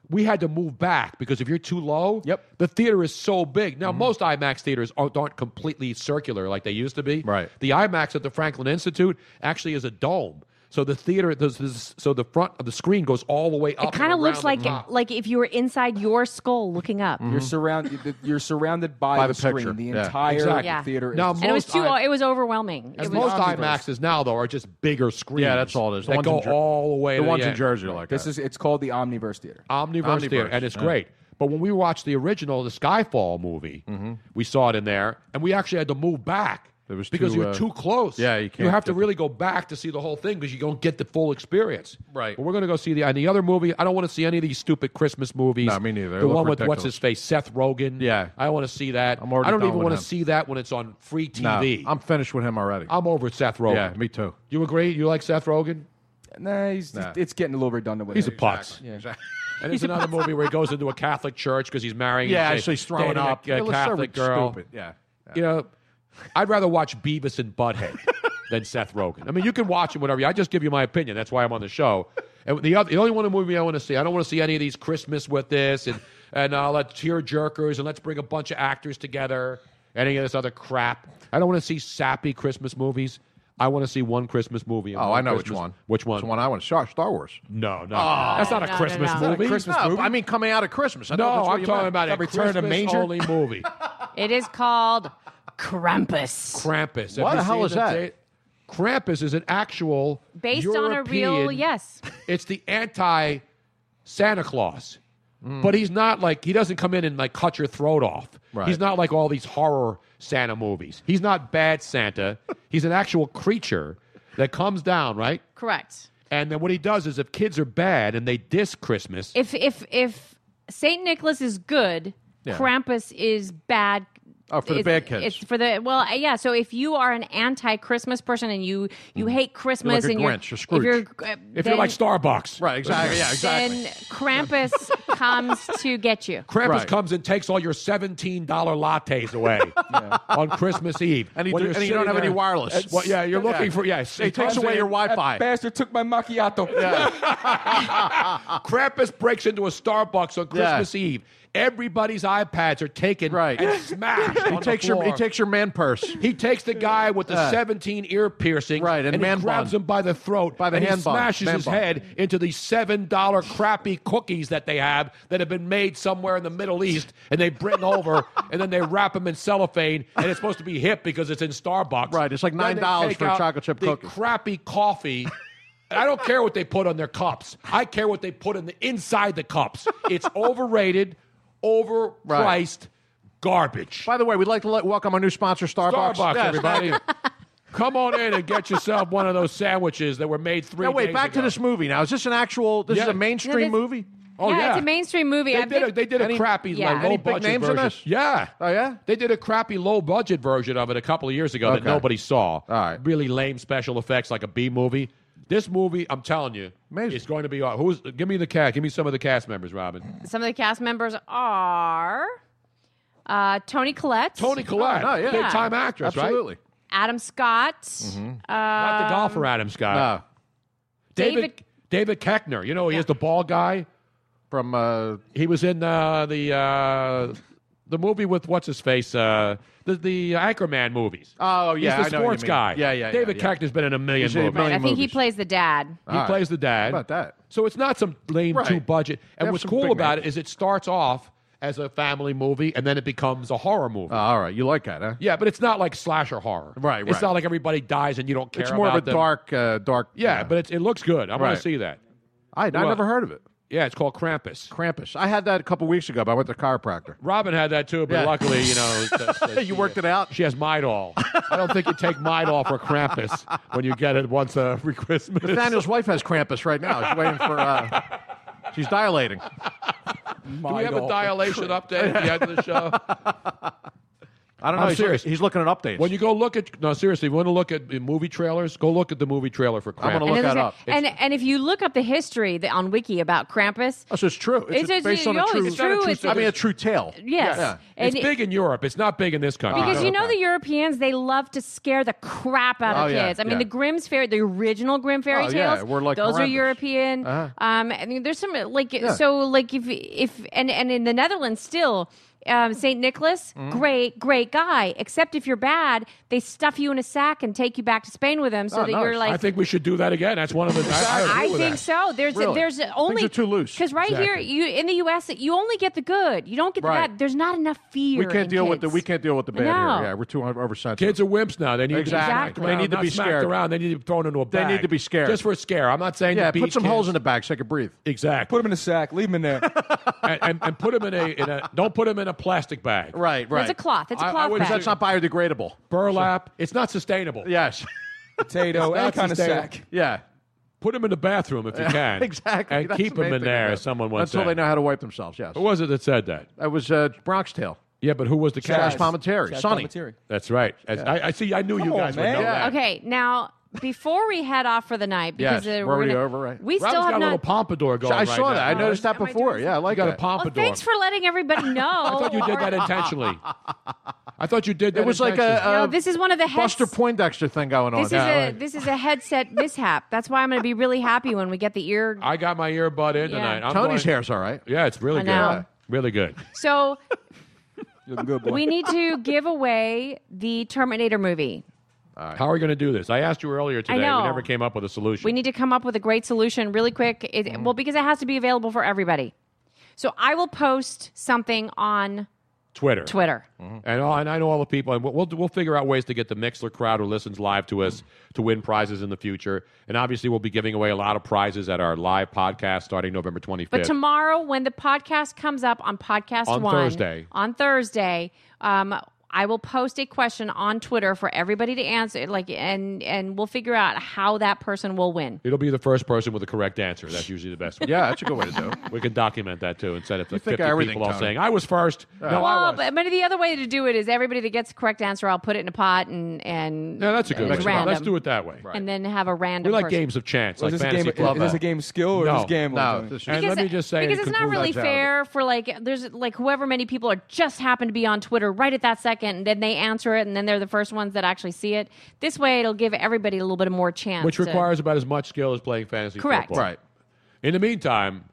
[SPEAKER 6] We had to move back because if you're too low,
[SPEAKER 9] Yep. Mm-hmm.
[SPEAKER 6] the theater is so big. Now, most IMAX theaters aren't, aren't completely circular like they used to be.
[SPEAKER 9] Right.
[SPEAKER 6] The IMAX at the Franklin Institute actually is a dome. So the theater, this is- so the front of the screen goes all the Mm-hmm. way up.
[SPEAKER 8] It kind of looks like like if you were inside your skull looking up.
[SPEAKER 7] You're surrounded. the- You're surrounded by,
[SPEAKER 9] By
[SPEAKER 7] the,
[SPEAKER 9] the picture,
[SPEAKER 7] screen. The
[SPEAKER 9] yeah.
[SPEAKER 7] entire
[SPEAKER 6] Exactly.
[SPEAKER 8] Yeah.
[SPEAKER 7] theater.
[SPEAKER 6] Now,
[SPEAKER 7] is
[SPEAKER 8] and it was
[SPEAKER 6] most
[SPEAKER 8] too.
[SPEAKER 6] I-
[SPEAKER 8] it was overwhelming. It
[SPEAKER 6] And
[SPEAKER 8] was
[SPEAKER 6] most
[SPEAKER 7] omniverse.
[SPEAKER 6] IMAXs now, though, are just bigger screens.
[SPEAKER 9] Yeah, that's all it is. The
[SPEAKER 6] That
[SPEAKER 9] ones
[SPEAKER 6] go
[SPEAKER 9] in Jer-
[SPEAKER 6] all the way
[SPEAKER 9] the
[SPEAKER 6] to
[SPEAKER 9] ones
[SPEAKER 6] the
[SPEAKER 9] in
[SPEAKER 6] end.
[SPEAKER 9] Jersey are like
[SPEAKER 7] this
[SPEAKER 9] that.
[SPEAKER 7] is. It's called the Omniverse Theater.
[SPEAKER 6] Omniverse,
[SPEAKER 9] Omniverse,
[SPEAKER 6] Theater, and it's
[SPEAKER 9] yeah.
[SPEAKER 6] great. But when we watched the original, the Skyfall movie, we saw it in there, and we actually had to move back
[SPEAKER 9] Mm-hmm. It was
[SPEAKER 6] because
[SPEAKER 9] too,
[SPEAKER 6] you're
[SPEAKER 9] uh,
[SPEAKER 6] too close.
[SPEAKER 9] yeah, you
[SPEAKER 6] You
[SPEAKER 9] can't
[SPEAKER 6] have to
[SPEAKER 9] get
[SPEAKER 6] really go back to see the whole thing because you don't get the full experience.
[SPEAKER 9] Right.
[SPEAKER 6] But we're going to go see the and the other movie. I don't want to see any of these stupid Christmas movies.
[SPEAKER 9] No, me neither. They
[SPEAKER 6] The
[SPEAKER 9] look
[SPEAKER 6] one with what's
[SPEAKER 9] ridiculous.
[SPEAKER 6] his face, Seth Rogen.
[SPEAKER 9] Yeah.
[SPEAKER 6] I don't want to see that.
[SPEAKER 9] I'm already
[SPEAKER 6] I don't
[SPEAKER 9] done
[SPEAKER 6] even
[SPEAKER 9] with
[SPEAKER 6] want
[SPEAKER 9] him.
[SPEAKER 6] to see that when it's on free
[SPEAKER 9] No,
[SPEAKER 6] TV.
[SPEAKER 9] I'm finished with him already.
[SPEAKER 6] I'm over Seth Rogen.
[SPEAKER 9] yeah, me too.
[SPEAKER 6] You agree? You like Seth Rogen?
[SPEAKER 7] Nah, he's,
[SPEAKER 9] Nah.
[SPEAKER 7] it's getting a little redundant with
[SPEAKER 6] He's
[SPEAKER 7] it.
[SPEAKER 6] a putz.
[SPEAKER 7] Yeah.
[SPEAKER 6] And it's another movie where he goes into a Catholic church because he's marrying.
[SPEAKER 9] Yeah,
[SPEAKER 6] he's
[SPEAKER 9] actually, he's throwing
[SPEAKER 6] dating a-
[SPEAKER 9] up.
[SPEAKER 6] a,
[SPEAKER 9] It was so
[SPEAKER 6] Catholic girl.
[SPEAKER 9] Stupid. Yeah.
[SPEAKER 6] You know, I'd rather watch Beavis and Butthead than Seth Rogen. I mean, you can watch him whatever. you- I just give you my opinion. That's why I'm on the show. And the other, the only one movie I want to see. I don't want to see any of these Christmas with this and and uh, let's tear jerkers and let's bring a bunch of actors together. Any of this other crap. I don't want to see sappy Christmas movies. I want to see one Christmas movie. and
[SPEAKER 9] Oh,
[SPEAKER 6] one
[SPEAKER 9] I know which
[SPEAKER 6] Christmas-
[SPEAKER 9] one.
[SPEAKER 6] Which one?
[SPEAKER 9] It's the one I want. Star, Star Wars.
[SPEAKER 6] No, Oh, no, that's not a
[SPEAKER 8] No, no,
[SPEAKER 6] Christmas
[SPEAKER 8] no. It's not a
[SPEAKER 6] movie.
[SPEAKER 7] Christmas
[SPEAKER 9] no,
[SPEAKER 7] movie?
[SPEAKER 9] I mean, coming out of Christmas. I
[SPEAKER 6] No,
[SPEAKER 9] thought that's what
[SPEAKER 6] I'm
[SPEAKER 9] you
[SPEAKER 6] talking
[SPEAKER 9] meant.
[SPEAKER 6] about a
[SPEAKER 9] Return
[SPEAKER 6] Return
[SPEAKER 9] to
[SPEAKER 6] to Manger only movie.
[SPEAKER 8] It is called Krampus.
[SPEAKER 6] Krampus. Have
[SPEAKER 9] What
[SPEAKER 6] you
[SPEAKER 9] the hell
[SPEAKER 6] seen
[SPEAKER 9] is that?
[SPEAKER 6] da- Krampus is an actual
[SPEAKER 8] Based on a real
[SPEAKER 6] European-
[SPEAKER 8] yes.
[SPEAKER 6] It's the anti Santa Claus,
[SPEAKER 9] Hmm.
[SPEAKER 6] but he's not like he doesn't come in and like cut your throat off.
[SPEAKER 9] Right.
[SPEAKER 6] He's not like all these horror Santa movies. He's not bad Santa. he's an actual creature that comes down right.
[SPEAKER 8] Correct.
[SPEAKER 6] And then what he does is if kids are bad and they diss Christmas,
[SPEAKER 8] If if if Saint Nicholas is good,
[SPEAKER 9] Yeah.
[SPEAKER 8] Krampus is bad.
[SPEAKER 9] Oh, for the
[SPEAKER 8] It's-
[SPEAKER 9] bad kids.
[SPEAKER 8] It's for the well, uh, yeah. So if you are an anti-Christmas person and you you
[SPEAKER 6] Mm.
[SPEAKER 8] hate Christmas
[SPEAKER 9] a
[SPEAKER 8] and
[SPEAKER 9] Grinch, a
[SPEAKER 8] you're
[SPEAKER 9] Scrooge.
[SPEAKER 8] if you're, uh,
[SPEAKER 6] if you're
[SPEAKER 8] then-
[SPEAKER 6] like Starbucks,
[SPEAKER 9] Right, exactly. Yeah, exactly.
[SPEAKER 8] Then Krampus comes to get you.
[SPEAKER 6] Krampus
[SPEAKER 8] Right.
[SPEAKER 6] comes and takes all your $17 lattes away on Christmas Eve.
[SPEAKER 9] And he
[SPEAKER 6] When
[SPEAKER 9] do-
[SPEAKER 6] you're
[SPEAKER 9] and he don't
[SPEAKER 6] sitting
[SPEAKER 9] have any
[SPEAKER 6] there-
[SPEAKER 9] wireless.
[SPEAKER 6] It's- Well, yeah, you're looking for, yes.
[SPEAKER 9] He takes away your Wi-Fi.
[SPEAKER 7] That bastard took my macchiato.
[SPEAKER 6] Krampus breaks into a Starbucks on
[SPEAKER 9] Yeah.
[SPEAKER 6] Christmas Eve. Everybody's iPads are taken and smashed.
[SPEAKER 9] He
[SPEAKER 6] on
[SPEAKER 9] takes
[SPEAKER 6] the
[SPEAKER 9] your-
[SPEAKER 6] floor.
[SPEAKER 9] he takes your man purse.
[SPEAKER 6] He takes the guy with the
[SPEAKER 9] Yeah.
[SPEAKER 6] seventeen ear piercing, right,
[SPEAKER 9] and man
[SPEAKER 6] he grabs
[SPEAKER 9] bun.
[SPEAKER 6] him by the throat, by
[SPEAKER 9] the
[SPEAKER 6] and
[SPEAKER 9] hand
[SPEAKER 6] he
[SPEAKER 9] bun,
[SPEAKER 6] smashes
[SPEAKER 9] man
[SPEAKER 6] his
[SPEAKER 9] bun.
[SPEAKER 6] head into these seven dollar crappy cookies that they have that have been made somewhere in the Middle East, and they bring them over, and then they wrap them in cellophane, and it's supposed to be hip because it's in Starbucks. Right,
[SPEAKER 9] it's like
[SPEAKER 6] Then they
[SPEAKER 9] $9
[SPEAKER 6] take
[SPEAKER 9] for a
[SPEAKER 6] out
[SPEAKER 9] chocolate chip
[SPEAKER 6] the
[SPEAKER 9] cookie.
[SPEAKER 6] Crappy coffee. And I don't care what they put on their cups. I care what they put in the inside the cups. It's overrated, overpriced garbage.
[SPEAKER 9] By the way, we'd like to let, welcome our new sponsor, Starbucks.
[SPEAKER 6] Starbucks,
[SPEAKER 9] Yes,
[SPEAKER 6] everybody.
[SPEAKER 9] thank you.
[SPEAKER 6] Come on in and get yourself one of those sandwiches that were made three.
[SPEAKER 9] Now, wait,
[SPEAKER 6] days
[SPEAKER 9] back to
[SPEAKER 6] ago.
[SPEAKER 9] this movie. Now, is this an actual? This is
[SPEAKER 6] Yeah.
[SPEAKER 9] a mainstream
[SPEAKER 8] Yeah, this-
[SPEAKER 9] movie.
[SPEAKER 6] Oh yeah,
[SPEAKER 8] it's a mainstream movie.
[SPEAKER 6] They
[SPEAKER 8] I
[SPEAKER 6] did, a,
[SPEAKER 8] think-
[SPEAKER 6] they did a crappy
[SPEAKER 8] yeah.
[SPEAKER 6] low budget version. Yeah.
[SPEAKER 9] Oh yeah.
[SPEAKER 6] They did a crappy low budget version of it a couple of years ago
[SPEAKER 9] Okay.
[SPEAKER 6] that nobody saw. All right. Really lame special effects like a B movie. This movie, I'm telling you, Amazing. it's going to be. aw- Who's? Give me the cast. Give me some of the cast members, Robin.
[SPEAKER 8] Some of the cast members are uh, Tony Collette. Oh,
[SPEAKER 6] Tony
[SPEAKER 9] Oh,
[SPEAKER 6] Collette, Oh, big time actress, right? Absolutely.
[SPEAKER 8] Adam Scott.
[SPEAKER 9] Mm-hmm.
[SPEAKER 8] um,
[SPEAKER 6] Not the golfer, Adam Scott. Um, David David Keckner. You know he is the ball guy
[SPEAKER 9] from. Uh,
[SPEAKER 6] he was in uh, the uh, the movie with what's his face uh, the the Anchorman movies.
[SPEAKER 9] Oh yeah,
[SPEAKER 6] he's
[SPEAKER 9] I
[SPEAKER 6] the
[SPEAKER 9] know what you
[SPEAKER 6] sports
[SPEAKER 9] mean.
[SPEAKER 6] guy.
[SPEAKER 9] Yeah, yeah.
[SPEAKER 6] David
[SPEAKER 9] yeah, yeah.
[SPEAKER 6] Keckner's been in a million
[SPEAKER 9] He's in a
[SPEAKER 6] movies.
[SPEAKER 8] I think he plays the dad.
[SPEAKER 6] He plays the dad.
[SPEAKER 9] How about that?
[SPEAKER 6] So it's not some lame
[SPEAKER 9] Right.
[SPEAKER 6] two budget.
[SPEAKER 9] They
[SPEAKER 6] And
[SPEAKER 9] have
[SPEAKER 6] what's
[SPEAKER 9] some
[SPEAKER 6] cool
[SPEAKER 9] big
[SPEAKER 6] about it is it starts off as a family movie and then it becomes a horror movie.
[SPEAKER 9] Oh, all right, you like that, huh?
[SPEAKER 6] yeah, but it's not like slasher horror.
[SPEAKER 9] Right,
[SPEAKER 6] It's
[SPEAKER 9] right.
[SPEAKER 6] not like everybody dies and you don't care.
[SPEAKER 9] It's more of
[SPEAKER 6] about
[SPEAKER 9] a
[SPEAKER 6] them.
[SPEAKER 9] dark, uh, dark.
[SPEAKER 6] Yeah, but it's, it looks good. I'm going
[SPEAKER 9] Right.
[SPEAKER 6] to see that.
[SPEAKER 9] I I
[SPEAKER 6] Well-
[SPEAKER 9] never heard of it.
[SPEAKER 6] Yeah, it's called Krampus.
[SPEAKER 9] Krampus. I had that a couple weeks ago. But I went to the chiropractor.
[SPEAKER 6] Robin had that too, but
[SPEAKER 9] Yeah.
[SPEAKER 6] luckily, you know, that- that
[SPEAKER 9] You worked it out.
[SPEAKER 6] She has Midol. I don't think you take Midol for Krampus when you get it once uh, every Christmas.
[SPEAKER 9] Nathaniel's wife has Krampus right now. She's waiting for. Uh, she's dilating.
[SPEAKER 6] Do we have a dilation update at the end of the show?
[SPEAKER 9] I don't know.
[SPEAKER 6] I'm
[SPEAKER 9] he's
[SPEAKER 6] serious.
[SPEAKER 9] Looking, he's looking at updates.
[SPEAKER 6] When you go look at no, seriously, if you want to look at uh, movie trailers, go look at the movie trailer for Krampus.
[SPEAKER 9] I'm gonna look
[SPEAKER 8] And,
[SPEAKER 9] that
[SPEAKER 8] there's
[SPEAKER 9] up.
[SPEAKER 8] a- and and if you look up the history that, on Wiki about Krampus,
[SPEAKER 9] Oh, so it's true. It's,
[SPEAKER 8] It's- it's-
[SPEAKER 9] based on
[SPEAKER 8] you
[SPEAKER 9] a
[SPEAKER 8] know,
[SPEAKER 9] true.
[SPEAKER 8] it's true, it's-
[SPEAKER 9] I mean, a true tale.
[SPEAKER 8] Yes. Yeah.
[SPEAKER 6] It's
[SPEAKER 8] And it-
[SPEAKER 6] big in Europe. It's not big in this country.
[SPEAKER 8] Because you know the Europeans, they love to scare the crap out
[SPEAKER 6] Oh,
[SPEAKER 8] of
[SPEAKER 6] yeah,
[SPEAKER 8] kids. I mean,
[SPEAKER 6] yeah.
[SPEAKER 8] the Grimm's fairy, the original Grimm fairy
[SPEAKER 6] Oh, yeah,
[SPEAKER 8] tales,
[SPEAKER 6] we're like
[SPEAKER 8] those are
[SPEAKER 6] horrendous.
[SPEAKER 8] European.
[SPEAKER 6] Uh-huh.
[SPEAKER 8] Um, I mean, there's some like so like if if and and in the Netherlands still. Um, Saint Nicholas,
[SPEAKER 6] Mm-hmm.
[SPEAKER 8] great, great guy. Except if you're bad, they stuff you in a sack and take you back to Spain with them, so that you're like.
[SPEAKER 6] Oh, I think we should do that again. That's one of the. I, I, agree
[SPEAKER 8] I
[SPEAKER 6] with
[SPEAKER 8] think
[SPEAKER 6] that.
[SPEAKER 8] so. There's
[SPEAKER 6] Really?
[SPEAKER 8] there's
[SPEAKER 6] Things
[SPEAKER 8] only
[SPEAKER 6] are too loose.
[SPEAKER 8] because right here
[SPEAKER 6] Exactly.
[SPEAKER 8] you in the U.S. you only get the good. You don't get the
[SPEAKER 9] Right.
[SPEAKER 8] bad. There's not enough fear.
[SPEAKER 9] We can't
[SPEAKER 8] in
[SPEAKER 9] deal with the
[SPEAKER 8] kids.
[SPEAKER 9] we can't deal with the bad
[SPEAKER 8] No.
[SPEAKER 9] here. Yeah, we're too oversensitive.
[SPEAKER 6] Kids are wimps now. They need
[SPEAKER 9] Exactly.
[SPEAKER 6] to be smacked
[SPEAKER 9] They need
[SPEAKER 6] around,
[SPEAKER 9] to
[SPEAKER 6] not
[SPEAKER 9] be
[SPEAKER 6] smacked
[SPEAKER 9] scared.
[SPEAKER 6] around. They need to be thrown into a
[SPEAKER 9] They
[SPEAKER 6] bag.
[SPEAKER 9] need to be scared.
[SPEAKER 6] just for scare. I'm not saying
[SPEAKER 9] yeah,
[SPEAKER 6] to beat
[SPEAKER 9] put some
[SPEAKER 6] kids.
[SPEAKER 9] holes in the back so they can breathe.
[SPEAKER 6] Exactly.
[SPEAKER 7] Put him in a sack. Leave him in there.
[SPEAKER 6] and, and, and put them in a, in a don't put them in a plastic bag.
[SPEAKER 9] Right, right.
[SPEAKER 8] It's a cloth. It's a
[SPEAKER 6] I- I
[SPEAKER 8] cloth
[SPEAKER 6] would-
[SPEAKER 8] bag.
[SPEAKER 9] That's not biodegradable.
[SPEAKER 6] Burlap. It's not sustainable.
[SPEAKER 9] Yes.
[SPEAKER 7] Potato,
[SPEAKER 6] It's
[SPEAKER 7] any
[SPEAKER 6] not
[SPEAKER 7] kind of
[SPEAKER 6] sustainable.
[SPEAKER 7] sack.
[SPEAKER 9] Yeah.
[SPEAKER 6] Put them in the bathroom if you can.
[SPEAKER 9] exactly.
[SPEAKER 6] And
[SPEAKER 9] That's
[SPEAKER 6] keep
[SPEAKER 9] the main
[SPEAKER 6] them in
[SPEAKER 9] thing
[SPEAKER 6] there.
[SPEAKER 9] about
[SPEAKER 6] as
[SPEAKER 9] it.
[SPEAKER 6] Someone once
[SPEAKER 9] until
[SPEAKER 6] said.
[SPEAKER 9] they know how to wipe themselves. Yes.
[SPEAKER 6] Who was it that said that?
[SPEAKER 9] That was uh, Bronx Tale.
[SPEAKER 6] Yeah, but who was the
[SPEAKER 9] Chaz
[SPEAKER 6] cast?
[SPEAKER 9] Palminteri.
[SPEAKER 7] Chaz
[SPEAKER 9] Sonny.
[SPEAKER 7] Palminteri.
[SPEAKER 6] That's right. As- I, I see. I knew you
[SPEAKER 7] on,
[SPEAKER 6] guys would
[SPEAKER 7] man.
[SPEAKER 6] know that.
[SPEAKER 8] Okay, now before we head off for the night,
[SPEAKER 9] Yes,
[SPEAKER 8] because uh,
[SPEAKER 9] we're already
[SPEAKER 8] gonna-
[SPEAKER 9] over, right?
[SPEAKER 8] We
[SPEAKER 6] Robin's
[SPEAKER 8] still
[SPEAKER 6] got
[SPEAKER 8] have
[SPEAKER 6] a little
[SPEAKER 8] not.
[SPEAKER 6] pompadour going.
[SPEAKER 9] I
[SPEAKER 6] right
[SPEAKER 9] saw that.
[SPEAKER 6] now.
[SPEAKER 9] I noticed that before. Yeah, I
[SPEAKER 6] You
[SPEAKER 9] like
[SPEAKER 6] got a
[SPEAKER 9] that.
[SPEAKER 8] well,
[SPEAKER 6] pompadour.
[SPEAKER 8] thanks for letting everybody know.
[SPEAKER 6] I thought you did that intentionally. I thought you did that.
[SPEAKER 9] It was like
[SPEAKER 6] intentionally.
[SPEAKER 9] a,
[SPEAKER 8] No,
[SPEAKER 9] a
[SPEAKER 8] this is one of the heads.
[SPEAKER 9] Buster Poindexter thing going on.
[SPEAKER 8] this is a this is a headset mishap. That's why I'm going to be really happy when we get the ear.
[SPEAKER 6] I got my earbud in
[SPEAKER 8] Yeah.
[SPEAKER 6] tonight. I'm
[SPEAKER 9] Tony's
[SPEAKER 6] going-
[SPEAKER 9] hair's all right.
[SPEAKER 6] Yeah, it's really
[SPEAKER 8] I
[SPEAKER 6] good.
[SPEAKER 8] know.
[SPEAKER 6] Really good.
[SPEAKER 8] So
[SPEAKER 7] You're good boy.
[SPEAKER 8] we need to give away the Terminator movie.
[SPEAKER 6] How are we going to do this? I asked you earlier today.
[SPEAKER 8] know.
[SPEAKER 6] We never came up with a solution.
[SPEAKER 8] We need to come up with a great solution really quick. It,
[SPEAKER 6] Mm-hmm.
[SPEAKER 8] Well, because it has to be available for everybody. So I will post something on
[SPEAKER 6] Twitter. Mm-hmm.
[SPEAKER 8] Twitter.
[SPEAKER 6] And, all, and I know all the people, and we'll, we'll we'll figure out ways to get the Mixler crowd who listens live to us to win prizes in the future. And obviously, we'll be giving away a lot of prizes at our live podcast starting November twenty fifth.
[SPEAKER 8] But tomorrow, when the podcast comes up on Podcast
[SPEAKER 6] On
[SPEAKER 8] One
[SPEAKER 6] Thursday.
[SPEAKER 8] on Thursday, um, I will post a question on Twitter for everybody to answer, like, and and we'll figure out how that person will win.
[SPEAKER 6] It'll be the first person with the correct answer. That's usually the best. one.
[SPEAKER 9] Yeah, that's a good way to do it.
[SPEAKER 6] We can document that too instead of the
[SPEAKER 9] think
[SPEAKER 6] fifty
[SPEAKER 9] everything,
[SPEAKER 6] people all
[SPEAKER 9] Tony.
[SPEAKER 6] saying I was first. Uh, no, I
[SPEAKER 8] well,
[SPEAKER 6] was.
[SPEAKER 8] but, but the other way to do it is everybody that gets the correct answer, I'll put it in a pot and and
[SPEAKER 6] Yeah, that's a good
[SPEAKER 8] it's
[SPEAKER 6] way.
[SPEAKER 8] Random,
[SPEAKER 6] Let's do it that way.
[SPEAKER 8] and then have a random.
[SPEAKER 6] We like
[SPEAKER 8] person.
[SPEAKER 6] games of chance,
[SPEAKER 7] Well,
[SPEAKER 6] like
[SPEAKER 7] is this a
[SPEAKER 6] fantasy
[SPEAKER 7] game-
[SPEAKER 6] club.
[SPEAKER 7] is this a game of skill or is
[SPEAKER 6] no,
[SPEAKER 7] this gambling,
[SPEAKER 6] No,
[SPEAKER 7] Tony?
[SPEAKER 6] this is-
[SPEAKER 8] Because
[SPEAKER 6] and let me
[SPEAKER 8] it-
[SPEAKER 6] just say, in
[SPEAKER 8] because it's not
[SPEAKER 6] conclusion-
[SPEAKER 8] really fair for like there's like whoever many people are just happen to be on Twitter right at that second, and then they answer it, and then they're the first ones that actually see it. This way, it'll give everybody a little bit more chance.
[SPEAKER 6] which
[SPEAKER 8] to-
[SPEAKER 6] requires about as much skill as playing fantasy
[SPEAKER 8] Correct.
[SPEAKER 6] football.
[SPEAKER 8] Right.
[SPEAKER 6] In the meantime,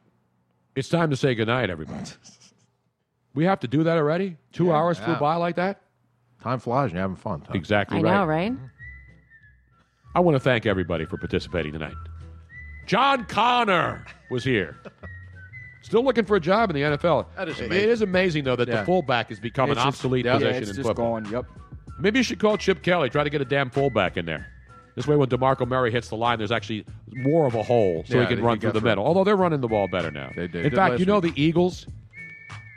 [SPEAKER 6] it's time to say goodnight, everybody. we have to do that already? Two hours flew
[SPEAKER 9] Yeah.
[SPEAKER 6] by like that?
[SPEAKER 9] Time flies and you're having fun. Mm-hmm. Tom.
[SPEAKER 6] Exactly
[SPEAKER 8] I
[SPEAKER 6] right.
[SPEAKER 8] know, right?
[SPEAKER 6] I want to thank everybody for participating tonight. John Connor was here. Still looking for a job in the NFL.
[SPEAKER 9] That is
[SPEAKER 6] It
[SPEAKER 9] amazing.
[SPEAKER 6] is amazing, though, that
[SPEAKER 9] Yeah.
[SPEAKER 6] the fullback has become
[SPEAKER 9] It's
[SPEAKER 6] an
[SPEAKER 9] just-
[SPEAKER 6] obsolete
[SPEAKER 9] yeah,
[SPEAKER 6] position
[SPEAKER 9] it's
[SPEAKER 6] in
[SPEAKER 9] just
[SPEAKER 6] football.
[SPEAKER 7] Yep.
[SPEAKER 6] Maybe you should call Chip Kelly. Try to get a damn fullback in there. This way, when Demarco Murray hits the line, there's actually more of a hole, so
[SPEAKER 9] Yeah,
[SPEAKER 6] he can
[SPEAKER 9] they
[SPEAKER 6] run
[SPEAKER 9] can
[SPEAKER 6] through
[SPEAKER 9] go
[SPEAKER 6] the
[SPEAKER 9] through.
[SPEAKER 6] middle. Although they're running the ball better now. They do. In
[SPEAKER 9] Did
[SPEAKER 6] fact,
[SPEAKER 9] last
[SPEAKER 6] you know the Eagles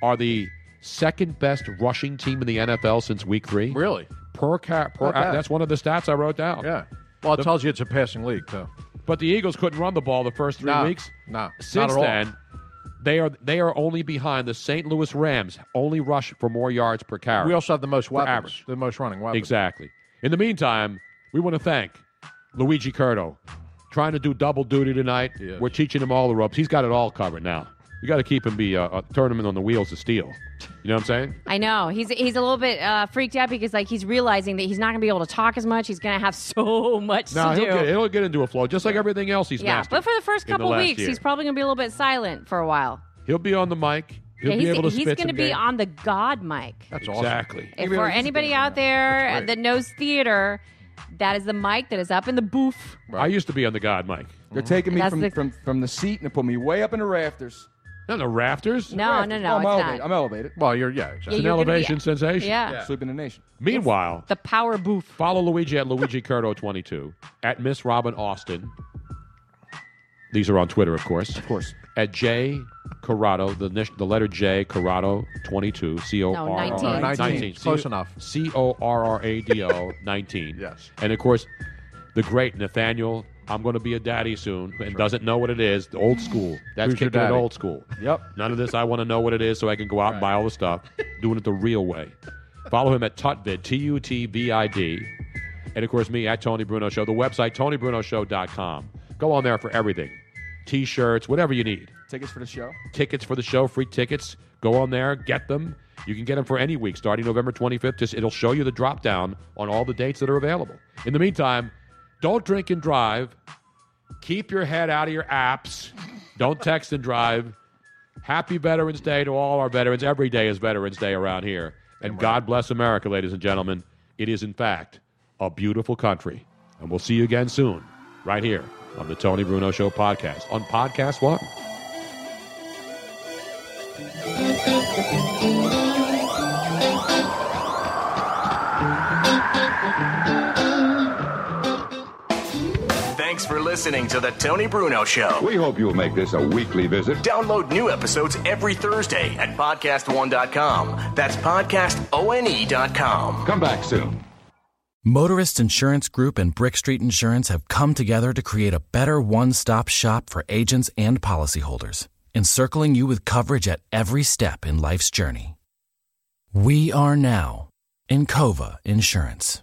[SPEAKER 6] are the second best rushing team in the NFL since Week Three. Really? Per cap. Per,
[SPEAKER 9] Not bad.
[SPEAKER 6] that's one of the stats I wrote down.
[SPEAKER 9] Yeah. Well, it
[SPEAKER 6] The-
[SPEAKER 9] tells you it's a passing league, though.
[SPEAKER 6] But the Eagles couldn't run the ball the first three
[SPEAKER 9] No,
[SPEAKER 6] weeks.
[SPEAKER 9] no, not
[SPEAKER 6] Since
[SPEAKER 9] at all.
[SPEAKER 6] then, they are they are only behind the St. Louis Rams. Only rush for more yards per carry.
[SPEAKER 9] We also have the most
[SPEAKER 6] For
[SPEAKER 9] weapons,
[SPEAKER 6] average.
[SPEAKER 9] the most running weapons.
[SPEAKER 6] Exactly. In the meantime, we want to thank Luigi Curto. Trying to do double duty tonight.
[SPEAKER 9] Yes.
[SPEAKER 6] We're teaching him all the ropes. He's got it all covered now. You got to keep him be uh, a tournament on the wheels of steel. You know what I'm saying?
[SPEAKER 8] I know he's he's a little bit uh, freaked out because like he's realizing that he's not going to be able to talk as much. He's going to have so much
[SPEAKER 6] No,
[SPEAKER 8] to
[SPEAKER 6] he'll
[SPEAKER 8] do.
[SPEAKER 6] get, he'll get into a flow just like everything else he's
[SPEAKER 8] yeah,
[SPEAKER 6] mastered
[SPEAKER 8] but for the first
[SPEAKER 6] in
[SPEAKER 8] couple
[SPEAKER 6] last
[SPEAKER 8] weeks,
[SPEAKER 6] year.
[SPEAKER 8] he's probably going to be a little bit silent for a while.
[SPEAKER 6] he'll be on the mic. He'll
[SPEAKER 8] Yeah,
[SPEAKER 6] be
[SPEAKER 8] he's
[SPEAKER 6] able to
[SPEAKER 8] he's
[SPEAKER 6] spit
[SPEAKER 8] gonna
[SPEAKER 6] some
[SPEAKER 8] be
[SPEAKER 6] game.
[SPEAKER 8] on the God mic.
[SPEAKER 6] That's awesome. Exactly.
[SPEAKER 8] If for anybody out there that knows theater, that is the mic that is up in the booth.
[SPEAKER 6] I used to be on the God mic.
[SPEAKER 7] They're taking me
[SPEAKER 8] Mm-hmm. That's
[SPEAKER 7] from,
[SPEAKER 8] the-
[SPEAKER 7] from, from the seat and they put me way up in the rafters.
[SPEAKER 6] Not the rafters?
[SPEAKER 8] No, no, no,
[SPEAKER 7] I'm
[SPEAKER 8] it's
[SPEAKER 7] elevated.
[SPEAKER 8] not.
[SPEAKER 7] I'm elevated.
[SPEAKER 9] Well, you're yeah.
[SPEAKER 6] It's
[SPEAKER 7] Exactly.
[SPEAKER 8] Yeah,
[SPEAKER 6] an
[SPEAKER 8] you're gonna be-
[SPEAKER 6] elevation sensation.
[SPEAKER 8] Yeah. Yeah.
[SPEAKER 7] Sleeping in the nation.
[SPEAKER 6] Meanwhile,
[SPEAKER 8] The power booth.
[SPEAKER 6] follow Luigi at Luigi Curto 22 at Miss Robin Austin. These are on Twitter, of course. Of course. At J Corrado, the nish- the letter J Corrado 22, C O R
[SPEAKER 8] No, 19.
[SPEAKER 6] R 19.
[SPEAKER 9] It's close enough.
[SPEAKER 6] C O R R A D O 19.
[SPEAKER 9] Yes.
[SPEAKER 6] And of course, the great Nathaniel, I'm going to be a daddy soon, and doesn't know what it is. The old school. That's
[SPEAKER 9] Who's your
[SPEAKER 6] kicking it
[SPEAKER 9] daddy?
[SPEAKER 6] old school.
[SPEAKER 7] Yep.
[SPEAKER 6] None of this. I want to know what it is so I can go out and buy all the stuff. Doing it the real way. Follow him at Tutvid, T U T V I D. And of course, me at Tony Bruno Show. The website, tonybrunoshow.com. Go on there for everything t shirts, whatever you need.
[SPEAKER 7] Tickets for the show.
[SPEAKER 6] Tickets for the show, free tickets. Go on there, get them. You can get them for any week starting November 25th. Just it'll show you the drop down on all the dates that are available. In the meantime, don't drink and drive. Keep your head out of your apps. Don't text and drive. Happy Veterans Day to all our veterans. Every day is Veterans Day around here. And God bless America, ladies and gentlemen. It is, in fact, a beautiful country. And we'll see you again soon, right here on the Tony Bruno Show podcast. On Podcast One.
[SPEAKER 5] Thanks for listening to the Tony Bruno Show.
[SPEAKER 17] We hope you'll make this a weekly visit.
[SPEAKER 5] Download new episodes every Thursday at podcastone.com. That's podcastone.com.
[SPEAKER 17] Come back soon.
[SPEAKER 18] Motorist Insurance Group and Brick Street Insurance have come together to create a better one stop shop for agents and policyholders, encircling you with coverage at every step in life's journey. We are now Encova Insurance.